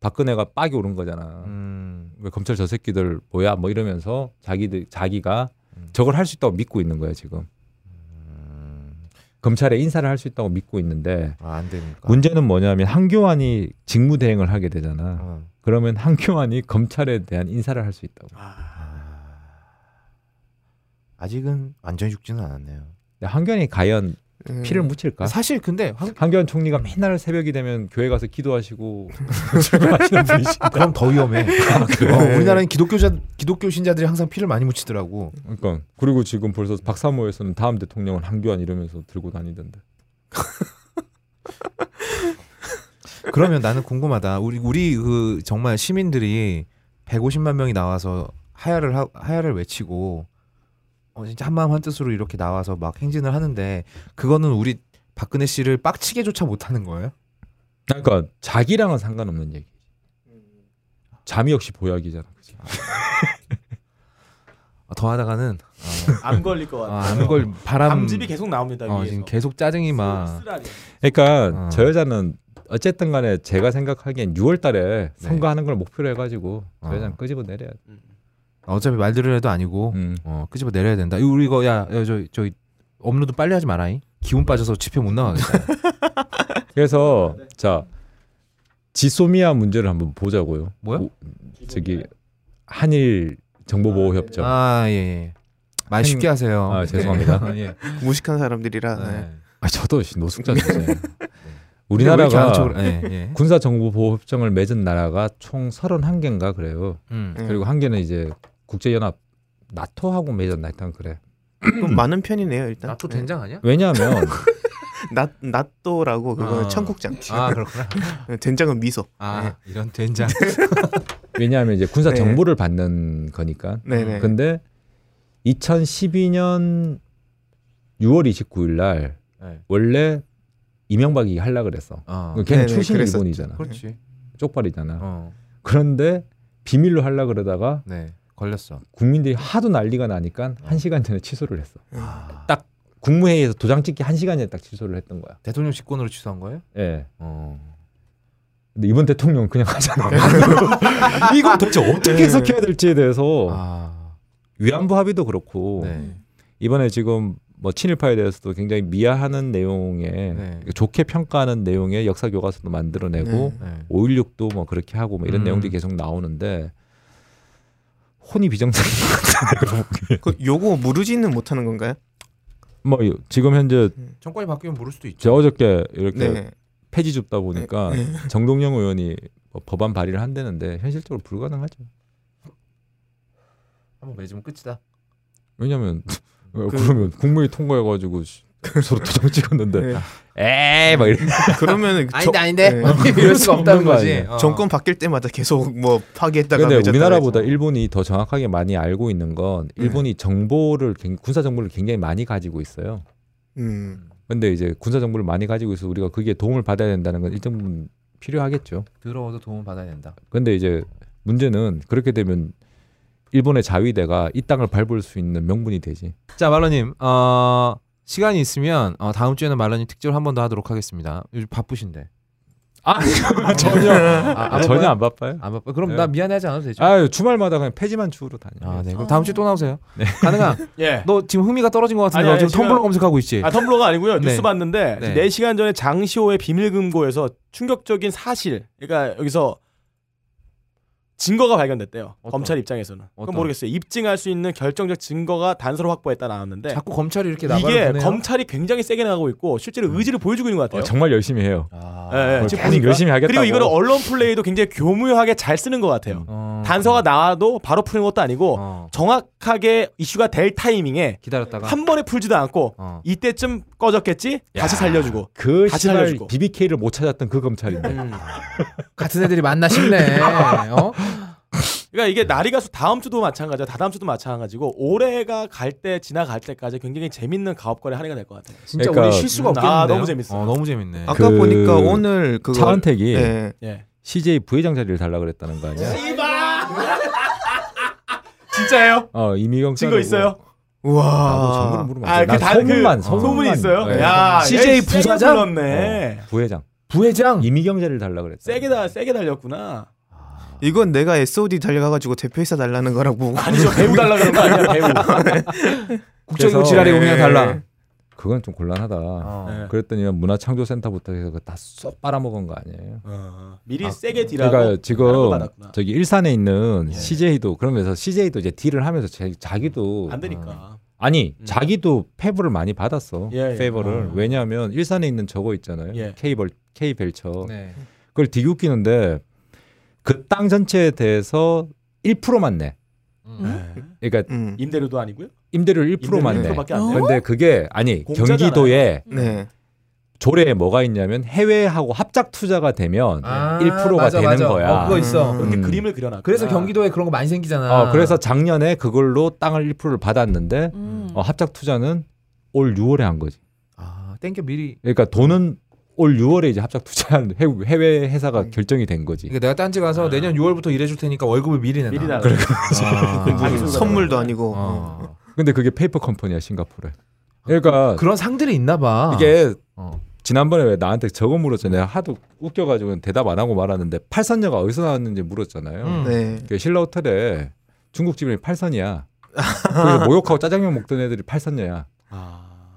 [SPEAKER 7] 박근혜가 빡이 오른 거잖아.
[SPEAKER 1] 음.
[SPEAKER 7] 왜 검찰 저 새끼들 뭐야 뭐 이러면서 자기들 자기가
[SPEAKER 1] 음.
[SPEAKER 7] 저걸 할 수 있다고 믿고 있는 거야 지금 검찰에 인사를 할 수 있다고 믿고 있는데
[SPEAKER 1] 아, 안 되니까.
[SPEAKER 7] 문제는 뭐냐면 한교환이 직무 대행을 하게 되잖아
[SPEAKER 1] 어.
[SPEAKER 7] 그러면 한교환이 검찰에 대한 인사를 할 수 있다고
[SPEAKER 1] 아, 아직은 완전히 죽지는 않았네요.
[SPEAKER 7] 근데 한교환이 과연
[SPEAKER 5] 음,
[SPEAKER 7] 피를 묻힐까
[SPEAKER 1] 그 사실 근데 황-
[SPEAKER 7] 한교환 총리가 맨날 새벽이 되면 교회 가서 기도하시고 출근하시는 분이시니까
[SPEAKER 1] 그럼 더 위험해. 어, 우리나라는 기독교자 기독교 신자들이 항상 피를 많이 묻히더라고.
[SPEAKER 7] 그러니까 그리고 지금 벌써 박사모에서는 다음 대통령은 한교환 이러면서 들고 다니던데
[SPEAKER 1] 그러면 나는 궁금하다. 우리 우리 그 정말 시민들이 150만 명이 나와서 하야를 하, 하야를 외치고 어, 진짜 한마음 한뜻으로 이렇게 나와서 막 행진을 하는데 그거는 우리 박근혜 씨를 빡치게조차 못하는 거예요?
[SPEAKER 7] 그러니까 자기랑은 상관없는 얘기. 잠이 역시 보약이잖아. 그치?
[SPEAKER 1] 아, 더 하다가는
[SPEAKER 2] 암 걸릴 것 같아요.
[SPEAKER 1] 아, 암걸 바람
[SPEAKER 2] 암집이 계속 나옵니다
[SPEAKER 1] 어,
[SPEAKER 2] 위에서.
[SPEAKER 1] 지금 계속 짜증이 막
[SPEAKER 2] 쓰라리.
[SPEAKER 7] 그러니까
[SPEAKER 1] 어.
[SPEAKER 7] 저 여자는 어쨌든 간에 제가 생각하기엔
[SPEAKER 1] 네.
[SPEAKER 7] 6월달에 선거하는 걸 목표로 해가지고
[SPEAKER 1] 어.
[SPEAKER 7] 저 여자는 끄집어 내려야 돼.
[SPEAKER 1] 어차피 말들을 해도 아니고
[SPEAKER 7] 음.
[SPEAKER 1] 어 끄집어 내려야 된다. 이거 우리 이거 야저저 저, 업로드 빨리 하지 마라잉. 기운 빠져서 지표 못 나가겠다.
[SPEAKER 7] 그래서
[SPEAKER 1] 네.
[SPEAKER 7] 자 지소미아 문제를 한번 보자고요.
[SPEAKER 1] 뭐야?
[SPEAKER 7] 오, 저기 한일 정보보호협정. 아,
[SPEAKER 1] 아 네. 예. 예. 말 쉽게 하세요.
[SPEAKER 7] 죄송합니다.
[SPEAKER 1] 아, 예.
[SPEAKER 5] 무식한 사람들이라 네.
[SPEAKER 1] 네.
[SPEAKER 7] 아, 저도 씨 노숙자 주제.
[SPEAKER 1] 왜 이렇게
[SPEAKER 7] 우리나라가
[SPEAKER 1] 안쪽으로- 예, 예.
[SPEAKER 7] 군사 정보보호협정을 맺은 나라가 총 31개인가 그래요.
[SPEAKER 5] 네.
[SPEAKER 1] 음.
[SPEAKER 7] 그리고 한 개는 이제 국제연합 나토하고 맺었나 일단 그래.
[SPEAKER 5] 좀 많은 편이네요 일단.
[SPEAKER 1] 나토 된장 아니야?
[SPEAKER 7] 왜냐하면
[SPEAKER 5] 낫 낫도라고 그거는
[SPEAKER 1] 아.
[SPEAKER 5] 청국장.
[SPEAKER 1] 아 그렇구나.
[SPEAKER 5] 된장은 미소.
[SPEAKER 1] 아 이런 된장.
[SPEAKER 7] 왜냐하면 이제 군사
[SPEAKER 5] 네.
[SPEAKER 7] 정보를 받는 거니까.
[SPEAKER 5] 네네.
[SPEAKER 7] 근데 2012년 6월 29일 날
[SPEAKER 1] 네.
[SPEAKER 7] 원래 이명박이 하려 그랬어.
[SPEAKER 1] 어.
[SPEAKER 7] 걔는
[SPEAKER 5] 아, 네네,
[SPEAKER 7] 출신
[SPEAKER 5] 그랬었죠.
[SPEAKER 7] 일본이잖아.
[SPEAKER 1] 그렇지.
[SPEAKER 7] 쪽발이잖아.
[SPEAKER 1] 어.
[SPEAKER 7] 그런데 비밀로 하려 그러다가
[SPEAKER 1] 네. 걸렸어.
[SPEAKER 7] 국민들이 하도 난리가 나니까
[SPEAKER 5] 어.
[SPEAKER 7] 한 시간 전에 취소를 했어.
[SPEAKER 1] 아.
[SPEAKER 7] 딱 국무회의에서 도장 찍기 한 시간 전에 딱 취소를 했던 거야.
[SPEAKER 1] 대통령 직권으로 취소한 거예요?
[SPEAKER 7] 예.
[SPEAKER 1] 어.
[SPEAKER 7] 근데 이번 대통령은 그냥 하잖아.
[SPEAKER 1] 네.
[SPEAKER 7] 이거 도대체 어떻게 해석해야 될지에 대해서
[SPEAKER 1] 아.
[SPEAKER 7] 위안부 합의도 그렇고
[SPEAKER 1] 네.
[SPEAKER 7] 이번에 지금 뭐 친일파에 대해서도 굉장히 미화하는 내용에
[SPEAKER 1] 네.
[SPEAKER 7] 좋게 평가하는 내용의 역사 교과서도 만들어내고
[SPEAKER 1] 네.
[SPEAKER 7] 5.16도 뭐 그렇게 하고 뭐 이런
[SPEAKER 1] 음.
[SPEAKER 7] 내용들이 계속 나오는데 혼이 비정상인 것 같아요.
[SPEAKER 5] 그 요거 무르지는 못하는 건가요?
[SPEAKER 7] 뭐 이- 지금 현재
[SPEAKER 1] 정권이 바뀌면 모를 수도 있죠.
[SPEAKER 7] 제 어저께 이렇게
[SPEAKER 5] 네.
[SPEAKER 7] 폐지 줍다 보니까
[SPEAKER 1] 네.
[SPEAKER 7] 정동영 의원이 뭐 법안 발의를 한다는데 현실적으로 불가능하죠.
[SPEAKER 1] 한번 맺으면 끝이다.
[SPEAKER 7] 왜냐면 그, 그러면 국무회의 통과해가지고 씨, 서로 도장 찍었는데
[SPEAKER 5] 네.
[SPEAKER 7] 에이 막 이런
[SPEAKER 5] 그러면
[SPEAKER 1] 아닌데 아닌데
[SPEAKER 5] 네.
[SPEAKER 1] 이럴 수가 없다는
[SPEAKER 7] 없는 거
[SPEAKER 1] 거지.
[SPEAKER 7] 아니에요.
[SPEAKER 1] 어.
[SPEAKER 5] 정권 바뀔 때마다 계속 뭐 파기했다가
[SPEAKER 7] 근데
[SPEAKER 5] 맺었다가
[SPEAKER 7] 우리나라보다
[SPEAKER 5] 해서.
[SPEAKER 7] 일본이 더 정확하게 많이 알고 있는 건 일본이 정보를 굉- 군사 정보를 굉장히 많이 가지고 있어요.
[SPEAKER 5] 음.
[SPEAKER 7] 근데 이제 군사 정보를 많이 가지고 있어서 우리가 그게 도움을 받아야 된다는 건 일정 부분 필요하겠죠.
[SPEAKER 1] 들어와도 도움 받아야 된다.
[SPEAKER 7] 근데 이제 문제는 그렇게 되면 일본의 자위대가 이 땅을 밟을 수 있는 명분이 되지.
[SPEAKER 1] 자 말러님 어, 시간이 있으면 어, 다음 주에는 말러님 특집을 한 번 더 하도록 하겠습니다. 요즘 바쁘신데.
[SPEAKER 7] 아 전혀
[SPEAKER 1] 아,
[SPEAKER 7] 전혀 안 바빠요.
[SPEAKER 1] 안 바빠. 그럼
[SPEAKER 7] 네.
[SPEAKER 1] 나 미안해하지 않아도 되죠.
[SPEAKER 7] 아 주말마다 그냥 폐지만 주우러 다녀.
[SPEAKER 1] 아, 네. 그럼 다음 주에 또 나오세요. 가능한.
[SPEAKER 2] 예.
[SPEAKER 1] 너 지금 흥미가 떨어진 것 같은데
[SPEAKER 2] 아니, 아니,
[SPEAKER 1] 너 지금
[SPEAKER 2] 지금-
[SPEAKER 1] 텀블러 검색하고 있지.
[SPEAKER 2] 아 텀블러가 아니고요.
[SPEAKER 1] 네.
[SPEAKER 2] 뉴스 봤는데
[SPEAKER 1] 네.
[SPEAKER 2] 4시간 전에 장시호의 비밀금고에서 충격적인 사실. 그러니까 여기서 증거가 발견됐대요.
[SPEAKER 1] 어떤?
[SPEAKER 2] 검찰 입장에서는. 그건
[SPEAKER 1] 어떤?
[SPEAKER 2] 모르겠어요. 입증할 수 있는 결정적 증거가 단서로 확보했다 나왔는데
[SPEAKER 1] 자꾸 검찰이 네. 이렇게
[SPEAKER 2] 이게
[SPEAKER 1] 나발을 보네요. 음.
[SPEAKER 2] 검찰이 굉장히 세게 나가고 있고 실제로 의지를 보여주고 있는 것
[SPEAKER 7] 어,
[SPEAKER 2] 같아요.
[SPEAKER 7] 정말 열심히 해요.
[SPEAKER 1] 아.
[SPEAKER 2] 예, 예.
[SPEAKER 7] 뭘
[SPEAKER 2] 지금
[SPEAKER 7] 계속
[SPEAKER 2] 보니까.
[SPEAKER 7] 열심히 하겠다고.
[SPEAKER 2] 그리고 이거를 언론 플레이도 굉장히 교묘하게 잘 쓰는 것 같아요.
[SPEAKER 1] 어.
[SPEAKER 2] 단서가 나와도 바로 푸는 것도 아니고
[SPEAKER 1] 어.
[SPEAKER 2] 정확하게 이슈가 될 타이밍에
[SPEAKER 1] 기다렸다가
[SPEAKER 2] 한 번에 풀지도 않고
[SPEAKER 1] 어.
[SPEAKER 2] 이때쯤 꺼졌겠지 다시 살려주고
[SPEAKER 7] 그
[SPEAKER 2] 같이
[SPEAKER 7] 시발
[SPEAKER 2] 살려주고.
[SPEAKER 7] BBK를 못 찾았던 그
[SPEAKER 1] 음,
[SPEAKER 7] 검찰인데.
[SPEAKER 1] 같은 애들이 만나 싶네. 어?
[SPEAKER 2] 그러니까 이게 날이 가서 다음 주도 마찬가지야 다다음 주도 마찬가지고 올해가 갈 때 지나갈 때까지 굉장히 재밌는 가업거래 한 해가 될 것 같아요
[SPEAKER 1] 진짜 우리
[SPEAKER 7] 그러니까-
[SPEAKER 1] 쉴 수가
[SPEAKER 2] 음, 아,
[SPEAKER 1] 없겠는데요.
[SPEAKER 2] 너무 재밌어.
[SPEAKER 1] 어, 너무 재밌네.
[SPEAKER 5] 아까
[SPEAKER 7] 그
[SPEAKER 5] 보니까 오늘 그거
[SPEAKER 7] 차은택이
[SPEAKER 5] 예.
[SPEAKER 2] 예
[SPEAKER 7] CJ 부회장 자리를 달라 그랬다는 거 아니야?
[SPEAKER 2] 진짜예요
[SPEAKER 7] 어 이미경
[SPEAKER 2] 증거 있어요
[SPEAKER 7] 나도 정보를
[SPEAKER 5] 우와.
[SPEAKER 7] 물으면 안 돼. 난
[SPEAKER 2] 아그
[SPEAKER 7] 소문만
[SPEAKER 2] 소문이 있어요
[SPEAKER 7] 네.
[SPEAKER 2] 야
[SPEAKER 1] CJ 부사장?
[SPEAKER 2] 불렀네
[SPEAKER 7] 어, 부회장
[SPEAKER 1] 부회장.
[SPEAKER 7] 이미경 자리를 달라 그랬어.
[SPEAKER 2] 세게 다 세게 달렸구나
[SPEAKER 5] 이건 내가 SOD 달려가가지고 대표이사 달라는 거라고.
[SPEAKER 2] 아니죠 배우 달라 그런 거 아니야 배우
[SPEAKER 1] 국적이고
[SPEAKER 7] 그래서- 네.
[SPEAKER 1] 지랄이 공약 달라.
[SPEAKER 7] 그건 좀 곤란하다.
[SPEAKER 1] 아.
[SPEAKER 2] 네.
[SPEAKER 7] 그랬더니 문화창조센터부터 해서 그거 다쏙 빨아먹은 거 아니에요?
[SPEAKER 2] 어, 미리 세게 딜하고
[SPEAKER 7] 그러니까
[SPEAKER 2] 다른 거
[SPEAKER 7] 지금
[SPEAKER 2] 받았구나.
[SPEAKER 7] 저기 일산에 있는
[SPEAKER 2] 예.
[SPEAKER 7] CJ도 그러면서 CJ도 이제 딜을 하면서 제- 자기도 어.
[SPEAKER 2] 안 되니까
[SPEAKER 7] 아니
[SPEAKER 2] 음.
[SPEAKER 7] 자기도 페브를 많이 받았어
[SPEAKER 2] 예, 예.
[SPEAKER 7] 페이버를
[SPEAKER 2] 아.
[SPEAKER 7] 왜냐하면 일산에 있는 저거 있잖아요
[SPEAKER 2] 예.
[SPEAKER 7] 케이벌 케이벨처
[SPEAKER 1] 네.
[SPEAKER 7] 그걸 되게 웃기는데 그 땅 전체에 대해서 1%만 내
[SPEAKER 1] 음.
[SPEAKER 7] 그러니까
[SPEAKER 5] 음.
[SPEAKER 2] 네. 임대료도 아니고요
[SPEAKER 7] 임대료를 1%만 어. 내
[SPEAKER 5] 임대료
[SPEAKER 2] 밖에 안 돼.
[SPEAKER 7] 근데 그게 아니
[SPEAKER 2] 공짜잖아요.
[SPEAKER 7] 경기도에
[SPEAKER 8] 음.
[SPEAKER 5] 네.
[SPEAKER 7] 조례에 뭐가 있냐면 해외하고 합작 투자가 되면
[SPEAKER 1] 아,
[SPEAKER 7] 1%가
[SPEAKER 1] 맞아,
[SPEAKER 7] 되는
[SPEAKER 1] 맞아.
[SPEAKER 7] 거야.
[SPEAKER 1] 어, 그거 있어.
[SPEAKER 5] 음.
[SPEAKER 2] 이렇게
[SPEAKER 7] 음.
[SPEAKER 2] 그림을 그려놨
[SPEAKER 1] 그래서 경기도에 그런 거 많이 생기잖아.
[SPEAKER 7] 어, 그래서 작년에 그걸로 땅을 1%를 받았는데
[SPEAKER 8] 음.
[SPEAKER 7] 어, 합작 투자는 올 6월에 한 거지.
[SPEAKER 1] 아, 땡겨 미리.
[SPEAKER 7] 그러니까 돈은 올 6월에 이제 합작 투자한 해외- 해외 회사가
[SPEAKER 5] 음.
[SPEAKER 7] 결정이 된 거지.
[SPEAKER 1] 그러니까 내가 딴지 가서
[SPEAKER 7] 네.
[SPEAKER 1] 내년 6월부터 일해줄 테니까 월급을 미리 내놔.
[SPEAKER 2] 미리 나
[SPEAKER 1] 아.
[SPEAKER 5] 뭐
[SPEAKER 7] 음.
[SPEAKER 5] 선물도 아니고.
[SPEAKER 1] 어.
[SPEAKER 7] 근데 그게 페이퍼 컴퍼니야 싱가포르에. 그러니까
[SPEAKER 1] 그런 상들이 있나 봐.
[SPEAKER 7] 이게
[SPEAKER 1] 어.
[SPEAKER 7] 지난번에 왜 나한테 저거 물었잖아요. 내가 하도 웃겨가지고 대답 안 하고 말았는데 팔선녀가 어디서 나왔는지 물었잖아요.
[SPEAKER 1] 음.
[SPEAKER 5] 네.
[SPEAKER 7] 그 신라 호텔에 중국 집이 팔선이야. 거기서 목욕하고 짜장면 먹던 애들이 팔선녀야.
[SPEAKER 2] 아.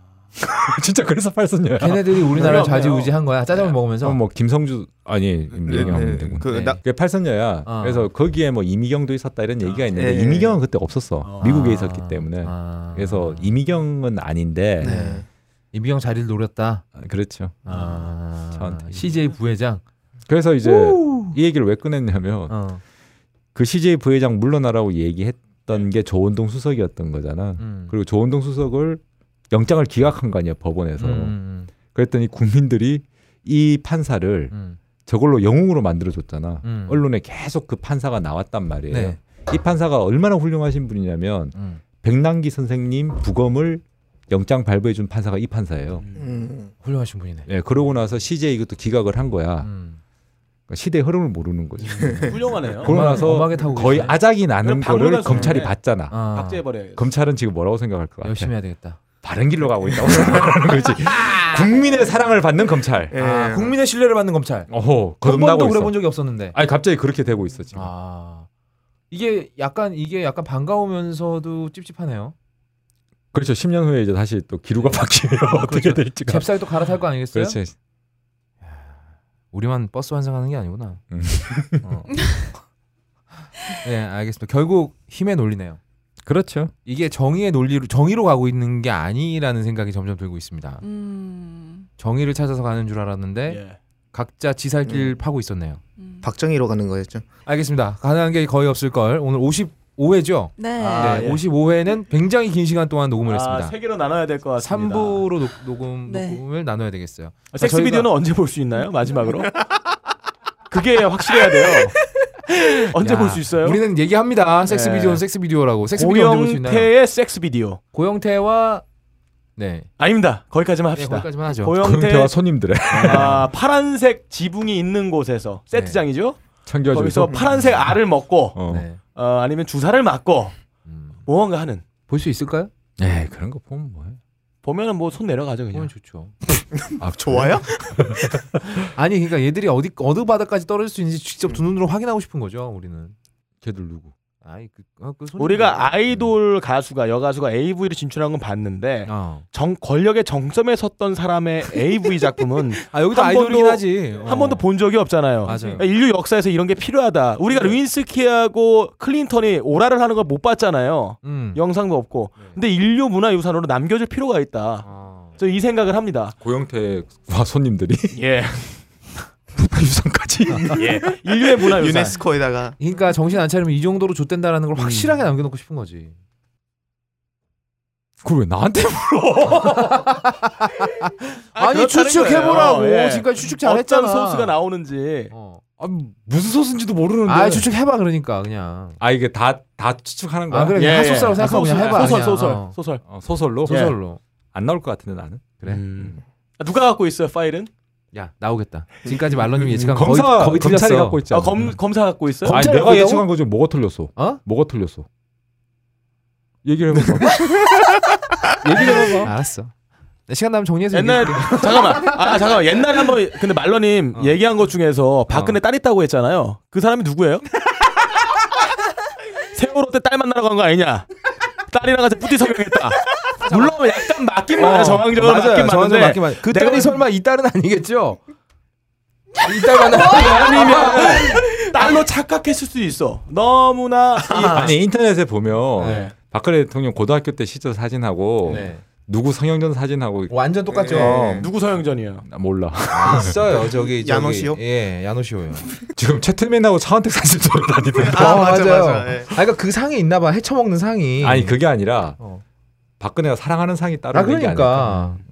[SPEAKER 7] 진짜 그래서 팔선녀야.
[SPEAKER 1] 걔네들이 우리나라를
[SPEAKER 2] 별로 없네요.
[SPEAKER 1] 좌지우지한 거야. 짜장면 먹으면서.
[SPEAKER 7] 어, 뭐 김성주 아니
[SPEAKER 5] 네,
[SPEAKER 7] 임경이 하면
[SPEAKER 5] 네.
[SPEAKER 7] 음. 되군.
[SPEAKER 5] 그
[SPEAKER 1] 네.
[SPEAKER 5] 나,
[SPEAKER 7] 그게 팔선녀야.
[SPEAKER 1] 어.
[SPEAKER 7] 그래서 거기에 뭐 이미경도 있었다 이런 얘기가 있는데
[SPEAKER 5] 네.
[SPEAKER 7] 이미경은 그때 없었어.
[SPEAKER 2] 어.
[SPEAKER 7] 미국에
[SPEAKER 1] 아.
[SPEAKER 7] 있었기 때문에.
[SPEAKER 1] 아.
[SPEAKER 7] 그래서 이미경은 아닌데
[SPEAKER 5] 네.
[SPEAKER 1] 이미경 자리를 노렸다.
[SPEAKER 7] 아, 그렇죠.
[SPEAKER 1] 아.
[SPEAKER 7] 저한테.
[SPEAKER 1] CJ 부회장.
[SPEAKER 7] 그래서 이제 이 얘기를 왜 꺼냈냐면
[SPEAKER 1] 어.
[SPEAKER 7] 그 CJ 부회장 물러나라고 얘기했 있었던 게 조원동 수석이었던 거잖아.
[SPEAKER 1] 음.
[SPEAKER 7] 그리고 조원동 수석을 영장을 기각한 거 아니야 법원에서.
[SPEAKER 1] 음,
[SPEAKER 7] 그랬더니 국민들이 이 판사를
[SPEAKER 1] 음, 음.
[SPEAKER 7] 저걸로 영웅으로 만들어줬잖아.
[SPEAKER 1] 음.
[SPEAKER 7] 언론에 계속 그 판사가 나왔단 말이에요.
[SPEAKER 1] 네.
[SPEAKER 7] 이 판사가 얼마나 훌륭하신 분이냐면
[SPEAKER 1] 음.
[SPEAKER 7] 백남기 선생님 부검을 영장 발부해준 판사가 이 판사예요.
[SPEAKER 5] 음.
[SPEAKER 1] 훌륭하신 분이네.
[SPEAKER 7] 예, 그러고 나서 CJ 이것도 기각을 한 거야.
[SPEAKER 1] 음.
[SPEAKER 7] 그러니까 시대 흐름을 모르는 거지.
[SPEAKER 2] 훌륭하네요.
[SPEAKER 7] 그러고 나서
[SPEAKER 1] 엄하게 타고
[SPEAKER 7] 거의
[SPEAKER 1] 계시네.
[SPEAKER 7] 아작이 나는
[SPEAKER 2] 음. 그럼 방문할
[SPEAKER 7] 거를
[SPEAKER 2] 수
[SPEAKER 7] 검찰이
[SPEAKER 2] 있네.
[SPEAKER 7] 봤잖아.
[SPEAKER 1] 아,
[SPEAKER 2] 박제해버려요.
[SPEAKER 7] 검찰은 지금 뭐라고 생각할 것 같아?
[SPEAKER 1] 열심히 해야 되겠다.
[SPEAKER 7] 바른 길로 가고 있다고 생각하는 거지. 국민의 사랑을 받는 검찰.
[SPEAKER 5] 예.
[SPEAKER 1] 아, 국민의 신뢰를 받는 검찰.
[SPEAKER 7] 어허,
[SPEAKER 1] 한
[SPEAKER 7] 거듭나고
[SPEAKER 1] 번도
[SPEAKER 7] 있어.
[SPEAKER 1] 그래본 적이 없었는데.
[SPEAKER 7] 아니 갑자기 그렇게 되고 있어 지금.
[SPEAKER 1] 아 이게 약간 이게 약간 반가우면서도 찝찝하네요.
[SPEAKER 7] 그렇죠. 10년 후에 이제 다시 또 기류가 바뀌면
[SPEAKER 1] 아, 그렇죠.
[SPEAKER 7] 어떻게 될지가.
[SPEAKER 1] 잽싸게 또 갈아탈 거 아니겠어요?
[SPEAKER 7] 그러니까 그렇지.
[SPEAKER 1] 우리만 버스 환승하는 게 아니구나.
[SPEAKER 7] 음.
[SPEAKER 1] 어. 네, 알겠습니다. 결국 힘의 논리네요.
[SPEAKER 7] 그렇죠.
[SPEAKER 1] 이게 정의의 논리로 정의로 가고 있는 게 아니라는 생각이 점점 들고 있습니다.
[SPEAKER 8] 음.
[SPEAKER 1] 정의를 찾아서 가는 줄 알았는데
[SPEAKER 2] 예.
[SPEAKER 1] 각자 지살길 파고 있었네요.
[SPEAKER 8] 음.
[SPEAKER 5] 박정희로 가는 거였죠.
[SPEAKER 1] 알겠습니다. 가능한 게 거의 없을 걸. 오늘 55회죠.
[SPEAKER 8] 네.
[SPEAKER 2] 아,
[SPEAKER 1] 네,
[SPEAKER 2] 예.
[SPEAKER 1] 55회는 굉장히 긴 시간 동안 녹음을
[SPEAKER 2] 아,
[SPEAKER 1] 했습니다.
[SPEAKER 2] 세 개로 나눠야 될 것 같습니다.
[SPEAKER 1] 3부로 녹, 녹음,
[SPEAKER 8] 네.
[SPEAKER 1] 녹음을 나눠야 되겠어요.
[SPEAKER 2] 아, 섹스
[SPEAKER 1] 저희가-
[SPEAKER 2] 비디오는 언제 볼 수 있나요? 마지막으로. 그게 확실해야 돼요. 언제
[SPEAKER 1] 야,
[SPEAKER 2] 볼 수 있어요?
[SPEAKER 1] 우리는 얘기합니다. 섹스
[SPEAKER 2] 네.
[SPEAKER 1] 비디오는 섹스 비디오라고. 섹스 비디오 언제 볼 수 있나요?
[SPEAKER 2] 고영태의 섹스 비디오.
[SPEAKER 1] 고영태와 네.
[SPEAKER 2] 아닙니다. 거기까지만
[SPEAKER 1] 네,
[SPEAKER 2] 합시다.
[SPEAKER 1] 거기까지만 하죠.
[SPEAKER 2] 고영태
[SPEAKER 7] 그럼태와 손님들의
[SPEAKER 2] 아, 파란색 지붕이 있는 곳에서
[SPEAKER 1] 네.
[SPEAKER 2] 세트장이죠.
[SPEAKER 7] 챙겨주고.
[SPEAKER 2] 거기서 파란색 알을 먹고
[SPEAKER 7] 어. 네.
[SPEAKER 1] 네.
[SPEAKER 2] 어, 아니면 주사를 맞고
[SPEAKER 1] 음. 네,
[SPEAKER 2] 무언가 하는
[SPEAKER 1] 볼수 있을까요?
[SPEAKER 7] 네, 그런 거 보면 뭐해.
[SPEAKER 2] 보면은 뭐 손 내려가죠 그냥.
[SPEAKER 1] 보면 좋죠.
[SPEAKER 7] 아
[SPEAKER 5] 좋아요?
[SPEAKER 1] 아니 그러니까 얘들이 어디 어느 바닥까지 떨어질 수 있는지 직접 두 눈으로 확인하고 싶은 거죠. 우리는.
[SPEAKER 7] 걔들 누구?
[SPEAKER 1] 아이 그, 아, 그 손님.
[SPEAKER 2] 우리가 아이돌 가수가 여가수가 AV로 진출한 건 봤는데
[SPEAKER 1] 어.
[SPEAKER 2] 정, 권력의 정점에 섰던 사람의 AV 작품은
[SPEAKER 1] 아 여기도
[SPEAKER 2] 한
[SPEAKER 1] 아이돌이긴
[SPEAKER 2] 번도-
[SPEAKER 1] 하지. 어.
[SPEAKER 2] 한 번도 본 적이 없잖아요. 그러니까 그렇죠.
[SPEAKER 1] 맞아요.
[SPEAKER 2] 인류 역사에서 이런 게 필요하다. 우리가 루인스키하고 클린턴이 오라를 하는 걸 못 봤잖아요.
[SPEAKER 1] 음.
[SPEAKER 2] 영상도 없고.
[SPEAKER 1] 네.
[SPEAKER 2] 근데 인류 문화 유산으로 남겨줄 필요가 있다.
[SPEAKER 1] 아.
[SPEAKER 2] 저 이 생각을 합니다.
[SPEAKER 7] 고영태와 손님들이
[SPEAKER 2] 예.
[SPEAKER 7] 유성까지.
[SPEAKER 2] 예. 인류의 문화 유산.
[SPEAKER 5] 유네스코에다가
[SPEAKER 1] 그러니까 정신 안 차리면 이 정도로 좆된다라는 걸 확실하게 남겨놓고 싶은 거지.
[SPEAKER 7] 그걸 왜 나한테?
[SPEAKER 2] 아,
[SPEAKER 1] 아니
[SPEAKER 2] 그렇다는
[SPEAKER 1] 추측해보라고.
[SPEAKER 2] 거예요. 예.
[SPEAKER 1] 지금까지 추측
[SPEAKER 2] 어떤
[SPEAKER 1] 잘했잖아.
[SPEAKER 2] 소스가 나오는지.
[SPEAKER 1] 어.
[SPEAKER 7] 아, 무슨 소스인지도 모르는데.
[SPEAKER 1] 아 추측해봐 그러니까 그냥.
[SPEAKER 7] 아, 이게 다 다 추측하는 거야.
[SPEAKER 1] 아 그래
[SPEAKER 2] 예,
[SPEAKER 1] 그냥 하소스라고
[SPEAKER 2] 예.
[SPEAKER 1] 생각하고 그냥 해봐.
[SPEAKER 2] 소설
[SPEAKER 1] 그냥.
[SPEAKER 2] 소설
[SPEAKER 1] 어.
[SPEAKER 2] 소설.
[SPEAKER 7] 어, 소설로
[SPEAKER 1] 소설로.
[SPEAKER 7] 안 나올 것 같은데 나는.
[SPEAKER 1] 그래.
[SPEAKER 2] 음. 아, 누가 갖고 있어요 파일은?
[SPEAKER 1] 야 나오겠다. 지금까지 말로님이 예측한 거
[SPEAKER 7] 검사
[SPEAKER 1] 거의, 거의
[SPEAKER 7] 검찰이
[SPEAKER 1] 틀렸어.
[SPEAKER 7] 갖고 있지.
[SPEAKER 2] 아,
[SPEAKER 7] 않아?
[SPEAKER 2] 검 검사 갖고 있어요?
[SPEAKER 7] 음. 아니
[SPEAKER 1] 검찰이
[SPEAKER 7] 내가
[SPEAKER 1] 갖고
[SPEAKER 7] 예측한 거지 뭐가 틀렸어?
[SPEAKER 1] 어?
[SPEAKER 7] 뭐가 틀렸어? 얘기를 해봐. 얘기를 해봐.
[SPEAKER 1] 알았어. 네, 시간 나면 정리해서
[SPEAKER 2] 옛날 잠깐만. 아 잠깐만. 옛날에 한번 근데 말러님
[SPEAKER 1] 어.
[SPEAKER 2] 얘기한 것 중에서 박근혜 딸 있다고 했잖아요. 그 사람이 누구예요? 세월호 때 딸 만나러 간 거 아니냐? 딸이랑 같이 뿌띠 성형했다. 물론 약간 맞긴 맞아. 정황적으로 맞긴 맞는데.
[SPEAKER 1] 어. 맞긴 맞. 그
[SPEAKER 2] 내가
[SPEAKER 1] 딸이 설마 이 딸은 아니겠죠? 이 딸만
[SPEAKER 2] 아니면 딸로 착각했을 수도 있어. 너무나 이-
[SPEAKER 7] 아니 인터넷에 보면
[SPEAKER 2] 네.
[SPEAKER 7] 박근혜 대통령 고등학교 때 시절 사진하고
[SPEAKER 1] 네.
[SPEAKER 7] 누구 성형전 사진하고
[SPEAKER 1] 완전 똑같죠.
[SPEAKER 5] 예.
[SPEAKER 2] 누구 서영전이에요?
[SPEAKER 7] 나 몰라.
[SPEAKER 1] 있어요 저기 저기-
[SPEAKER 5] 야노시오?
[SPEAKER 1] 예 야노시오요.
[SPEAKER 7] 지금 채트맨하고 차은택 사진 찍어 다니는.
[SPEAKER 5] 아,
[SPEAKER 1] 어,
[SPEAKER 5] 맞아,
[SPEAKER 1] 맞아요.
[SPEAKER 5] 맞아. 예.
[SPEAKER 1] 아 그러니까 그 상이 있나봐 헤쳐먹는 상이.
[SPEAKER 7] 아니 그게 아니라
[SPEAKER 1] 어.
[SPEAKER 7] 박근혜가 사랑하는 상이 따로
[SPEAKER 1] 아
[SPEAKER 7] 있는 게 아닐까.
[SPEAKER 1] 그러니까.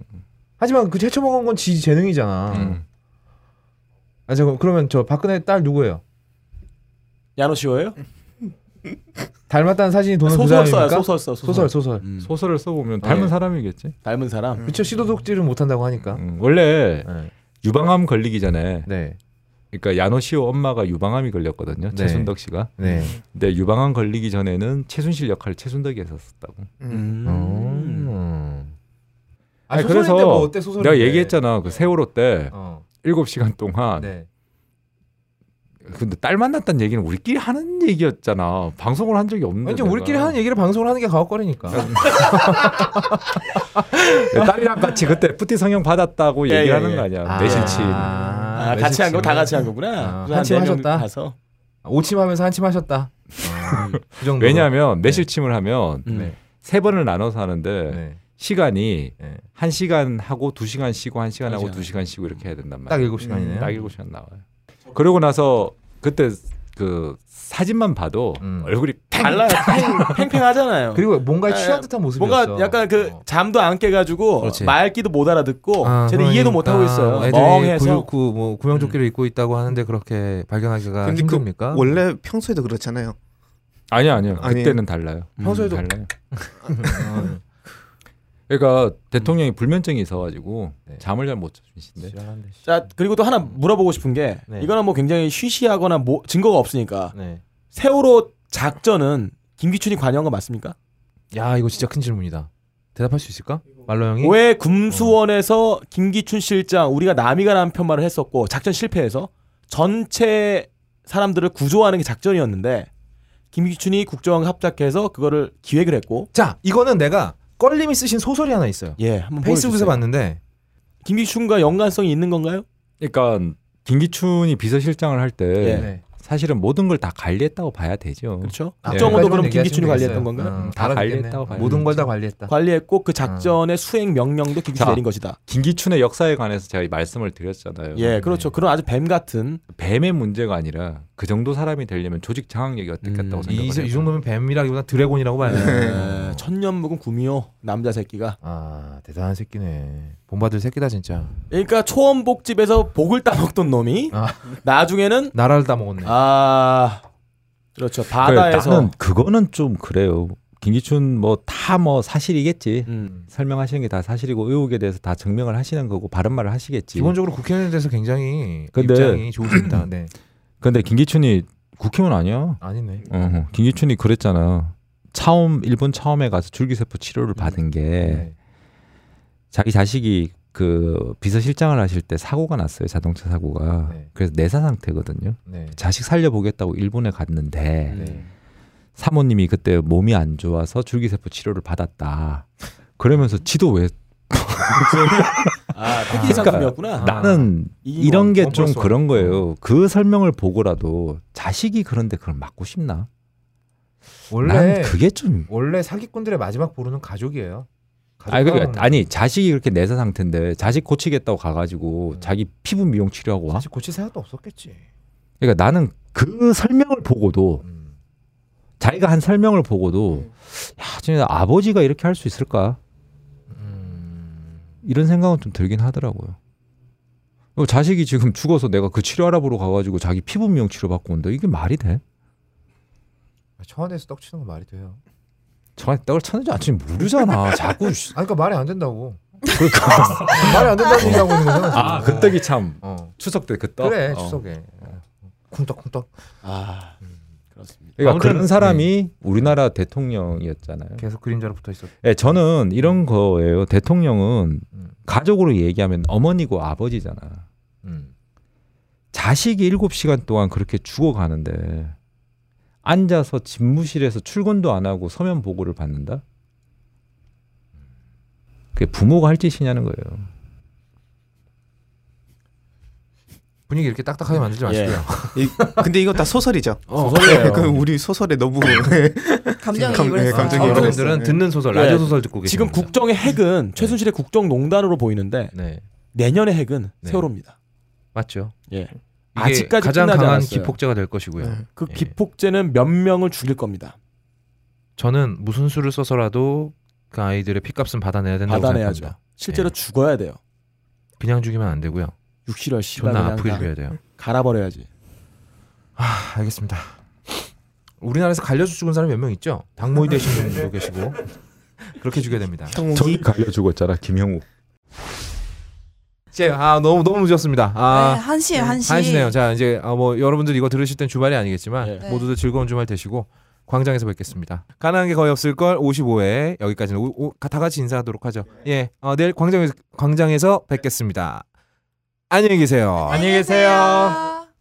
[SPEAKER 1] 하지만 그 헤쳐먹은 건 지 재능이잖아.
[SPEAKER 7] 음.
[SPEAKER 1] 아 잠깐 그러면 저 박근혜 딸 누구예요?
[SPEAKER 2] 야노시오예요?
[SPEAKER 1] 닮았다는 사진이 도는 그
[SPEAKER 2] 소설 써요.
[SPEAKER 1] 사람입니까?
[SPEAKER 2] 소설 써. 소설.
[SPEAKER 1] 소설 소설.
[SPEAKER 2] 음.
[SPEAKER 7] 소설을 써보면
[SPEAKER 1] 네.
[SPEAKER 7] 닮은
[SPEAKER 2] 예.
[SPEAKER 7] 사람이겠지.
[SPEAKER 2] 닮은
[SPEAKER 5] 아,
[SPEAKER 2] 사람.
[SPEAKER 1] 그쵸 시도독질은 못한다고 하니까.
[SPEAKER 7] 음, 원래
[SPEAKER 1] 아. 네.
[SPEAKER 7] 유방암 걸리기 전에
[SPEAKER 1] 네.
[SPEAKER 7] 그러니까 야노시오 엄마가 유방암이 걸렸거든요.
[SPEAKER 1] 네.
[SPEAKER 7] 최순덕 씨가.
[SPEAKER 1] 네.
[SPEAKER 7] 근데 유방암 걸리기 전에는 최순실 역할을 최순덕이 했었다고.
[SPEAKER 2] 음.
[SPEAKER 1] 음.
[SPEAKER 7] 아니, 그래서
[SPEAKER 2] 뭐
[SPEAKER 7] 내가 얘기했잖아. 그 세월호 때
[SPEAKER 1] 어.
[SPEAKER 7] 일곱 시간
[SPEAKER 2] 아,
[SPEAKER 7] 동안
[SPEAKER 1] 네.
[SPEAKER 7] 근데 딸 만났다는 얘기는 우리끼리 하는 얘기였잖아. 방송을 한 적이
[SPEAKER 2] 음.
[SPEAKER 7] 없는데.
[SPEAKER 1] 완전 우리끼리 하는 얘기를 방송을 하는 게 가혹거리니까.
[SPEAKER 7] 얘기. 딸이랑 같이 그때 뿌띠 성형 받았다고
[SPEAKER 2] 예,
[SPEAKER 7] 얘기를
[SPEAKER 2] 예,
[SPEAKER 7] 하는
[SPEAKER 2] 예.
[SPEAKER 7] 거 아니야.
[SPEAKER 1] 아.
[SPEAKER 7] 매실친.
[SPEAKER 1] 아,
[SPEAKER 2] 아, 같이 한 거 다
[SPEAKER 1] 매실친.
[SPEAKER 2] 같이 한 거구나.
[SPEAKER 1] 아,
[SPEAKER 2] 그래서
[SPEAKER 1] 한침
[SPEAKER 2] 한네명
[SPEAKER 1] 하셨다.
[SPEAKER 2] 가서.
[SPEAKER 1] 아, 오침하면서 한침 하셨다. 그 정도.
[SPEAKER 7] 왜냐하면 매실침을 하면
[SPEAKER 2] 음.
[SPEAKER 1] 네.
[SPEAKER 7] 세 번을 나눠서 하는데
[SPEAKER 1] 네.
[SPEAKER 7] 시간이
[SPEAKER 1] 네.
[SPEAKER 7] 한 시간 하고 두 시간 쉬고 한 시간 하고
[SPEAKER 2] 맞아. 음,
[SPEAKER 7] 두 시간 쉬고 이렇게 해야 된단 말이야.
[SPEAKER 1] 딱 일곱 시간이네요.
[SPEAKER 7] 딱 일곱 시간 나와요. 그러고 나서 그때 그 사진만 봐도
[SPEAKER 1] 음.
[SPEAKER 7] 얼굴이
[SPEAKER 2] 달라요. 팽- 팽팽하잖아요.
[SPEAKER 1] 그리고 뭔가
[SPEAKER 2] 네,
[SPEAKER 1] 취한 듯한 모습이었어.
[SPEAKER 2] 뭔가 약간 그 잠도 안 깨가지고
[SPEAKER 1] 그렇지.
[SPEAKER 2] 말귀도 못 알아듣고
[SPEAKER 1] 아,
[SPEAKER 2] 제대로 이해도 못 하고 있어요.
[SPEAKER 1] 애들이
[SPEAKER 2] 멍해서 음.
[SPEAKER 1] 구육구 뭐 구명조끼를 입고 있다고 하는데 그렇게 발견하기가
[SPEAKER 5] 근데 그
[SPEAKER 1] 힘듭니까?
[SPEAKER 5] 원래 평소에도 그렇잖아요.
[SPEAKER 7] 아니요, 아니요.
[SPEAKER 5] 아니에요?
[SPEAKER 7] 그때는 달라요.
[SPEAKER 2] 음.
[SPEAKER 1] 평소에도-
[SPEAKER 7] 달라요. 그러니까 대통령이 불면증이 있어가지고
[SPEAKER 1] 네. 그렇죠.
[SPEAKER 7] 잠을 잘 못 주무신데.
[SPEAKER 2] 자 그리고 또 하나 물어보고 싶은 게
[SPEAKER 1] 네.
[SPEAKER 2] 이거는 뭐 굉장히 쉬쉬하거나 뭐 증거가 없으니까
[SPEAKER 1] 네.
[SPEAKER 2] 세월호 작전은 김기춘이 관여한 거 맞습니까?
[SPEAKER 1] 야 이거 진짜 큰 질문이다. 대답할 수 있을까? 말로 형이?
[SPEAKER 2] 왜 금수원에서 김기춘 실장 우리가 남이가 남편 말을 했었고 작전 실패해서 전체 사람들을 구조하는 게 작전이었는데 김기춘이 국정과 합작해서 그거를 기획을 했고
[SPEAKER 1] 자 이거는 내가 껄림이 쓰신 소설이 하나 있어요.
[SPEAKER 2] 예 한번
[SPEAKER 1] 페이스북에서
[SPEAKER 2] 보여주세요.
[SPEAKER 1] 봤는데
[SPEAKER 2] 김기춘과 연관성이 있는 건가요?
[SPEAKER 7] 그러니까 김기춘이 비서실장을 할 때
[SPEAKER 2] 예.
[SPEAKER 1] 네.
[SPEAKER 7] 사실은 모든 걸 다 관리했다고 봐야 되죠.
[SPEAKER 2] 그렇죠.
[SPEAKER 1] 아,
[SPEAKER 2] 국정원도 그럼
[SPEAKER 1] 여기까지만
[SPEAKER 2] 김기춘이 관리했던
[SPEAKER 1] 얘기하시면 되겠어요. 아.
[SPEAKER 2] 건가요?
[SPEAKER 1] 음,
[SPEAKER 7] 다
[SPEAKER 1] 알아듣겠네.
[SPEAKER 7] 관리했다고 봐요.
[SPEAKER 1] 모든 걸 다 관리했다.
[SPEAKER 2] 관리했고 그 작전의 수행 명령도 김기춘이
[SPEAKER 7] 자.
[SPEAKER 2] 내린 것이다.
[SPEAKER 7] 김기춘의 역사에 관해서 제가 이 말씀을
[SPEAKER 1] 네,
[SPEAKER 7] 드렸잖아요.
[SPEAKER 2] 예, 그렇죠. 그런 아주 뱀 같은
[SPEAKER 7] 뱀의 문제가 아니라 그 정도 사람이 되려면 조직 장악력이 어떻겠다고
[SPEAKER 2] 음,
[SPEAKER 1] 이, 네.
[SPEAKER 7] 생각을
[SPEAKER 1] 이
[SPEAKER 7] 해요.
[SPEAKER 1] 정도면 뱀이라기보다 드래곤이라고 봐야
[SPEAKER 2] 에,
[SPEAKER 1] 돼.
[SPEAKER 2] 천년 묵은 구미호 남자 새끼가
[SPEAKER 1] 아 대단한 새끼네. 본받을 새끼다 진짜.
[SPEAKER 2] 그러니까 초원복집에서 복을 따먹던 놈이
[SPEAKER 1] 아.
[SPEAKER 2] 나중에는
[SPEAKER 1] 나라를 다 먹었네.
[SPEAKER 2] 아 그렇죠
[SPEAKER 7] 그러니까
[SPEAKER 2] 바다에서
[SPEAKER 7] 나는 그거는 좀 그래요. 김기춘 뭐 다 뭐 사실이겠지.
[SPEAKER 2] 음.
[SPEAKER 7] 설명하시는 게 다 사실이고 의혹에 대해서 다 증명을 하시는 거고 바른 말을 하시겠지.
[SPEAKER 1] 기본적으로 국회의원에 대해서 굉장히
[SPEAKER 7] 근데-
[SPEAKER 1] 입장이 좋으십니다. 네.
[SPEAKER 7] 근데 김기춘이 국회의원 아니야.
[SPEAKER 1] 아니네.
[SPEAKER 7] 어, 김기춘이 그랬잖아. 차움 일본 차움에 가서 줄기세포 치료를 받은 게
[SPEAKER 1] 음. 네.
[SPEAKER 7] 자기 자식이 그 비서실장을 하실 때 사고가 났어요. 자동차 사고가.
[SPEAKER 1] 네.
[SPEAKER 7] 그래서 내사 상태거든요.
[SPEAKER 1] 네.
[SPEAKER 7] 자식 살려보겠다고 일본에 갔는데
[SPEAKER 1] 네.
[SPEAKER 7] 사모님이 그때 몸이 안 좋아서 줄기세포 치료를 받았다. 그러면서 지도 왜
[SPEAKER 2] 아 패키지
[SPEAKER 7] 그러니까
[SPEAKER 2] 상품이었구나
[SPEAKER 1] 아.
[SPEAKER 7] 나는
[SPEAKER 2] 이긴
[SPEAKER 7] 이런
[SPEAKER 1] 건
[SPEAKER 7] 게
[SPEAKER 1] 어쩔
[SPEAKER 7] 좀
[SPEAKER 1] 수
[SPEAKER 7] 그런 거예요. 그 설명을 보고라도 자식이 그런데 그걸 맞고 싶나?
[SPEAKER 1] 원래
[SPEAKER 7] 난 그게 좀
[SPEAKER 1] 원래 사기꾼들의 마지막 보루는 가족이에요. 가족
[SPEAKER 7] 아니, 그러니까,
[SPEAKER 1] 깔아먹는
[SPEAKER 7] 아니 자식이 그렇게 내사 상태인데 자식 고치겠다고 가가지고
[SPEAKER 1] 음.
[SPEAKER 7] 자기 피부 미용 치료하고
[SPEAKER 1] 거.
[SPEAKER 7] 와.
[SPEAKER 1] 사실 고칠 생각도 없었겠지.
[SPEAKER 7] 그러니까 나는 그 설명을 보고도
[SPEAKER 1] 음.
[SPEAKER 7] 자기가 한 설명을 보고도 야, 진짜 아버지가 이렇게 할 수 있을까?
[SPEAKER 1] 음.
[SPEAKER 7] 이런 생각은 좀 들긴 하더라고요. 그리고 자식이 지금 죽어서 내가 그 치료 알아보러 가가지고 자기 피부 미용 치료 받고 온다. 이게 말이 돼?
[SPEAKER 1] 청와대에서 떡치는 거 말이 돼요.
[SPEAKER 7] 저한테 떡을 쳤는지 안 쳤는지 모르잖아. 자꾸
[SPEAKER 1] 아 그러니까 말이 안 된다고.
[SPEAKER 7] 그러니까.
[SPEAKER 1] 말이 안 된다는 얘기하고 있는 거잖아. 지금.
[SPEAKER 7] 아, 그 떡이 참
[SPEAKER 1] 어.
[SPEAKER 7] 추석 때 그 떡.
[SPEAKER 1] 그래
[SPEAKER 7] 어.
[SPEAKER 1] 추석에. 쿵떡쿵떡.
[SPEAKER 2] 아 그렇습니다
[SPEAKER 7] 그러니까
[SPEAKER 1] 아무튼, 네.
[SPEAKER 7] 그런 사람이 우리나라 대통령이었잖아요.
[SPEAKER 1] 계속 그림자로 붙어 있었.
[SPEAKER 7] 예, 저는 이런 거예요. 대통령은
[SPEAKER 1] 음.
[SPEAKER 7] 가족으로 얘기하면 어머니고 아버지잖아.
[SPEAKER 1] 음.
[SPEAKER 7] 자식이 7시간 동안 그렇게 죽어가는데 앉아서 집무실에서 출근도 안 하고 서면 보고를 받는다? 그게 부모가 할 짓이냐는 거예요.
[SPEAKER 1] 분위기 이렇게 딱딱하게 만들지
[SPEAKER 2] 예.
[SPEAKER 1] 마시고요. 네.
[SPEAKER 5] 이, 근데 이건 다 소설이죠.
[SPEAKER 2] 어, 소설이에요.
[SPEAKER 5] 그 우리 소설에 너무 감-
[SPEAKER 8] 감정이입을
[SPEAKER 5] 예,
[SPEAKER 8] 했어요.
[SPEAKER 5] 감정이입을
[SPEAKER 8] 아,
[SPEAKER 5] 했어요.
[SPEAKER 1] 여러분들은 듣는 소설,
[SPEAKER 2] 네.
[SPEAKER 1] 라디오 소설 듣고 계십니다.
[SPEAKER 2] 지금 국정의 핵은 최순실의 국정농단으로 보이는데
[SPEAKER 1] 네
[SPEAKER 2] 내년의 핵은
[SPEAKER 1] 네.
[SPEAKER 2] 세월호입니다
[SPEAKER 1] 맞죠.
[SPEAKER 2] 예
[SPEAKER 1] 이게
[SPEAKER 2] 아직까지
[SPEAKER 1] 가장
[SPEAKER 2] 끝나지
[SPEAKER 1] 강한
[SPEAKER 2] 않았어요.
[SPEAKER 1] 기폭제가 될 것이고요.
[SPEAKER 5] 네.
[SPEAKER 2] 그
[SPEAKER 1] 예.
[SPEAKER 2] 기폭제는 몇 명을 죽일 겁니다
[SPEAKER 1] 저는 무슨 수를 써서라도 그 아이들의 핏값은 받아내야 된다고
[SPEAKER 2] 받아내야죠
[SPEAKER 1] 생각합니다.
[SPEAKER 2] 실제로
[SPEAKER 1] 예.
[SPEAKER 2] 죽어야 돼요
[SPEAKER 1] 그냥 죽이면 안 되고요.
[SPEAKER 2] 육시월 씨발
[SPEAKER 1] 존나
[SPEAKER 2] 그냥
[SPEAKER 1] 아프게
[SPEAKER 2] 다
[SPEAKER 1] 죽여야 돼요.
[SPEAKER 2] 갈아버려야지
[SPEAKER 1] 아, 알겠습니다. 우리나라에서 갈려서 죽은 사람이 몇 명 있죠? 당모이 되신 분도 계시고 그렇게 죽여야 됩니다.
[SPEAKER 7] 저기 갈려 죽었잖아, 김형욱.
[SPEAKER 1] 이제 아 너무 너무 늦었습니다.
[SPEAKER 8] 네,
[SPEAKER 1] 아
[SPEAKER 8] 한 시에 한 시.
[SPEAKER 1] 한시네요. 자 이제 아, 뭐 여러분들 이거 들으실 땐 주말이 아니겠지만
[SPEAKER 2] 예.
[SPEAKER 8] 네.
[SPEAKER 1] 모두들 즐거운 주말 되시고 광장에서 뵙겠습니다. 가능한 게 거의 없을 걸 55회 여기까지는 오, 오, 다 같이 인사하도록 하죠. 예, 어, 내일 광장에서 광장에서 뵙겠습니다. 안녕히 계세요.
[SPEAKER 8] 안녕히 계세요.